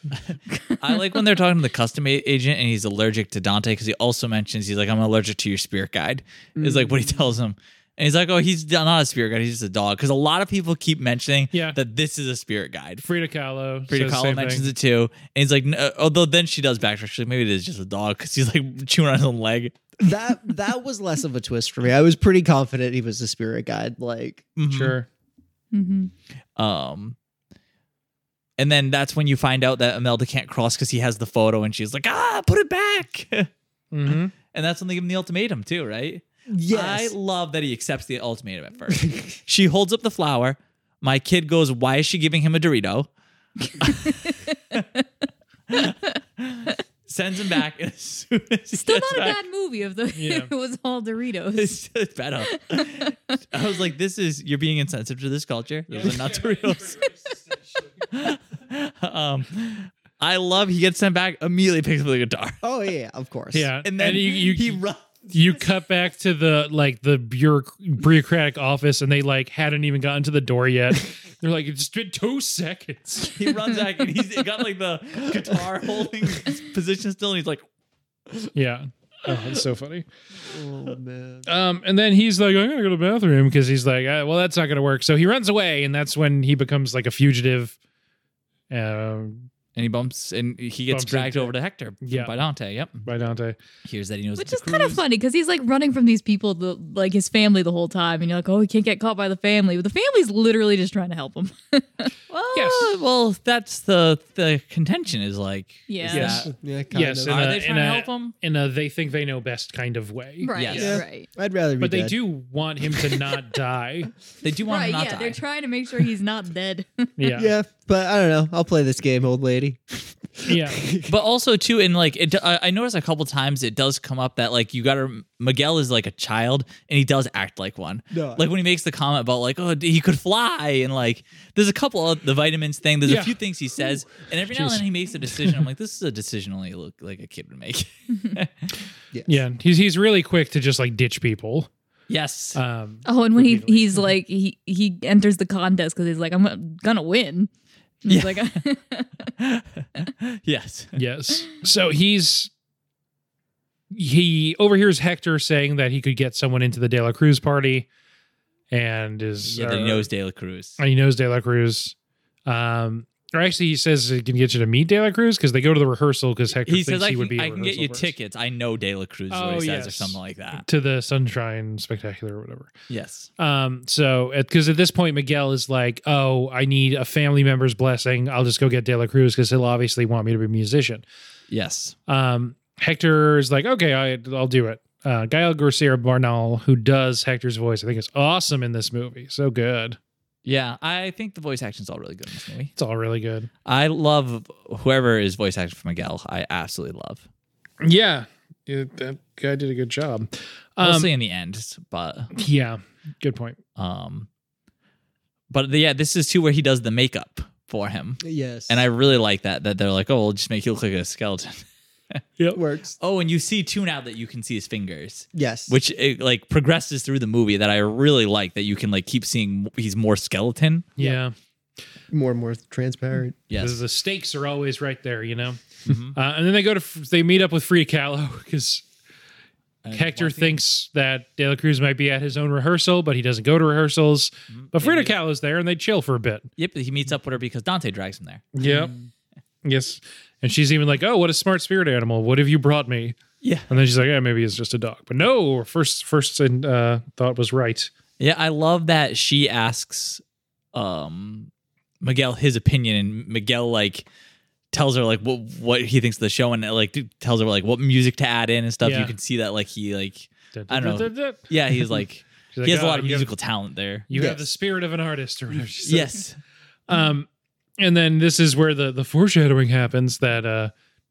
I like when they're talking to the custom a- agent and he's allergic to Dante because he also mentions he's like, I'm allergic to your spirit guide. Is like
Mm.
what he tells him. And he's like, oh, he's not a spirit guide. He's just a dog. Because a lot of people keep mentioning
Yeah.
that this is a spirit guide.
Frida Kahlo.
Frida
says the
Kahlo
same
mentions
thing.
it too. And he's like, no, although then she does backtrack. She's like, maybe it is just a dog because he's like [laughs] chewing on his own leg.
that that was less of a twist for me. I was pretty confident he was a spirit guide. Like
Mhm.
Sure.
hmm
Um, and then that's when you find out that Imelda can't cross because he has the photo and she's like, ah, put it back. [laughs] and
Mm-hmm.
that's when they give him the ultimatum too, right?
yes,
I love that he accepts the ultimatum at first. [laughs] she holds up the flower. My kid goes, Why is she giving him a Dorito? [laughs] Sends him back. [laughs] And as soon as he
Still
gets
not a
back,
bad movie if, the, [laughs]
Yeah.
if it was all Doritos.
It's just better. I was like, This is, you're being insensitive to this culture. Those are not
[laughs]
Doritos. um, I love he gets sent back, immediately picks up the guitar. [laughs]
oh yeah, of course.
Yeah.
And then
you, you,
he runs.
you cut back to the like the bureauc- bureaucratic office and they like hadn't even gotten to the door
[laughs]
yet. They're like, it's been two seconds.
He runs back and he's got like the guitar [laughs] holding position still, and he's like,
Yeah. Oh, it's so funny.
Oh man.
Um, and then he's like, I gotta go to the bathroom because he's like, ah, well, that's not gonna work. So he runs away, and that's when he becomes like a fugitive. Um,
And he bumps and he
Bumps
gets dragged
into-
over to Hector
Yeah.
by Dante. Yep.
by Dante.
Hears that he knows
Which
the
is kind of
cruise.
funny because he's like running from these people, the, like his family, the whole time, and you're like, "Oh, he can't get caught by the family," but the family's literally just trying to help him.
Well,
Yes.
well, that's the the contention is like
Yeah.
is
Yes.
that-
Yeah, kind
Yes,
of.
and-
are
uh,
they trying to
uh,
help him?
In a they think they know best kind of way.
[laughs] right,
Yes.
Yeah.
right,
I'd rather be
But they
dead.
do want him to
[laughs]
not die.
They do want
right.
him not
Yeah,
to
they're trying to make sure he's not dead. [laughs]
Yeah.
Yeah, but I don't know. I'll play this game, old lady.
Yeah.
but also too, and like it, I, I noticed a couple times it does come up that like you got to Miguel is like a child and he does act like one.
No.
Like when he makes the comment about like oh he could fly and like there's a couple of the vitamins thing. There's
Yeah.
a few things he says, and every now and
Jeez.
then he makes a decision. I'm like this is a decision only look like a kid would make. [laughs]
Yeah. He's he's really quick to just like ditch people.
yes.
Um
Oh, and when he
Repeatedly.
he's like he he enters the contest because he's like, "I'm gonna win." And He's
Yeah.
[laughs]
like, [laughs]
Uh.
[laughs] yes.
yes. So he's he overhears Hector saying that he could get someone into the De La Cruz party and is
Yeah, that he
or-
knows De La Cruz.
and he knows De La Cruz. Um, or actually, he says he can get you to meet De La Cruz because they go to the rehersal because Hector
He
thinks
says, I
he would
can,
be. a
I can get
rehearsal
you
first.
tickets. I know De La Cruz is what
Oh,
he says or
yes.
something like that.
to the Sunshine Spectacular or whatever.
[laughs] Yes.
Um, so because at this point, Miguel is like, "Oh, I need a family member's blessing. I'll just go get De La Cruz because he'll obviously want me to be a musician."
Yes.
Um, Hector is like, okay, I, I'll do it. Uh, Gael Garcia Barnal, who does Hector's voice, I think is awesome in this movie. So good.
Yeah. I think the voice acting's all really good in this movie.
It's all really good.
I love whoever is voice acting for Miguel. I absolutely love.
Yeah. that guy did a good job. Um,
Mostly in the end, but
yeah. Good point.
um but the- yeah, this is too where he does the makeup for him.
Yes.
And I really like that that they're like, "Oh, we'll just make you look like a skeleton." [laughs]
works.
Oh, and you see too now that you can see his fingers.
Yes.
which it, like progresses through the movie that I really like that you can like keep seeing he's more skeleton.
Yeah.
more and more transparent.
The- The stakes are always right there, you know?
Mhm.
Uh, and then they go to they meet up with Frida Kahlo because
And
Hector
Morpheus.
thinks that De La Cruz might be at his own rehearsal, but he doesn't go to rehearsals.
Mm-hmm.
But Frida Kahlo's there, and they chill for a bit.
Yep, he meets up with her because Dante drags him there.
Yep. Yes. And she's even like, "Oh, what a smart spirit animal! What have you brought me?"
Yeah.
And then she's like, "Yeah, maybe it's just a dog." But no, her first first uh, thought was right.
Yeah, I love that she asks um Miguel his opinion and Miguel like tells her like what what he thinks of the show and uh, like tells her like what music to add in and stuff.
Yeah.
You can see that like he like I don't
know.
yeah, he's like
She's
he has
"Oh,
a lot of
you have-
musical talent
[laughs]
there.
You have
Yes.
the spirit of an artist, or whatever. She said.
Yes.
Um, and then this is where the the foreshadowing happens that uh,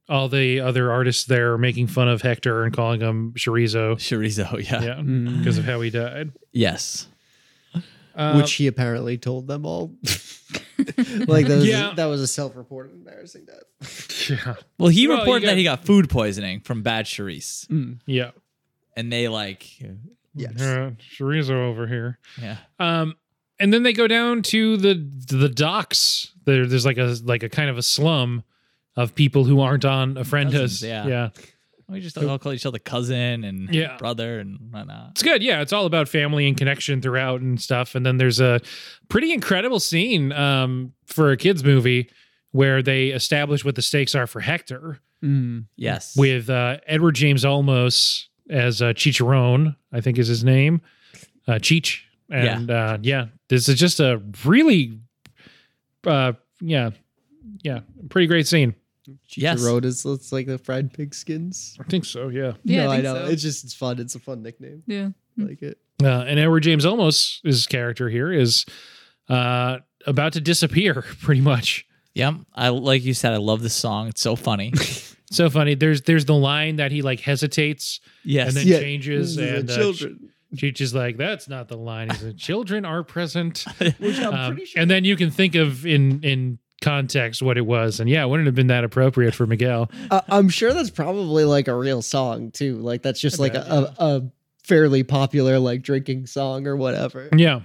all the other artists there are making fun of Hector and calling him Chorizo,
Chorizo, yeah.
yeah,
Mm.
because of how he died.
Yes.
Um,
which he apparently told them
[laughs]
all. like that was,
Yeah.
that was a self-reported embarrassing death. [laughs]
yeah,
Well, he
Well, you
reported
got-
that he got food poisoning from bad Charisse.
yeah,
And they like
yes.
uh, Chorizo over here.
yeah.
Um, and then they go down to the the docks. There, there's like a like a kind of a slum of people who aren't on
Cousins,
Ofrendas.
yeah.
yeah,
We just all call each other cousin and
Yeah.
brother and whatnot.
it's good. Yeah, it's all about family and connection throughout and stuff. And then there's a pretty incredible scene um, for a kids movie where they establish what the stakes are for Hector
Hmm.
Mm.
Yes.
with uh, Edward James Olmos as uh, Chicharron, I think is his name, uh, Cheech. And yeah. Uh, yeah, this is just a really, uh, yeah, yeah, pretty great scene.
Yes.
Road is it's like the fried pig skins.
I think so. Yeah.
Yeah,
no, I, Hmm.
I think
know.
so.
It's just it's fun. It's a fun nickname.
Yeah.
I Like it.
Uh, and Edward James Olmos, his character here, is uh, about to disappear [laughs] pretty much.
Yep. I like you said, I love this song. It's
[laughs]
so funny.
So funny. There's there's the line that he like hesitates
yes.
and then
Yeah.
changes,
This is a
and uh,
children.
Cheech is like, "That's not the line." He's like, "Children are present,"
Which [laughs] I'm
Um,
pretty sure.
and then you can think of in in context what it was, and yeah, it wouldn't have been that appropriate for Miguel.
I- I'm sure that's probably like a real song too. Like that's just
I
like
bet,
a, a, a fairly popular like drinking song or whatever.
Yeah,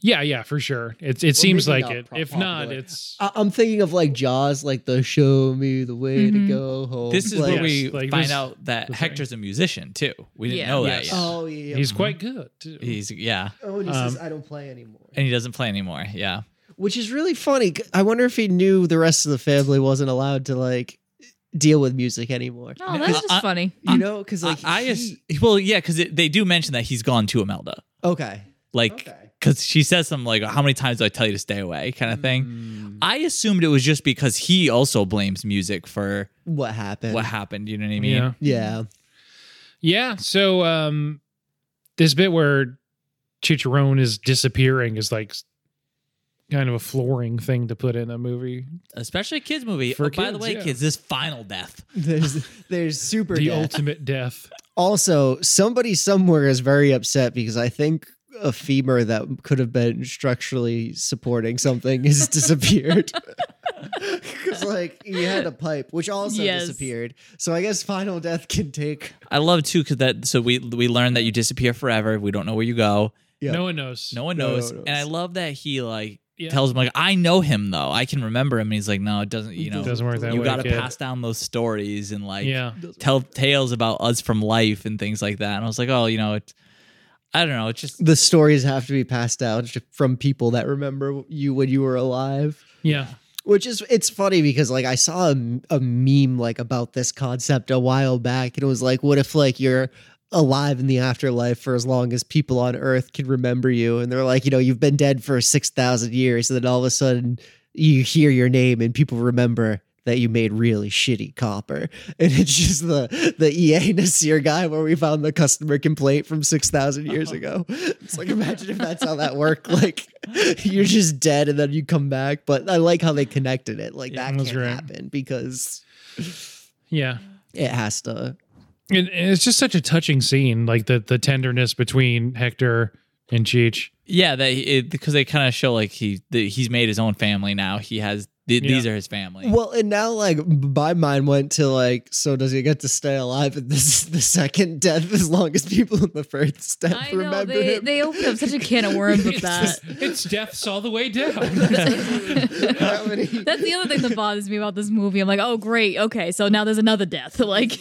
yeah, yeah, for sure. It it seems
maybe
like
not
it.
pro-
if not,
popular. Uh,
it's
I- I'm thinking of like Jaws, like the "Show me the way
Mhm.
to go home."
this is
like,
where we
Yes, like
find
this-
out that
this
Hector's a musician too. We didn't
Yeah.
know that
Yes.
yet.
Oh yeah.
he's quite good. Too.
He's yeah,
oh, and he
um,
says, "I don't play anymore,"
and he doesn't play anymore. Yeah,
which is really funny. 'cause I wonder if he knew the rest of the family wasn't allowed to like deal with music anymore.
Oh, that's just
[laughs]
I-
funny.
You know, because like
Um, I, I
he-
as- well, yeah, because they do mention that he's gone to Imelda,
okay,
like
okay.
because she says something like, "How many times do I tell you to stay away?" kind
Mm.
of thing.
Hmm.
I assumed it was just because he also blames music for
What happened?
what happened. You know what I mean?
yeah.
yeah. [laughs]
Yeah. So um this bit where Chicharron is disappearing is like s- kind of a flooring thing to put in a movie.
Especially a kids movie.
For
oh, by the
kids,
way,
yeah.
kids, this final death.
There's there's super
the
death.
ultimate death.
Also, somebody somewhere is very upset because I think a femur that could have been structurally supporting something
[laughs]
has disappeared. Because, like, he had a pipe, which also
Yes.
disappeared. So I guess final death can take.
I love too because that so we we learn that you disappear forever. We don't know where you go.
Yeah.
No one knows.
No one
No
knows.
one knows.
And I love that he like
Yeah.
tells him like I know him though. I can remember him. And he's like, no, it doesn't. You know,
It doesn't work that
you
way.
got to
kid.
pass down those stories and like
Yeah.
tell tales about us from life and things like that. And I was like, oh, you know, it's I don't know. It's just
The stories have to be passed down to- from people that remember you when you were alive.
Yeah.
Which is it's funny because like I saw a, a meme like about this concept a while back, and it was like, what if like you're alive in the afterlife for as long as people on Earth can remember you, and they're like, you know, you've been dead for six thousand years, and then all of a sudden you hear your name and people remember that you made really shitty copper, [laughs] and it's just the E the EA Nasir guy where we found the customer complaint from six
[laughs]
thousand years ago. It's like imagine if that's how that worked. [laughs] Like you're just dead and then you come back. But I like how they connected it. Like
Yeah,
that
that's
can't
right.
happen because
Yeah.
it has to.
And, and it's just such a touching scene, like the the tenderness between Hector and Cheech.
yeah, that because they kind of show like he that he's made his own family now. He has Th-
Yeah.
These are his family.
Well, and now like my mind went to like, so does he get to stay alive in this the second death as long as people in the first death
I
remember
know they,
him?
they opened up such a can of worms with that.
It's deaths all the way down.
[laughs]
[laughs]
How many-
That's the other thing that bothers me about this movie. I'm like, oh great, okay, so now there's another death. [laughs] Like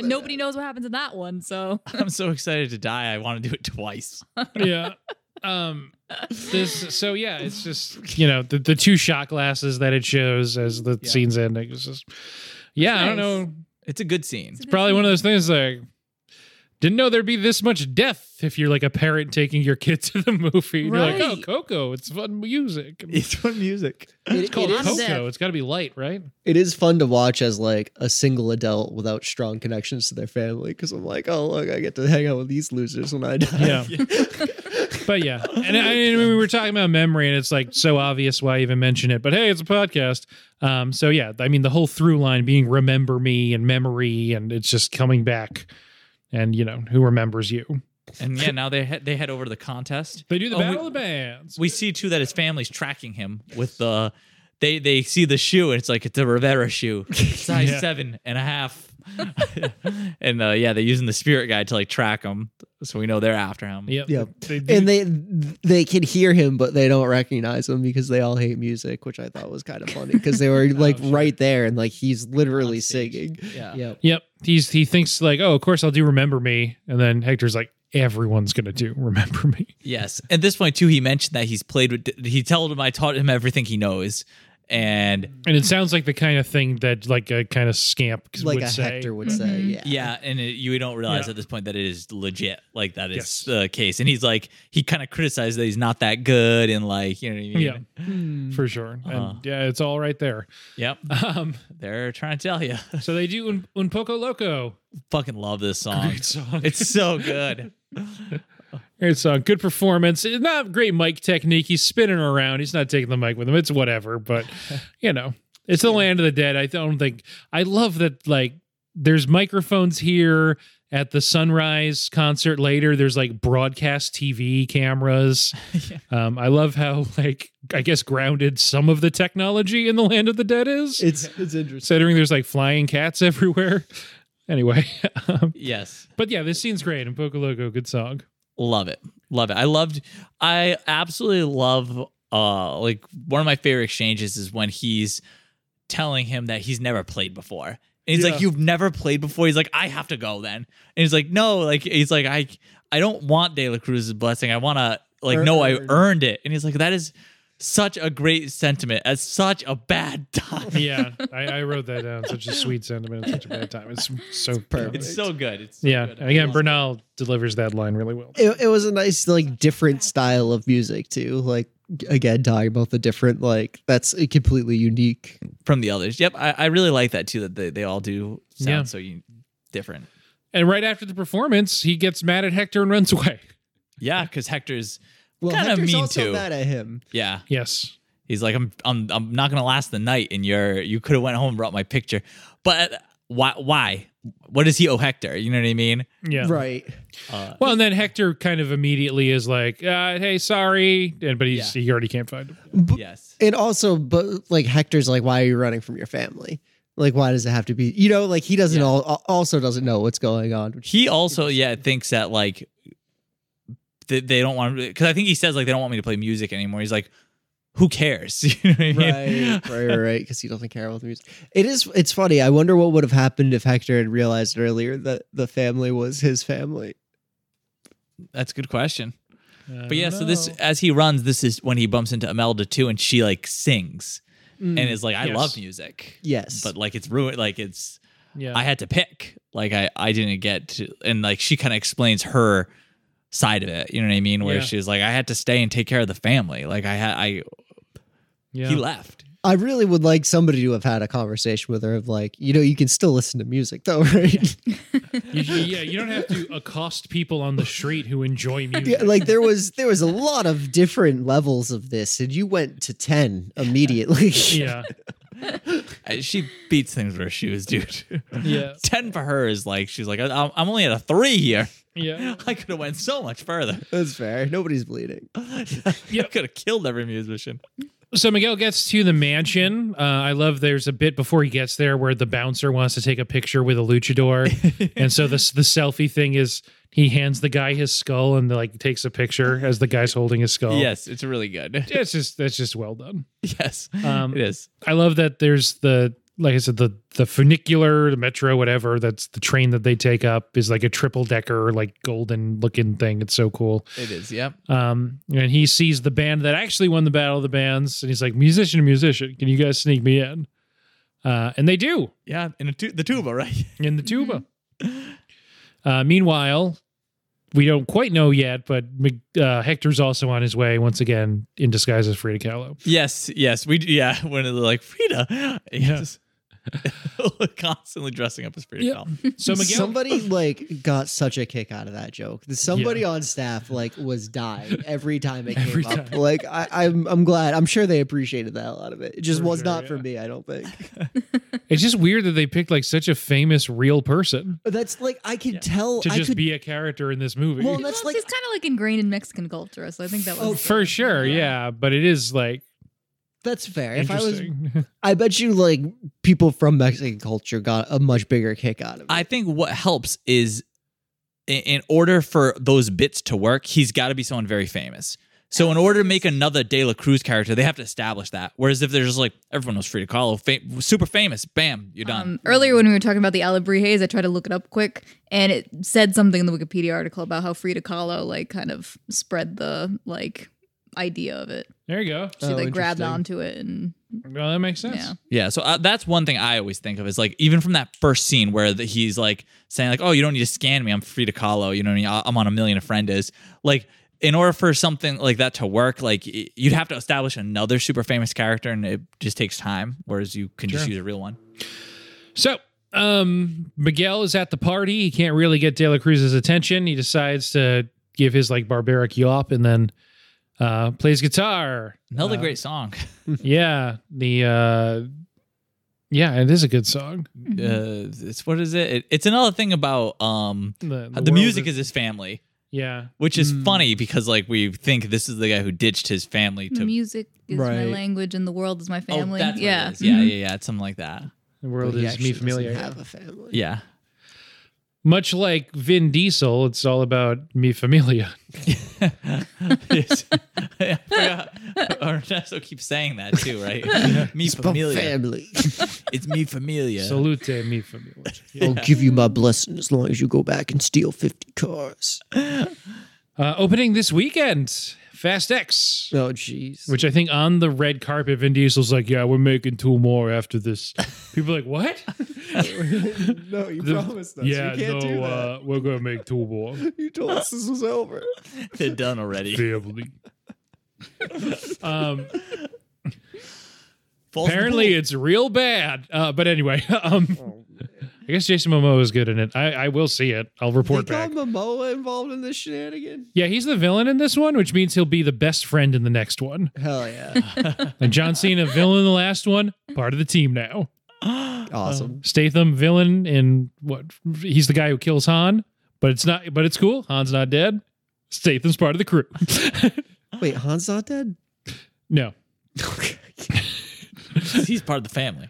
nobody knows what happens in that one. So
[laughs] I'm so excited to die. I want to do it twice.
yeah. Um this so yeah, it's just you know, the, the two shot glasses that it shows as the
Yeah.
scenes end. It's just yeah, I don't
Nice.
know.
It's a good scene.
Probably one of those things like didn't know there'd be this much death if you're like a parent taking your kid [laughs] to the movie. And You're like, oh,
Right.
Coco, it's fun music.
It's fun music.
It-
It's called
it,
Coco.
is,
Death.
It's got to be light, right?
it is fun to watch as like a single adult without strong connections to their family because I'm like, oh look, I get to hang out with these losers when I die.
[laughs] Yeah. But yeah, and I mean, we were talking about memory, and it's like so obvious why I even mention it. But hey, it's a podcast, um, so yeah. I mean, the whole through line being remember me and memory, and it's just coming back, and you know who remembers you.
And yeah, now they head they head over to the contest.
They do the
Oh, we-
battle of the bands.
We see too that his family's tracking him with the. They they see the shoe and it's like it's a Rivera [laughs] shoe, size
Yeah.
seven and a half. [laughs] and uh, yeah, they're using the spirit guide to like track him, so we know they're after him.
Yep.
Yep.
They do-
[laughs] And they they can hear him, but they don't recognize him because they all hate music, which I thought was kind of funny because they were like
sure.
right there and like he's literally
On stage.
singing.
Yeah.
Yep.
Yep. He's he thinks like, oh, of course I'll do remember me, and then Hector's like, everyone's gonna do remember me.
Yes. At this point too, he mentioned that he's played with. He told him I taught him everything he knows, and
And it sounds like the kind of thing that like a kind of scamp
Like
would
a
say.
Hector would say.
Mm-hmm.
Mhm.
Yeah.
Yeah, and it, you don't realize
Yeah.
at this point that it is legit. Like that is
Yes.
the case. And he's like, he kind of criticized that he's not that good, and like, you know what I mean?
Yeah, for sure.
Uh-huh.
And yeah, it's all right there. [laughs]
Yep.
Um,
They're trying to tell you. [laughs]
so they do un, un poco loco.
Fucking love this song.
Great song.
It's so good.
Great song. Good performance. It's not great mic technique. He's spinning around. He's not taking the mic with him. It's whatever, [laughs] but you know, it's the land of the dead. I don't think I love that like there's microphones here at the sunrise concert later. There's like broadcast TV [laughs] cameras. Um, I love how like I guess grounded some of the technology in the land of the dead is.
[laughs] It's it's interesting.
considering there's like flying cats [laughs] everywhere. Anyway, [laughs] um,
yes.
but yeah, this scene's great and Poco Loco, good song.
Love it. Love it. I loved, I absolutely love, uh, like one of my favorite exchanges is when he's telling him that he's never played before. And he's
Yeah.
like, You've never played before. He's like, I have to go then. And he's like, No, like, he's like, I, I don't want De La Cruz's blessing. I want to, like, no, I
Earned.
earned it. And he's like, That is such a great sentiment at such a bad [laughs] time.
Yeah, I, I wrote that down. Such a sweet sentiment at such a bad time. It's so
perfect.
It's so good. It's so
Yeah,
good.
and again,
I love it.
Bernal delivers that line really well.
It, it was a nice like different style of music too. Like again, talking about the different like that's a completely unique.
from the others. Yep. I, I really like that too, that they, they all do sound
Yeah.
so you, different.
And right after the performance, he gets mad at Hector and runs away. [laughs]
Yeah, because Hector's
Well,
Kinda
Hector's
mean
also
too.
mad at him.
yeah.
Yes.
He's like, I'm I'm I'm not gonna last the night, and you're you could have went home and brought my picture. But why why? What does he owe Hector? You know what I mean?
Yeah.
Right.
Uh,
Well, and then Hector kind of immediately is like, uh, "Hey, sorry," and but he's he already can't find him.
B-
yes.
And also, but like Hector's like, why are you running from your family? Like, why does it have to be? You know, like he doesn't
Yeah.
al- also doesn't know what's going on.
[laughs]
which-
He also yeah thinks that like they, they don't want because I think he says like they don't want me to play music anymore. He's like, who cares? [laughs] You know what I mean?
right, right, right, because he doesn't care about the music. It is. It's funny. I wonder what would have happened if Hector had realized earlier that the family was his family.
That's a good question.
I
But yeah,
don't
so this
know.
as he runs, this is when he bumps into Imelda too, and she like sings and is like, I
Mm. Yes.
love music,
Yes,
but like it's ruined. Like it's
yeah,
I had to pick. Like I, I didn't get to, and like she kind of explains her side of it. You know what I mean? Where
Yeah.
she's like, I had to stay and take care of the family. Like I had, I
yeah.
he left.
I really would like somebody to have had a conversation with her of like, you know, you can still listen to music though, [laughs] right?
You- you- yeah, you don't have to accost people on the street who
[laughs]
enjoy music.
Yeah, like there was there was a lot of different levels of this, and you went to ten
[laughs]
immediately.
yeah,
I- She beats things with her shoes, dude. [laughs]
yeah,
Ten for her is like she's like, I'm, I'm only at a three here. [laughs]
yeah.
I could have went so much further.
That's fair. Nobody's bleeding.
[laughs] I could have killed every musician.
So Miguel gets to the mansion. Uh, I love there's a bit before he gets there where the bouncer wants to take a picture with a
[laughs]
luchador. and so this the selfie thing is he hands the guy his skull and like takes a picture as the guy's holding his skull.
Yes, it's really good. [laughs]
It's just that's just well done.
yes,
Um,
it is.
I love that there's the like I said the the funicular, the metro, whatever. That's the train that they take up is like a triple decker, like golden looking thing. It's so cool.
It is. Yep.
Um, and he sees the band that actually won the battle of the bands, and he's like, "Musician, to musician, can you guys sneak me in?" Uh, and they do
Yeah, in a tu- the tuba, right?
in the tuba. Uh, meanwhile, we don't quite know yet, but uh, Hector's also on his way once again in disguise as Frida Kahlo.
yes, yes. We do. Yeah, [laughs] when they're like Frida, [laughs] yes. constantly dressing up as Frida.
Yep.
Kahlo.
So Miguel,
Somebody like got such a kick out of that joke. Somebody on staff like was dying every time it came
Every
up.
time.
Like I, I'm, I'm glad. I'm sure they appreciated that a lot of it. It just
For
was
sure,
not for
yeah.
me. I don't think.
it's just weird that they picked like such a famous real person
But that's like I can tell.
to
I
just
could,
be a character in this movie.
Well,
Well,
that's
it's
like-
kind of like ingrained in Mexican culture, so I think that was
Oh,
For sure, yeah, but it is like
That's fair. If I was,
interesting. [laughs]
I bet you like people from Mexican culture got a much bigger kick out of it.
I think what helps is in, in order for those bits to work, he's got to be someone very famous. So in order to make another De La Cruz character, they have to establish that. Whereas if they're just like everyone was Frida Kahlo, fam- super famous, bam, you're done.
Um, earlier when we were talking about the Alabrijes, I tried to look it up quick, and it said something in the Wikipedia article about how Frida Kahlo like kind of spread the like idea of it.
there you go.
She
Oh,
like grabbed
interesting.
onto it, and
Well, that makes sense.
Yeah.
Yeah, so uh, that's one thing I always think of is like even from that first scene where the, he's like saying like, "Oh, you don't need to scan me. I'm Frida Kahlo. You know, what I mean? I- I'm on a million. A friend is like." In order for something like that to work, like y- you'd have to establish another super famous character, and it just takes time. Whereas you can just
Sure.
use a real one.
So, um, Miguel is at the party. He can't really get De La Cruz's attention. He decides to give his like barbaric yawp and then uh, plays guitar.
Another
Uh,
great song. [laughs]
Yeah. The, uh, yeah, it is a good song.
Uh, it's what is it? it? It's another thing about um
The,
the,
world
music is his family,
yeah.
which is
Mm.
funny because like we think this is the guy who ditched his family to
music is my
Right.
language, and the world is my family.
Oh, that's what
yeah,
it is. yeah,
Mhm.
yeah, yeah, it's something like that.
The
But
world
he
is
actually
me
doesn't
familiar.
Have a family.
Yeah.
Much like Vin Diesel, it's all about me familia.
[laughs] yes. [laughs] I forgot. Ernesto keeps saying that too,
[laughs]
right? Me
It's my
familia.
family.
It's me familia.
Salute me familia.
I'll give you my blessing as long as you go back and steal fifty cars.
Uh, opening this weekend, Fast X.
Oh, jeez.
Which I think on the red carpet, Vin Diesel's like, "Yeah, we're making two more after
[laughs]
this." People are like, "What?"
[laughs] No, you
The-
promised us.
yeah,
you can't
no,
do that.
Uh, we're gonna make two more.
you told us this
[laughs]
was over.
[laughs] They're done already. [gasps]
Family.
[laughs]
um,
Falls in the
apparently,
pool.
it's real bad. Uh, but anyway, [laughs]
Oh.
um, I guess Jason Momoa is good in it. I, I will see it. I'll report
they
back.
got Momoa involved in this shenanigan.
Yeah, he's the villain in this one, which means he'll be the best friend in the next one. [laughs]
Hell yeah!
And John Cena, villain in the last one, part of the team now.
[laughs] awesome.
Um, Statham villain in what he's the guy who kills Han, but it's not but it's cool. Han's not dead. Statham's part of the crew. [laughs] Um,
Wait, Han's not dead. [laughs]
no.
he's part of the family.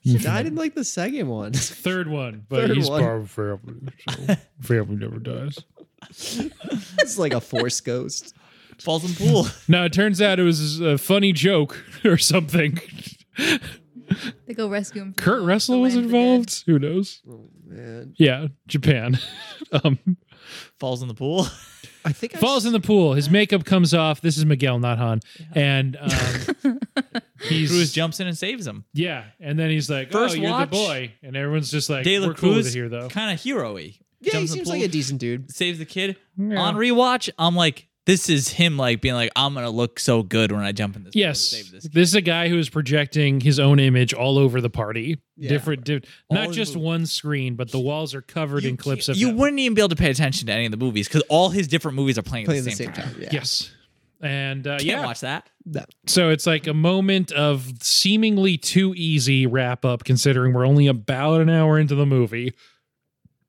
He died in like the second one. [laughs]
Third one, but
Third
he's
one.
part of family. So family never dies.
it's like a force ghost.
Falls in the pool. [laughs]
No, it turns out it was a funny joke [laughs] or something.
[laughs] They go rescue him. from
Kurt
the
Russell was
land of the dead.
involved. Who knows?
Oh man,
Yeah, Japan. [laughs] um,
Falls in the pool.
I think I
falls in the pool. His makeup comes off. This is Miguel, not Han. And um, [laughs]
[laughs]
he's
Cruz jumps in and saves him.
Yeah, and then he's like,
First
"Oh, you're
watch?
the boy," and everyone's just like,
De La
"We're cool
Cruz
with it here, though."
kind of hero-y.
Yeah, he
Jumps in the
seems
pool.
like a decent dude.
saves the kid.
Yeah.
On rewatch, I'm like, this is him like being like, I'm gonna look so good when I jump in this. pool to
Yes,
save
this.
this.
is a guy who is projecting his own image all over the party.
Yeah.
Different, di-
All
not
his
just
movies.
one screen, but the walls are covered in clips of
you
him.
wouldn't even be able to pay attention to any of the movies because all his different movies are playing,
Playing
at the same, time.
Yeah.
Yes, and uh,
Can't
yeah,
watch that.
No.
so it's like a moment of seemingly too easy wrap up, considering we're only about an hour into the movie.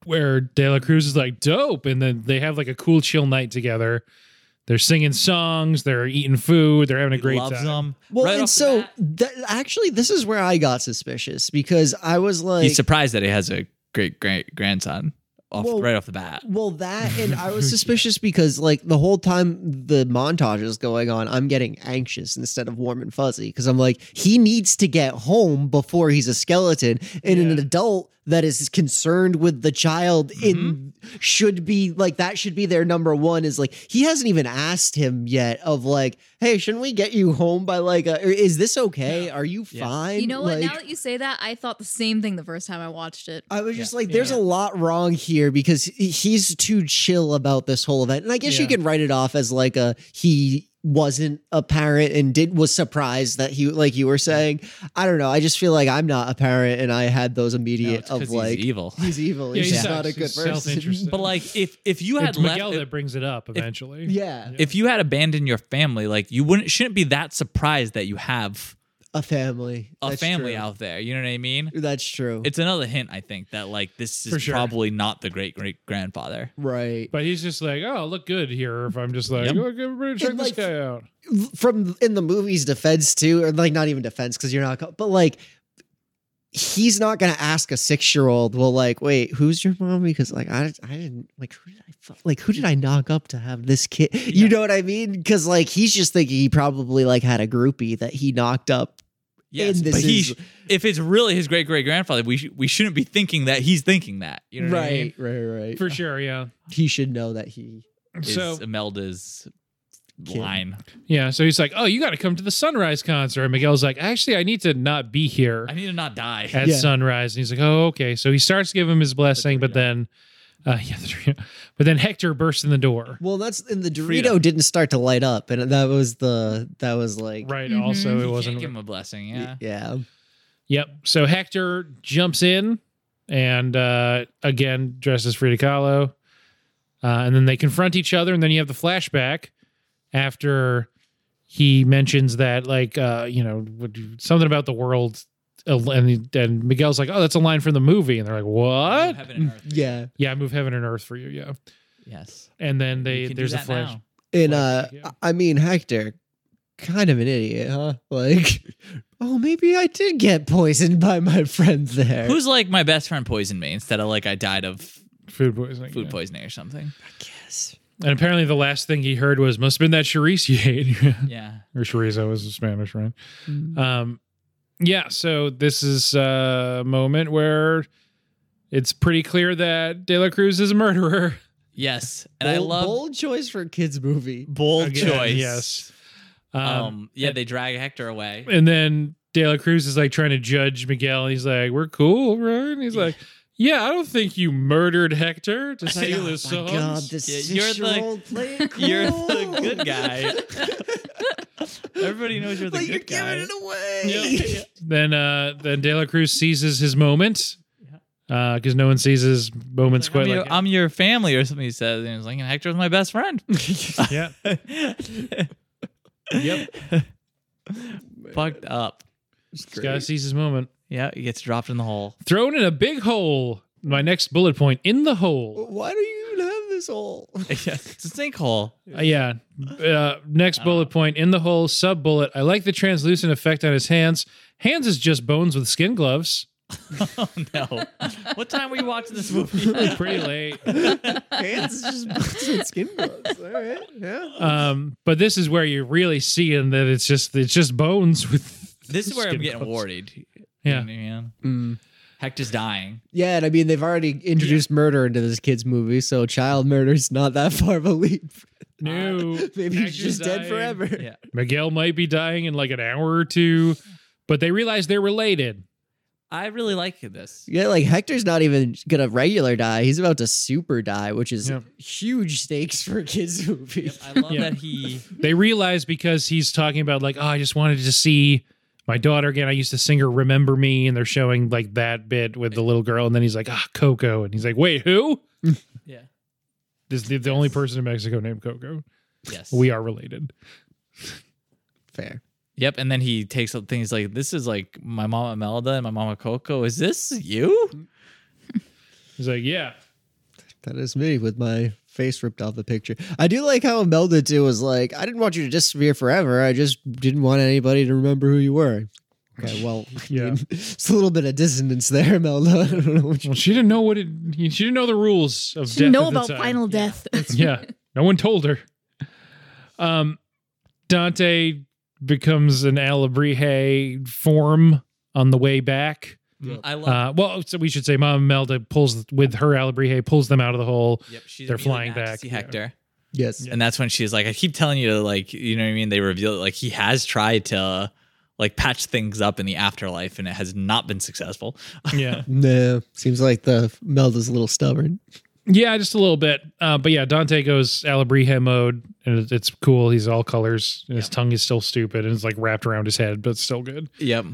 Where De La Cruz is like dope, and then they have like a cool chill night together. They're singing songs. They're eating food. They're having a great
loves
time.
them.
Well,
Right
and
off the
so
bat,
that, actually, this is where I got suspicious because I was like,
he's surprised that he has a great great grandson off
Well-
right off the bat.
well, that, and I
[laughs]
was suspicious because like the whole time the montage is going on, I'm getting anxious instead of warm and fuzzy because I'm like, he needs to get home before he's a skeleton, and an
Yeah.
adult that is concerned with the child
Mm-hmm.
in should be like that should be their number one is like he hasn't even asked him yet of like hey shouldn't we get you home by like a, or is this okay are you
Yeah.
fine
You know what?
Like-
now that you say that, I thought the same thing the first time I watched it.
I was just
Yeah.
like, there's
Yeah.
a lot wrong here because he- he's too chill about this whole event. And I guess you
Yeah.
can write it off as like a he wasn't a parent and did was surprised that he like you were saying. I don't know. I just feel like I'm not a parent and I had those
No,
immediate
it's 'cause
of
he's
like he's,
evil.
[laughs] evil.
[laughs]
Yeah,
he's
he
just
sucks.
not a good
He's
person. [laughs]
self-interested.
But like if if you had
it's
left
Miguel that brings it up eventually.
yeah,
Yeah.
if you had abandoned your family, like you wouldn't shouldn't be that surprised that you have
a family.
a
That's
family
true.
out there. You know what I mean?
That's true.
It's another hint, I think, that like this
For
is
sure.
probably not the great great grandfather.
right.
But he's just like, oh, look good here. If I'm just like,
Yep.
oh, everybody check
And,
this
like,
guy out.
from in the movie's defense too, or like not even defense because you're not, co- but like he's not gonna ask a six year old. Well, like, wait, who's your mom? Because like I, I didn't like who did I fu- like who did I knock up to have this kid? You
Yeah.
know what I mean? Because like he's just thinking he probably like had a groupie that he knocked up.
Yes,
And
but
this
he,
is-
sh- if it's really his great great grandfather, we sh- we shouldn't be thinking that he's thinking that. You know what I mean?
right, right.
For sure, yeah.
he should know that he.
Is
So
Imelda's
Kid.
line.
yeah, so he's like, oh, you got to come to the sunrise concert. And Miguel's like, actually, I need to not be here
I need to not die.
at
Yeah.
sunrise. And he's like, oh, okay. So he starts giving him his blessing, but then, uh, [laughs] yeah, the Dorito. but then Hector bursts in the door.
Well, that's and the Dorito
Freedom.
didn't start to light up, and that was the that was like
Right.
Mhm.
Also,
You
it
You
wasn't.
can't give him a blessing.
y-
Yeah.
yeah.
Yep. So Hector jumps in and uh, again dresses Frida Kahlo. Uh, and then they confront each other. And then you have the flashback after he mentions that, like, uh, you know, what- something about the world. And, and Miguel's like, oh, that's a line from the movie. And they're like, what?
Heaven and earth.
Yeah.
Yeah, move heaven and earth for you. Yeah.
Yes.
And then
You
they,
can do
there's a
that
flash.
now.
And uh
Like, yeah.
I I mean Hector, kind of an idiot, huh? [laughs] Like, oh maybe I did get poisoned by my friend there.
Who's like my best friend poisoned me instead of like I died of
Food poisoning.
food
yeah.
poisoning or
[laughs]
something.
yes.
And apparently the last thing he heard was, must have been that Charisse you ate.
Yeah.
[laughs] or chorizo is Spanish, right?
Mm.
Um, yeah. So this is a moment where it's pretty clear that De La Cruz is a murderer.
Yes. And
And bold,
I love bold,
bold choice for a kids
[laughs]
movie.
Again,
choice.
yes. Um,
Um, yeah, they drag
[laughs]
Hector away.
and then De La Cruz is like trying to judge Miguel. He's like, "We're cool, right?" And he's like, "Yeah, I don't think you murdered Hector to
It's like,
steal
oh
his
my
songs."
God, this
Yeah, you're the-
six-year-old
[laughs]
playing cool.
You're the
[laughs]
good guy. Everybody knows you're the
like you're
good guy.
giving it away. [laughs]
Yeah. [laughs] Then, uh, then De La Cruz seizes his moment because no one seizes moments
Like,
quite
I'm,
like
your, I'm your family or something he says and he's like and Hector's my best friend [laughs]
it. [laughs] yeah. Yep.
fucked up
This guy seizes his moment.
yeah he gets dropped in
[laughs]
the hole
Thrown in a big hole. My next bullet point in the hole.
Why do you even have this [laughs] all?
it's a sinkhole
Uh, yeah. Uh, next bullet point in the hole. Sub bullet. I like the translucent effect on his hands. Hands is just bones with skin gloves.
[laughs] oh no what time were you watching this
[laughs]
movie
Pretty late.
Hands just busted skin gloves. All right. Yeah.
[laughs]
Um, but this is where you're really seeing that it's just it's just bones with.
this is where I'm
skin
getting
gloves.
worried You know
Yeah.
what I mean? Hector's dying
Yeah, and I mean they've already introduced murder into this kids movie, so child murder's not that far of a leap.
No.
Uh, [laughs] Maybe he's
Hector's
just dead
dying.
forever.
yeah
Miguel might be dying in like an hour or two, but they realize they're related.
I really like this
Yeah, like Hector's not even gonna regular die; he's about to super die, which is
Yeah.
huge stakes for a kids [laughs] movie.
I love
Yeah.
that he
They realize because he's talking about like, oh, I just wanted to see my daughter again. I used to sing her "Remember Me," and they're showing like that bit with the little girl, and then he's like, ah, Coco, and he's like, wait, who?
yeah
This is the, the only person in Mexico named Coco.
yes
We are related.
Fair.
Yep, and then he takes up things like this is like my mama Imelda and my mama Coco. Is this you?
He's like, yeah,
That is me with my face ripped off the picture. I do like how Imelda too was like, I didn't want you to disappear forever. I just didn't want anybody to remember who you were.
[laughs]
Okay, well,
Yeah.
[laughs] it's a little bit of dissonance there, Imelda. [laughs] I don't know
[laughs]
what you-
Well, she didn't know what it. She didn't know the rules of
She
death.
didn't know
at the
about
time.
final death.
[laughs] yeah no one told her um dante becomes an alabrije form on the way back
Mm, I love.
uh well so we should say mom melda pulls with her alabrije pulls them out of the hole
yep, she's
they're
immediately
flying
mad to
back,
see
yeah.
Hector,
Yes.
and that's when she's like, "I keep telling you to like, you know what I mean?" They reveal it like he has tried to like patch things up in the afterlife, and it has not been successful.
[laughs] yeah
No, seems like the Melda's a little stubborn.
yeah just a little bit uh but yeah dante goes alabrije mode and it- it's cool he's all colors and his
Yeah.
tongue is still stupid and it's like wrapped around his head but it's still good
Yep.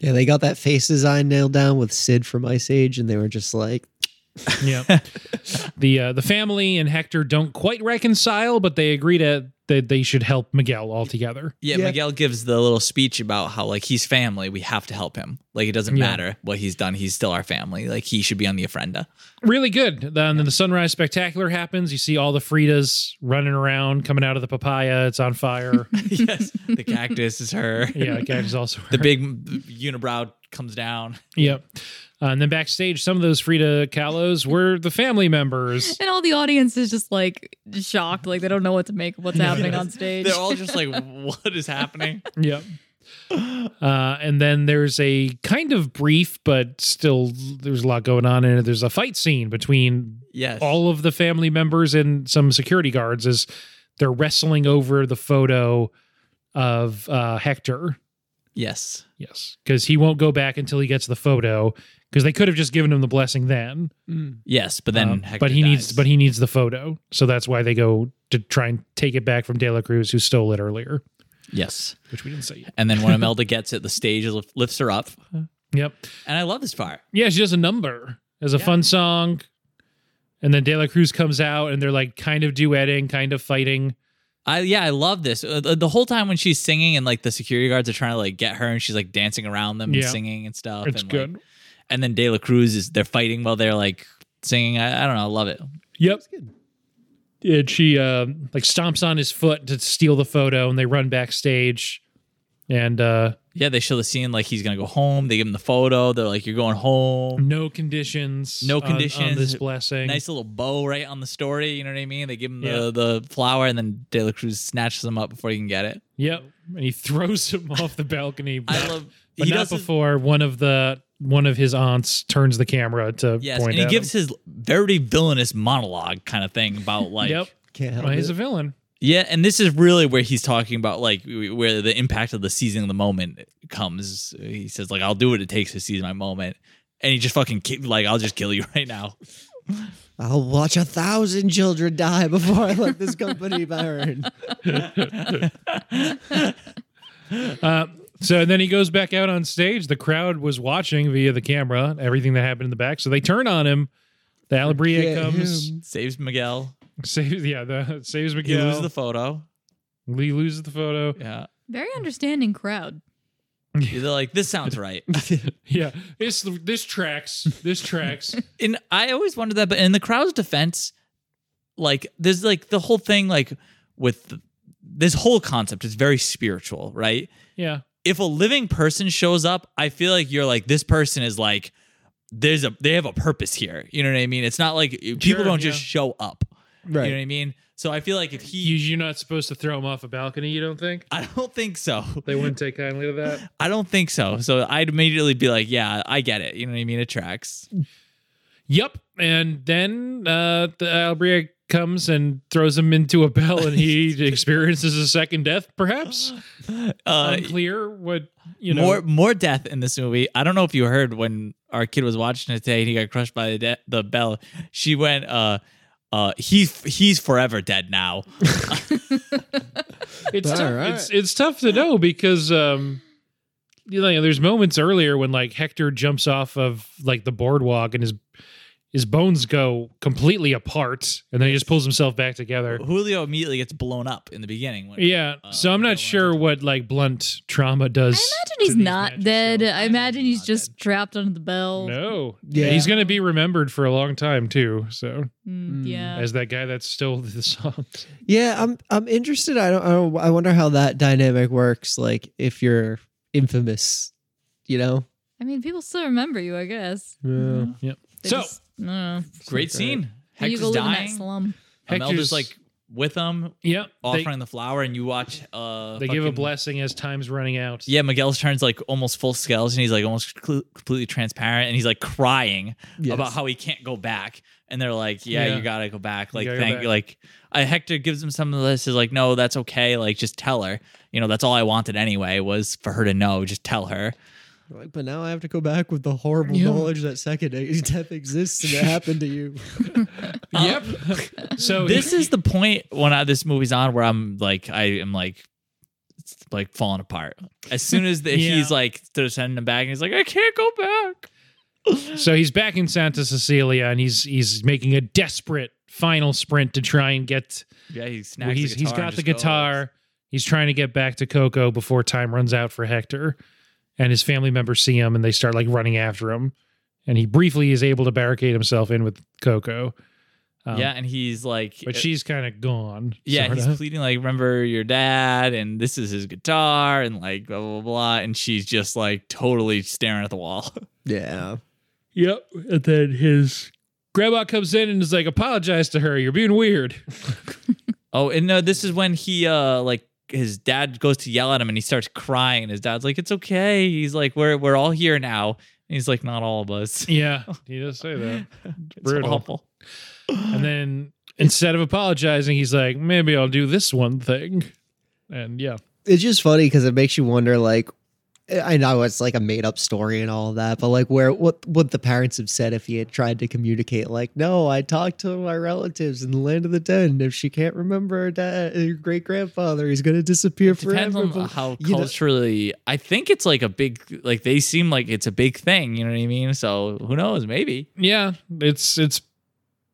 Yeah, they got that face design nailed down with Sid from Ice Age, and they were just like,
[laughs] Yeah. [laughs] the uh, the family and Hector don't quite reconcile, but they agree to that they should help Miguel altogether.
Yeah,
Yeah.
Miguel gives the little speech about how like he's family. We have to help him. Like it doesn't
Yeah.
matter what he's done. He's still our family. Like he should be on the
[laughs]
ofrenda. [laughs]
Really good. Then the sunrise spectacular happens. You see all the Fridas running around, coming out of the papaya. It's on fire.
yes, the cactus is her.
yeah, Gag is also
[laughs] the
her.
big unibrow comes down.
[laughs] Yep. Uh, and then backstage, some of those Frida Kahlos were the family
[laughs]
members.
[laughs] And all the audience is just like shocked, like they don't know what to
[laughs]
make of what's happening on stage.
They're all just like, "What is happening?"
Yep. Uh, and then there's a kind of brief, but still there's a lot going on in it. There's a fight scene between
Yes,
all of the family members and some security guards as they're wrestling over the photo of uh, Hector.
yes,
Yes, because he won't go back until he gets the photo. Because they could have just given him the blessing then,
yes. But then,
Um,
Hector
but he needs,
dies.
but he needs the photo, so that's why they go to try and take it back from De La Cruz, who stole it earlier,
yes.
which we didn't see. Yet.
And then when Imelda gets it, the stage lif- lifts her up, and
Yep.
I love this part.
Yeah, she does a number as a
Yeah.
fun song, and then De La Cruz comes out, and they're like kind of duetting, kind of fighting.
I yeah, I love this. Uh, the, the whole time when she's singing and like the security guards are trying to like get her, and she's like dancing around them
Yeah.
and singing and stuff.
It's
and,
good.
Like, and then De La Cruz is they're fighting while they're like singing. I, I don't know. I love it.
Yep. And she uh, like stomps on his foot to steal the photo, and they run backstage. And uh,
Yeah, they show the scene like he's gonna go home. They give him the photo. They're like, "You're going home."
no conditions.
No
on- on
conditions.
this blessing.
nice little bow right on the story. You know what I mean? They give him
Yeah.
the, the flower, and then De La Cruz snatches him up before he can get it.
Yep. And he [laughs] throws him off the balcony. But,
I love.
but
he
not
does his-
before one of the one of his aunts turns the camera to
yes,
point
and he
at
gives
him.
his very villainous monologue kind of
[laughs]
thing about like.
Yep.
can't help
Well, Oh, he's
it.
a villain.
Yeah, and this is really where he's talking about like w- where the impact of the seizing of the moment comes. He says like, "I'll do what it takes to seize my moment," and he just fucking ki- like, "I'll just kill you [laughs] right now."
I'll watch a thousand children die before I let this company burn.
Uh, so then he goes back out on stage. The crowd was watching via the camera everything that happened in the back. So they turn on him. The Alabria
Get
comes. [laughs]
him.
Saves Miguel.
Saves yeah, the saves
He
Miguel.
loses the photo.
Lee loses the photo.
Yeah,
Very understanding crowd.
they're like, "This sounds right."
Yeah, this this tracks. This
[laughs]
tracks.
And I always wondered that, but in the crowd's defense, like there's like the whole thing, like with the, this whole concept is very spiritual, right?
yeah,
If a living person shows up, I feel like you're like this person is like there's a they have a purpose here. You know what I mean? It's not like people
Sure,
don't just
yeah.
show up. You know what
[laughs] Right.
I mean? So I feel like if he,
you, you're not supposed to throw him off a balcony. You don't think
[laughs] I don't think so.
they wouldn't take kindly to that?
I don't think so. So I'd immediately be like, yeah, I get it. You know what I mean? It tracks.
Yep. And then uh, the Albria comes and throws him into a bell, and he experiences a second death. Perhaps
Uh,
unclear what Um, you know.
more more death in this movie. I don't know if you heard when our kid was watching it today and he got crushed by the de- the bell. She went, uh, uh, he's he's forever dead now.
it's
All
tough.
right.
It's it's tough to know because um you know there's moments earlier when like Hector jumps off of like the boardwalk and his his bones go completely apart, and then he just pulls himself back together.
Julio immediately gets blown up in the beginning. When,
Yeah,
Uh,
so I'm not
yeah, one
sure
hundred.
what like blunt trauma does.
I imagine
to
he's
these
not
matches,
dead.
so-
I imagine he's
not
just trapped under the bell.
No, yeah,
Yeah.
he's gonna be remembered for a long time too. So
Mm,
Mm.
yeah.
as that guy that [laughs] stole the song.
Yeah, I'm I'm interested. I don't, I don't I wonder how that dynamic works. Like if you're infamous, you know.
I mean, people still remember you, I guess.
Yeah.
Yep.
They
So-
just- I don't know.
Great
uh,
scene.
How you
Hector's
go live in that
dying.
slum.
Hector's-
Imelda's like with him,
Yep. They,
offering the flower, and you watch. Uh,
they give a
fucking-
blessing as time's running out.
Yeah, Miguel's turns like almost full skeleton. He's like almost cl- completely transparent, and he's like crying
Yes.
about how he can't go back. And they're like, "Yeah,
Yeah.
you gotta go back." Like,
gotta go
thank,
back.
like, I, Hector gives him some of this. Is like, "No, that's okay. Like, just tell her. You know, that's all I wanted anyway was for her to know. Just tell her."
Like, but now I have to go back with the horrible
Yeah.
knowledge that second death exists and it happened to you.
[laughs] Yep. so
this is the point when I, this movie's on where I'm like, I am like, it's like falling apart. As soon [laughs] as the,
Yeah.
he's like, they're sending him back, and he's like, I can't go back.
So he's back in Santa Cecilia and he's he's making a desperate final sprint to try and get
Yeah, he snacks.
well,
the
he's he's
guitar and
got the
just goes.
guitar. He's trying to get back to Coco before time runs out for Hector. And his family members see him and they start like running after him. And he briefly is able to barricade himself in with Coco. Um,
yeah, and he's like, uh,
But she's kind of gone.
yeah,
sorta.
he's pleading like, remember your dad, and this is his guitar, and like blah blah blah, and she's just like totally staring at the wall. [laughs]
yeah.
Yep. And then his grandma comes in and is like, apologize to her. You're being
[laughs]
weird.
Oh, and no, this is when he uh like his dad goes to yell at him and he starts crying and his dad's like, It's okay. He's like, We're we're all here now. And he's like, Not all of
[laughs]
us.
yeah. He does say
[gasps]
that.
[laughs] It's
brutal.
awful.
And then instead of apologizing, he's like, maybe I'll do this one thing. And yeah.
It's just funny because it makes you wonder like I know it's like a made up story and all that, but like where what would the parents have said if he had tried to communicate like, no, I talked to my relatives in the land of the dead, and if she can't remember her dad her great grandfather, he's gonna disappear
Depends
forever.
on
but-
how
you know-
culturally I think it's like a big like they seem like it's a big thing, you know what I mean? So who knows, maybe.
Yeah. It's, it's,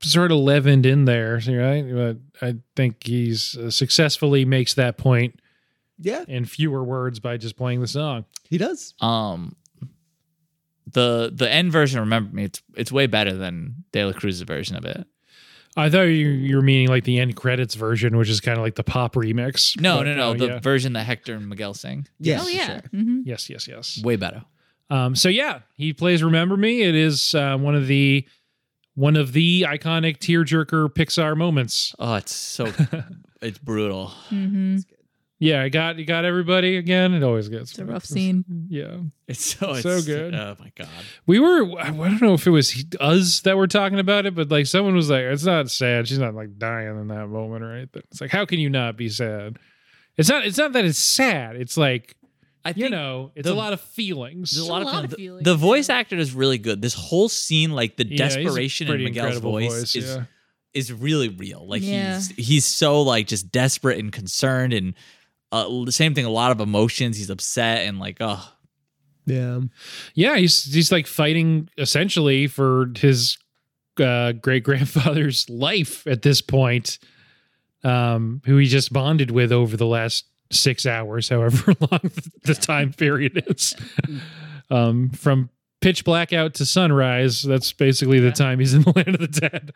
Sort of leavened in there, right? But I think he's uh, successfully makes that point
yeah,
in fewer words by just playing the song.
he does.
Um the the end version, remember me, it's it's way better than De La Cruz's version of it.
I thought you, you were meaning like the end credits version, which is kind of like the pop remix.
No,
But
no, no. the
yeah.
version that Hector and Miguel sing.
Yes,
oh,
for
yeah.
sure.
Mhm.
Yes, yes, yes.
Way better.
Um, so yeah, he plays "Remember Me." It is uh, one of the one of the iconic tearjerker Pixar moments.
Oh, it's so it's brutal.
Mhm.
Yeah, I got you got everybody again. It always gets
It's a rough scene.
[laughs] Yeah,
[laughs] It's so it's,
So good.
Oh my god.
we were. I don't know if it was us that were talking about it, but like someone was like, "It's not sad. She's not like dying in that moment or anything." It's like, how can you not be sad? It's not. It's not that it's sad. It's like
I think
you know, it's a
the-
lot of feelings.
there's a
It's
lot, of, feelings.
feelings,
The, voice
yeah.
actor is really good. This whole scene, like the
Yeah, he's a
desperation in
pretty
Miguel's
incredible
voice, is
yeah.
is really real. Like
Yeah.
he's he's so like just desperate and concerned and uh, the same thing. A lot of emotions. He's upset and like oh
Yeah.
Yeah, he's he's like fighting essentially for his uh, great grandfather's [laughs] life at this point, um, who he just bonded with over the last six hours, however [laughs] long the time period is, um, from pitch blackout to sunrise. That's basically the time he's in the [laughs] land of the dead.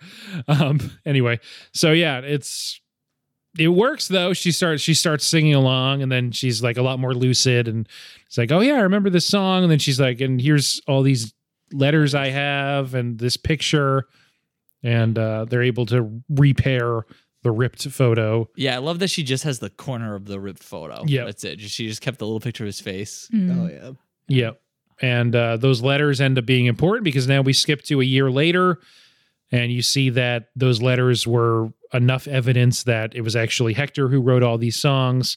Um, anyway, so yeah, it's it works though. She starts she starts singing along, and then she's like a lot more lucid, and it's like, oh yeah, I remember this song. And then she's like, and here's all these letters I have, and this picture, and uh, they're able to repair the ripped photo.
yeah. I love that she just has the corner of the ripped photo.
Yeah.
that's it. She just kept the little picture of his face.
Mhm.
Oh yeah.
Yeah. And uh, those letters end up being important because now we skip to a year later and you see that those letters were enough evidence that it was actually Hector who wrote all these songs.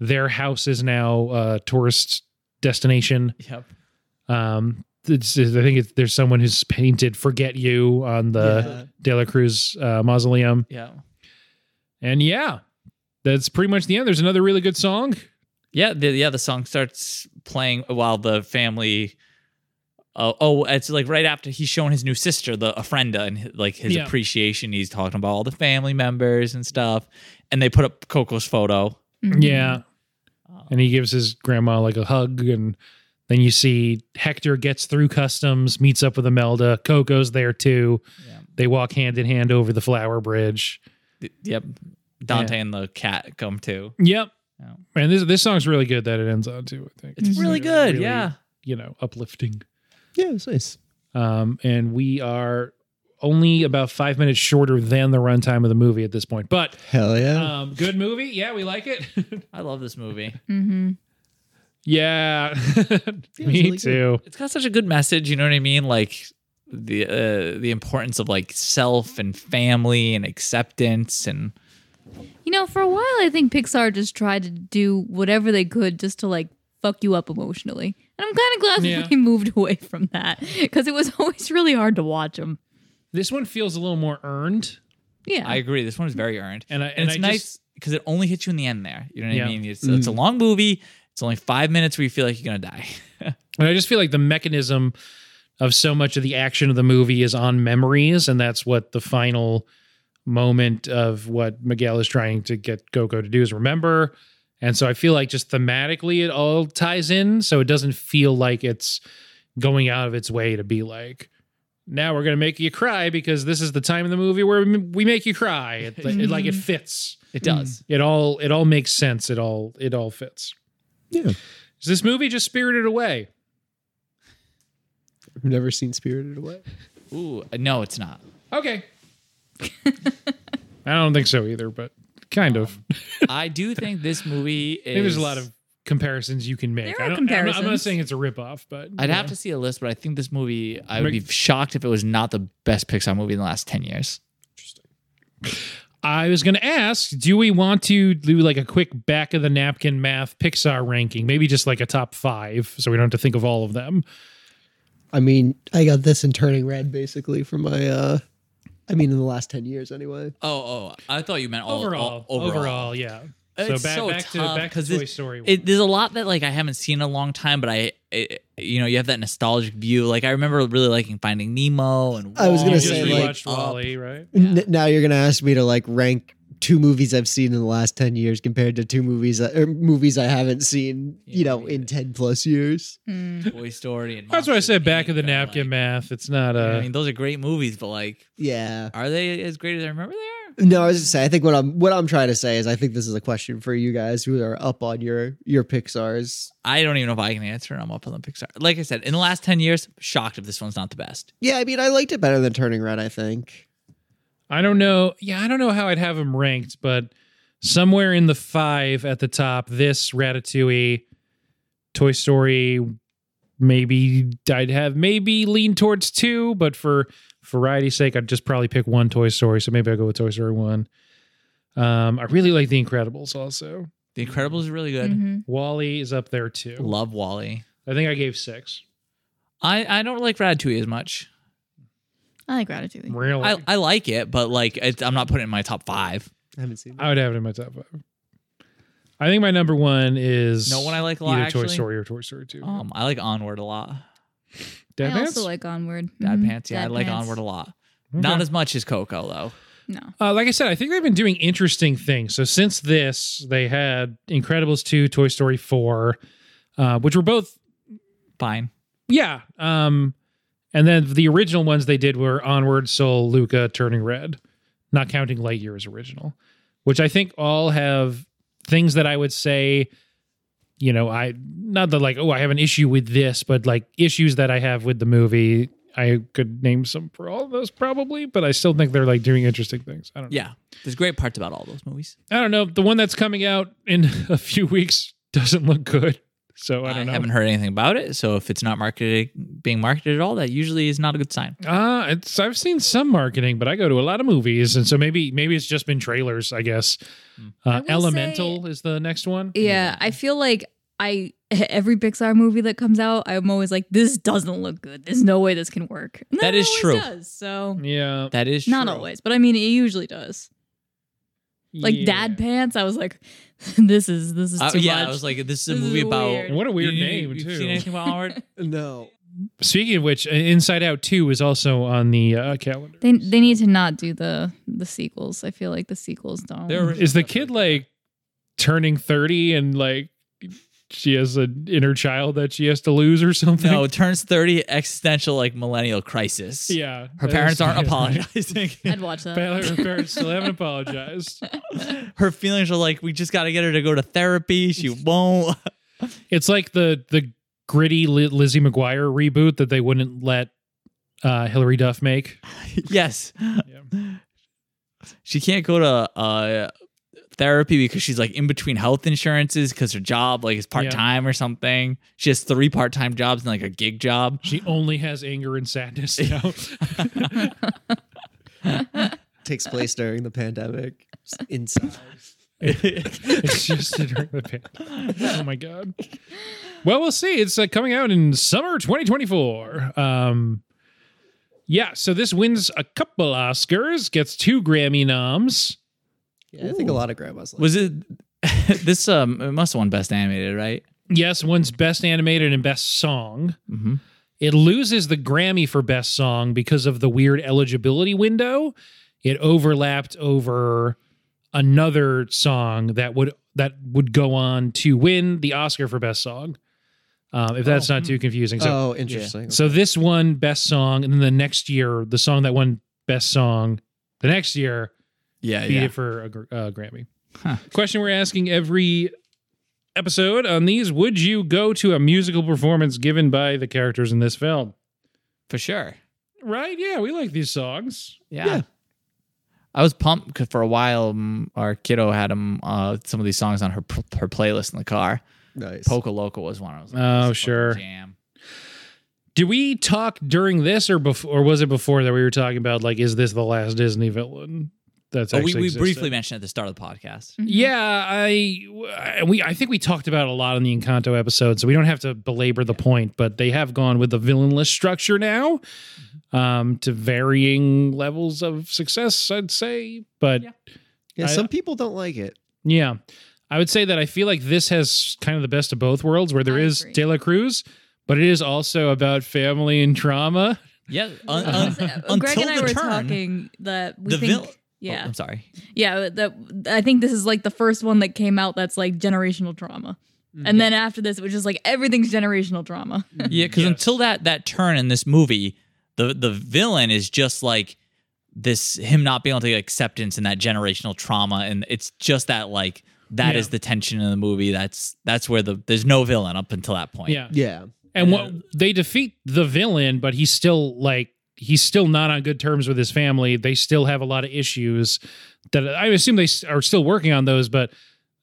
Their house is now a tourist destination.
Yep.
Um, it's, I think it's, there's someone who's painted "Forget You" on the
Yeah.
De La Cruz uh, mausoleum,
Yeah.
and yeah, that's pretty much the end. There's another really good song.
Yeah, the, yeah, the song starts playing while the family uh, oh, it's like right after he's shown his new sister, the Ofrenda, and hi- like his
Yeah.
appreciation. He's talking about all the family members and stuff. And they put up Coco's photo.
Mm-hmm.
Um,
Yeah. And he gives his grandma like a hug. And then you see Hector gets through customs, meets up with Imelda. Coco's there too.
Yeah.
They walk hand in hand over the flower bridge.
Y- Yep. Dante and the cat come too.
Yep.
Yeah.
And this this song's really good that it ends on too, I think.
It's really
like,
good.
really,
yeah.
You know, uplifting.
Yeah, it's nice.
Um, and we are only about five minutes shorter than the runtime of the movie at this point. But
Hell
Uh,
yeah.
um, good movie. Yeah, we like it. [laughs]
I love this movie.
Mm-hmm.
yeah. [laughs] Me
really good.
too.
[laughs] It's got such a good message. You know what I mean? Like the uh, the importance of like self and family and acceptance and
You know, for a while, I think Pixar just tried to do whatever they could just to like fuck you up emotionally. And I'm kind of glad
Yeah.
that they moved [laughs] away from that because it was [laughs] always really hard to watch them.
This one feels a little more earned.
Yeah.
I agree. This one is very earned,
And I-
and
and
it's
I
nice
just-
because it only hits you in the end there. You know what
Yeah.
I mean? It's, it's a long movie. It's only five minutes where you feel like you're gonna die. [laughs]
And I just feel like the mechanism of so much of the action of the movie is on memories, and that's what the final moment of what Miguel is trying to get Coco to do is remember. And so I feel like just thematically it all ties in, so it doesn't feel like it's going out of its way to be like, now we're gonna make you cry because this is the time in the movie where we make you cry. It, it- like it
[laughs]
fits. Mm.
It does.
It all it all makes sense. It all it all fits.
Yeah.
Is this movie just Spirited Away?
I've never seen Spirited Away.
Ooh, uh, no, it's not.
Okay. I don't think so either, but kind of.
I do think this movie
[laughs]
is.
There's a lot of comparisons you can make.
There are
I don't, I'm not- I'm, not
comparisons.
saying it's a ripoff, but
I'd
you
have
know.
to see a list, but I think this movie. I would
Mc-
be shocked if it was not the best Pixar movie in the last ten years.
I was going to ask, do we want to do like a quick back of the napkin math Pixar ranking? Maybe just like a top five, so we don't have to think of all of them.
I mean, I got this in turning red basically for my uh I mean in the last ten years anyway.
Oh, oh! I thought you meant all,
Overall,
all-
overall, yeah.
It's
back,
so
back to
tough
back to
'cause
Toy
it-
Story.
It, there's a lot that like I haven't seen in a long time, but I, it, you know, you have that nostalgic view. Like I remember really liking Finding Nemo and
I was
one.
gonna
You just
Wall-E,
say,
Up.
like,
rewatched Wally, right?
N- now you're gonna ask me to like rank two movies I've seen in the last ten years compared to two movies I, or movies I haven't seen, you
Yeah,
know,
me
in ten plus years.
Mm.
Oh, Toy Story. And
That's why I
Monsters,
said back
Inc.
of the
and,
napkin
like,
math. It's not
you know what
a.
I mean, those are great movies, but like,
Yeah.
are they as great as I remember they are?
No, I was just say I think what I'm what I'm trying to say is I think this is a question for you guys who are up on your your Pixar's.
I don't even know if I can answer it. I'm up on the Pixar. Like I said, in the last 10 years, shocked if this one's not the best.
Yeah, I mean I liked it better than Turning Red, I think.
I don't know. Yeah, I don't know how I'd have them ranked, but somewhere in the five at the top, this Ratatouille, Toy Story, maybe I'd have maybe lean towards two, but for variety's sake, I'd just probably pick one Toy Story. So maybe I'll go with Toy Story one. Um, I really like The Incredibles also.
The Incredibles is really good.
Mhm.
Wally is up there too.
Love Wally.
I think I gave six.
I, I don't like Ratatouille as much.
I like Ratatouille.
Really?
I, I like it, but like it, I'm not putting it in my top five.
I haven't seen
I would have it in my top five. I think my number one is
No one I like a lot.
either
Actually.
Toy Story or Toy Story 2.
Um, I like Onward a lot.
Dead
I
Man's?
also like Onward.
Dad
Mhm.
Pants. Yeah, I
Dad
like
Pants.
Onward a lot.
Okay.
Not as much as Coco though.
No.
Uh, like I said, I think they've been doing interesting things. So since this, they had Incredibles two, Toy Story four, uh, which were both
Fine.
yeah. Um, and then the original ones they did were Onward, Soul, Luca, Turning Red, not counting Lightyear as original, which I think all have things that I would say. You know, I not that like oh I have an issue with this, but like issues that I have with the movie. I could name some for all of those probably, but I still think they're like doing interesting things. I don't know.
Yeah. There's great parts about all those movies.
I don't know. The one that's coming out in [laughs] a few weeks doesn't look good. So Oh, I don't know.
haven't heard anything about it. So if it's not marketed being marketed at all, that usually is not a good sign.
Uh, it's I've seen some marketing, but I go to a lot of movies, and so maybe maybe it's just been trailers. I guess.
I
Hmm.
Uh,
will
Elemental is the next one.
Yeah, I feel like I [laughs] every Pixar movie that comes out, I'm always like, this doesn't look good. There's no way this can work. And
That
it
is
always
true.
Does, so
Yeah,
That is
not
true.
always, but I mean, it usually does. Like
Yeah.
Dad Pants, I was like, [laughs] this is this is
Uh,
too
yeah,
much.
I was like, this is a
This is
movie about.
weird.
And what a weird
You- you-
name
you've
[laughs]
too.
Seen anything about Onward?
No.
Speaking of which, uh, Inside Out Two is also on the uh, calendar.
They they need to not do the the sequels. I feel like the sequels don't.
They're-
Is the kid like turning thirty and like she has an inner child that she has to lose or something?
No, turns 30, existential, like millennial
[laughs] [laughs]
crisis.
Yeah,
Her parents [laughs]
That's-
aren't
[laughs]
apologizing.
[laughs] I'd watch that.
Her
[laughs]
parents still haven't apologized.
her feelings are like, we just got to get her to go to therapy.
[laughs]
She won't. [laughs]
It's like the the gritty Li- Lizzie McGuire reboot that they wouldn't let uh, Hillary Duff make.
yes. She can't go to uh, therapy because she's like in between health insurances because her job like is part time or something. She has three part time jobs and like a gig [laughs] job.
She only has anger and
[laughs]
sadness now.
Takes place during the pandemic. It's Inside.
it's just a drink with it. Oh my god. Well, we'll see. It's uh, coming out in summer 2024. Um, yeah. So this wins a couple Oscars, gets two Grammy noms.
Yeah, I think a lot of grandmas like
Was it this? Um, it [laughs] must have won best animated, right?
Yes, one's best animated and best song.
Mm-hmm.
It loses the Grammy for Best Song because of the weird eligibility window. It overlapped over another song that would that would go on to win the Oscar for Best Song. Um, if that's
Oh,
not
hmm.
too confusing, so
oh, interesting.
so this one Best Song, and then the next year the song that won Best Song, the next year
Yeah,
beat
yeah.
it for a gr- uh, Grammy.
Huh.
Question we're asking every episode on these: Would you go to a musical performance given by the characters in this film?
for sure.
Right? Yeah, we like these songs.
Yeah. I was pumped 'cause for a while. mm, Our kiddo had him uh, some of these songs on her her playlist in the car.
nice.
Poca Loco was one. I was like,
Oh,
this is a fucking
sure.
Jam.
Do we talk during this or before or was it before that we were talking about like is this the last Disney villain that's
Oh,
actually
we we
existed?
briefly mentioned at the start of the
Mm-hmm.
podcast.
[laughs]
Yeah, I I- we I think we talked about it a lot in the Encanto episode, so we don't have to belabor the point, but they have gone with the villainless structure now
Mm-hmm.
um to varying levels of success, I'd say, but
Yeah.
yeah,
I- uh,
some people don't like it.
Yeah. I would say that I feel like this has kind of the best of both worlds where there
I
is
agree.
De La Cruz, but it is also about family and trauma.
Yeah, un-
Uh,
[laughs] un- oh,
Greg
until
and I
the
were
turn,
talking that we
the
think.
vil- Oh,
yeah,
I'm sorry.
yeah. That I think this is like the first one that came out that's like generational drama, [laughs] and then after this, it was just like everything's generational drama.
Yeah, because
Yes.
until that that turn in this movie, the the villain is just like this him not being able to get acceptance and that generational trauma, and it's just that like that is
Yeah.
the tension in the movie. That's that's where the there's no villain up until that point.
Yeah.
Yeah.
And what they defeat the villain, but he's still like he's still not on good terms with his family. They still have a lot of issues that I assume they s- are still working on those, but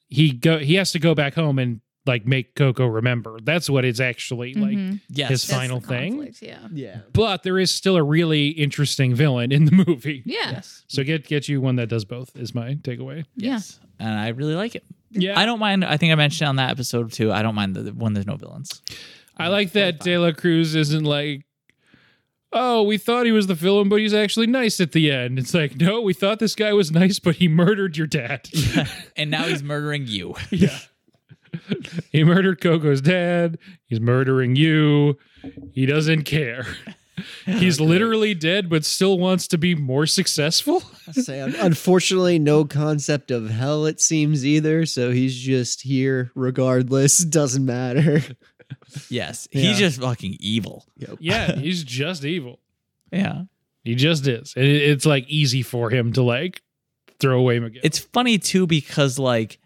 he go he has to go back home and like make Coco remember. That's what it's actually like. Mm-hmm.
Mhm.
Yes.
His
That's the
final thing?
conflict, Yeah,
Yeah.
But there is still a really interesting villain in the [laughs] movie.
yeah,
Yes.
So get get you one that does both is my takeaway.
yeah.
Yes. And I really like it.
Yeah.
I don't mind. I think I mentioned on that episode too. I don't mind the, when there's no villains.
I like that De La Cruz isn't like, oh, we thought he was the villain, but he's actually nice at the end. It's like, no, we thought this guy was nice, but he murdered your [laughs] dad.
and now he's murdering you. [laughs]
yeah. he murdered Coco's dad. He's murdering you. He doesn't care. [laughs] He's literally dead, but still wants to be more successful.
Say, un- unfortunately, no concept of hell, it seems either. So he's just here regardless. [laughs] Doesn't matter.
Yes.
Yeah.
He's just fucking evil.
[laughs] Yeah, he's just evil.
Yeah.
He just is. And it, it's like easy for him to like throw away McGill.
It's funny too because like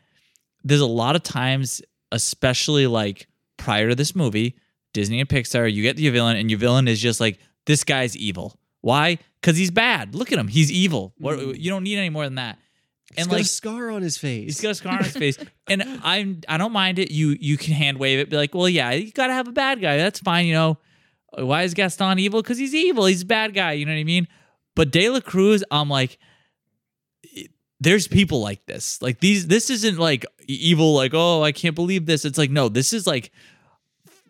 there's a lot of times, especially like prior to this movie, Disney and Pixar, you get your villain, and your villain is just like this guy's evil. Why? Because he's bad. Look at him. He's evil. What?
Mhm.
You don't need any more than that.
He's got a scar on his face.
He's got a scar on his face, [laughs] and I'm I don't mind it. You you can hand wave it, be like, well, yeah, you gotta have a bad guy. That's fine, you know. Why is Gaston evil? Because he's evil. He's a bad guy. You know what I mean? But De La Cruz, I'm like, it- there's people like this. Like these, this isn't like e- evil. Like oh, I can't believe this. It's like no, this is like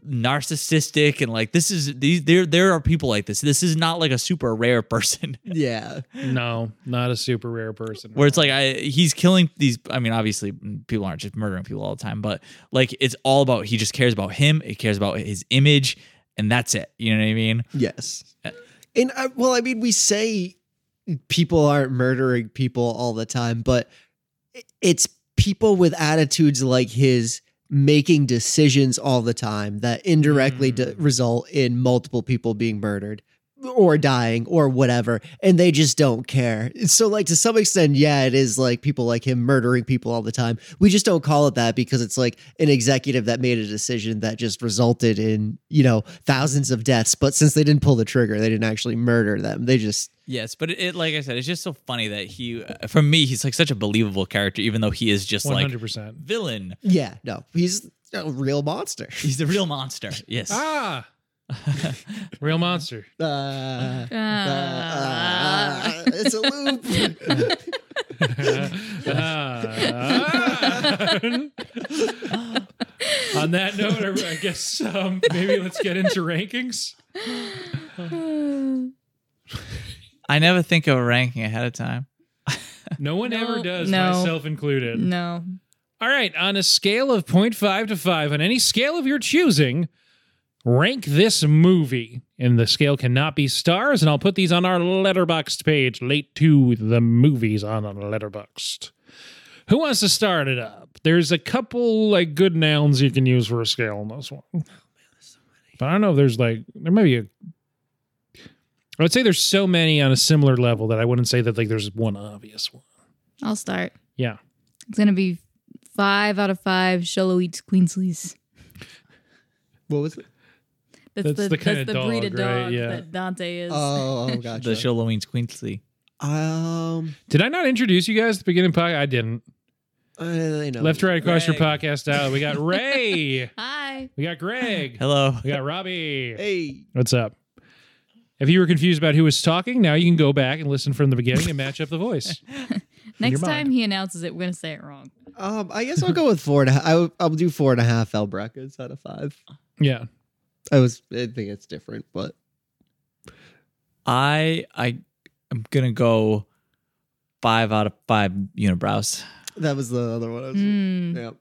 narcissistic and like this is these there there are people like this. This is not like a super rare [laughs] person
yeah.
no, not a super rare person.
where it's like I he's killing these. I mean, obviously people aren't just murdering people all the time, but like it's all about he just cares about him. It cares about his image, and that's it. You know what I mean?
Yes.
Uh,
And I, well, I mean, we say people aren't murdering people all the time, but i- it's people with attitudes like his making decisions all the time that indirectly d- result in multiple people being murdered or dying or whatever and they just don't care so like to some extent yeah it is like people like him murdering people all the time we just don't call it that because it's like an executive that made a decision that just resulted in you know thousands of deaths but since they didn't pull the trigger they didn't actually murder them they just
Yes, but it, it like I said, it's just so funny that he, uh, for me, he's like such a believable character, even though he is just
One
like
hundred percent.
villain.
yeah no he's a real monster [laughs]
He's the real [laughs] monster. Yes.
Ah, real
[laughs]
monster.
uh, uh,
Ah.
uh, it's a loop [laughs]
Ah. On that note, I I guess um, maybe let's get into rankings.
I never think of a ranking ahead of time.
No one
No,
ever does,
no.
myself included.
no.
All right, on a scale of 0.5 to 5, on any scale of your choosing, rank this movie. And the scale cannot be stars, and I'll put these on our letterboxed page, late to the movies on our letterboxed. Who wants to start it up? There's a couple like good nouns you can use for a scale on this one. But I don't know if there's like there might be a I would say there's so many on a similar level that I wouldn't say that like there's one obvious one.
I'll start.
Yeah.
It's gonna be five out of five. Shallow eats Queensleys.
what was it
That's,
That's
the,
the kinda
that's the breed of
dog, right?
dog
Yeah.
that Dante is.
oh, oh
The
gotcha
Shalloween's Queensley.
um
Did I not introduce you guys at the beginning of the podcast? I didn't.
I, I know
Left, right across your
Greg.
podcast out. We got
[laughs]
Ray.
Hi.
we got Greg.
Hello.
We got Robbie.
hey
What's up? If you were confused about who was talking, now you can go back and listen from the beginning and match up the
[laughs]
voice.
Next
mind.
time he announces it, we're gonna say it wrong.
Um, I guess I'll go with four and a half. I, w- I'll do four and a half Albrecas out of five.
Yeah.
I was, I think it's different, but
[laughs] I I am gonna go five out of five unibrows.
that was the other one. I was,
Mm.
Yeah,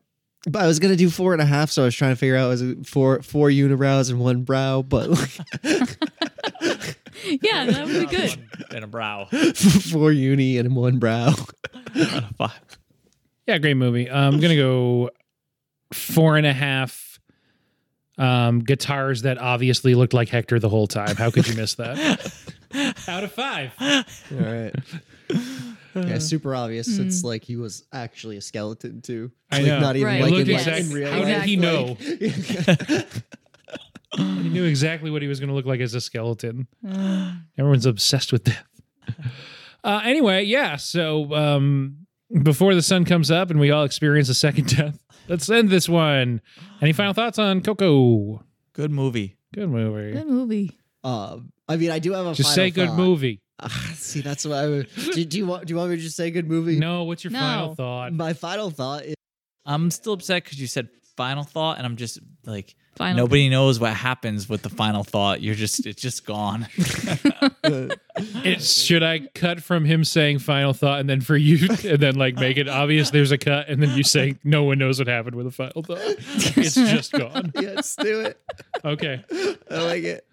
but I was gonna do four and a half, so I was trying to figure out was it four four unibrows and one brow, but like [laughs]
yeah, that would
[laughs]
be good.
And a brow.
four uni and one brow. [laughs]
out of five.
Yeah, great movie. Um, I'm gonna go four and a half um guitars that obviously looked like Hector the whole time. How could you miss that?
[laughs]
Out of five.
All right. Yeah, super obvious. It's like he was actually a skeleton too.
I
like
know.
not even
Right.
It
like
looked
in,
Yes.
exact-
in real
How
life.
did he know? [laughs]
Like-
He knew exactly what he was going to look like as a skeleton.
Uh,
Everyone's obsessed with death. [laughs] Uh, anyway, yeah. So um, before the sun comes up and we all experience a second [laughs] death, let's end this one. Any final thoughts on Coco?
Good movie.
Good movie.
Good movie.
[laughs] um, I mean, I do have a
Just
final
say good
thought.
movie.
Ah, [laughs] see, that's what I would. Do, do you want? Do you want me to just say good movie?
No, what's your
No.
final
[laughs]
thought?
My final thought is
I'm still upset because you said final thought, and I'm just like
Final.
nobody knows what happens with the final thought. You're just it's just gone. [laughs]
uh, [laughs]
It's, should I cut from him saying final thought and then for you [laughs] and then like make it obvious there's a cut and then you say no one knows what happened with the final thought? It's just gone.
yes. Do it.
Okay.
I like it.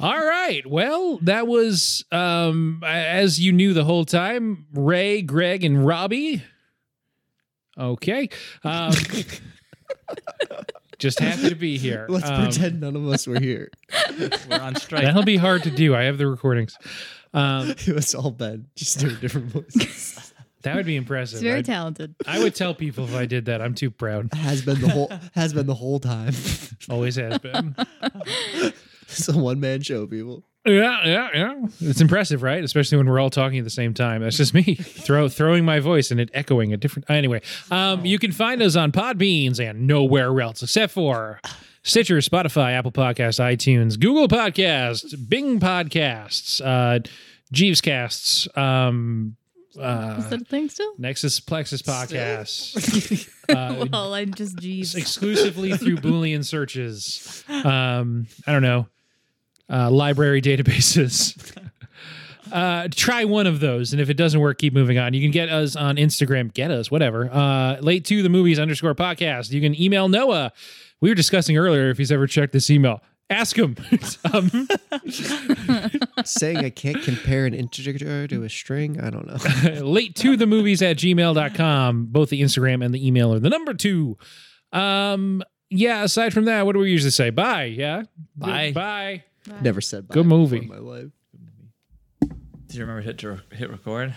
All right. Well, that was um as you knew the whole time, Ray, Greg, and Robbie. Okay. Um [laughs] just happy to be here.
Let's
Um,
pretend none of us were here. [laughs]
We're on strike.
That'll be hard to do. I have the recordings. Um
It was all Ben, just doing different
[laughs]
voices.
that would be impressive.
He's very
I'd-
talented.
I would tell people if I did that. I'm too proud.
has been the whole has been the whole time. [laughs]
Always has been.
It's a one man show, people.
Yeah, yeah, yeah. It's impressive, right? Especially when we're all talking at the same time. That's just me [laughs] throw throwing my voice and it echoing a different. Anyway, um, you can find us on Podbeans and nowhere else except for Stitcher, Spotify, Apple Podcasts, iTunes, Google Podcasts, Bing Podcasts, uh, Jeevescasts, um,
Is
uh,
that a thing still?
Nexus Plexus Podcasts. Uh,
[laughs] well, I just jeez.
exclusively through boolean searches um i don't know uh library databases [laughs] uh try one of those and if it doesn't work keep moving on you can get us on instagram get us whatever uh late to the movies underscore podcast you can email noah we were discussing earlier if he's ever checked this email Ask him. [laughs] um,
Saying I can't compare an integer to a string, I
[laughs]
don't know.
late to the movies at gmail.com. Both the Instagram and the email are the number two. Um, yeah, aside from that, what do we usually say? Bye. Yeah.
Bye.
Bye.
Never said bye
Good
before
movie.
in My life.
Did you remember to hit, to hit record?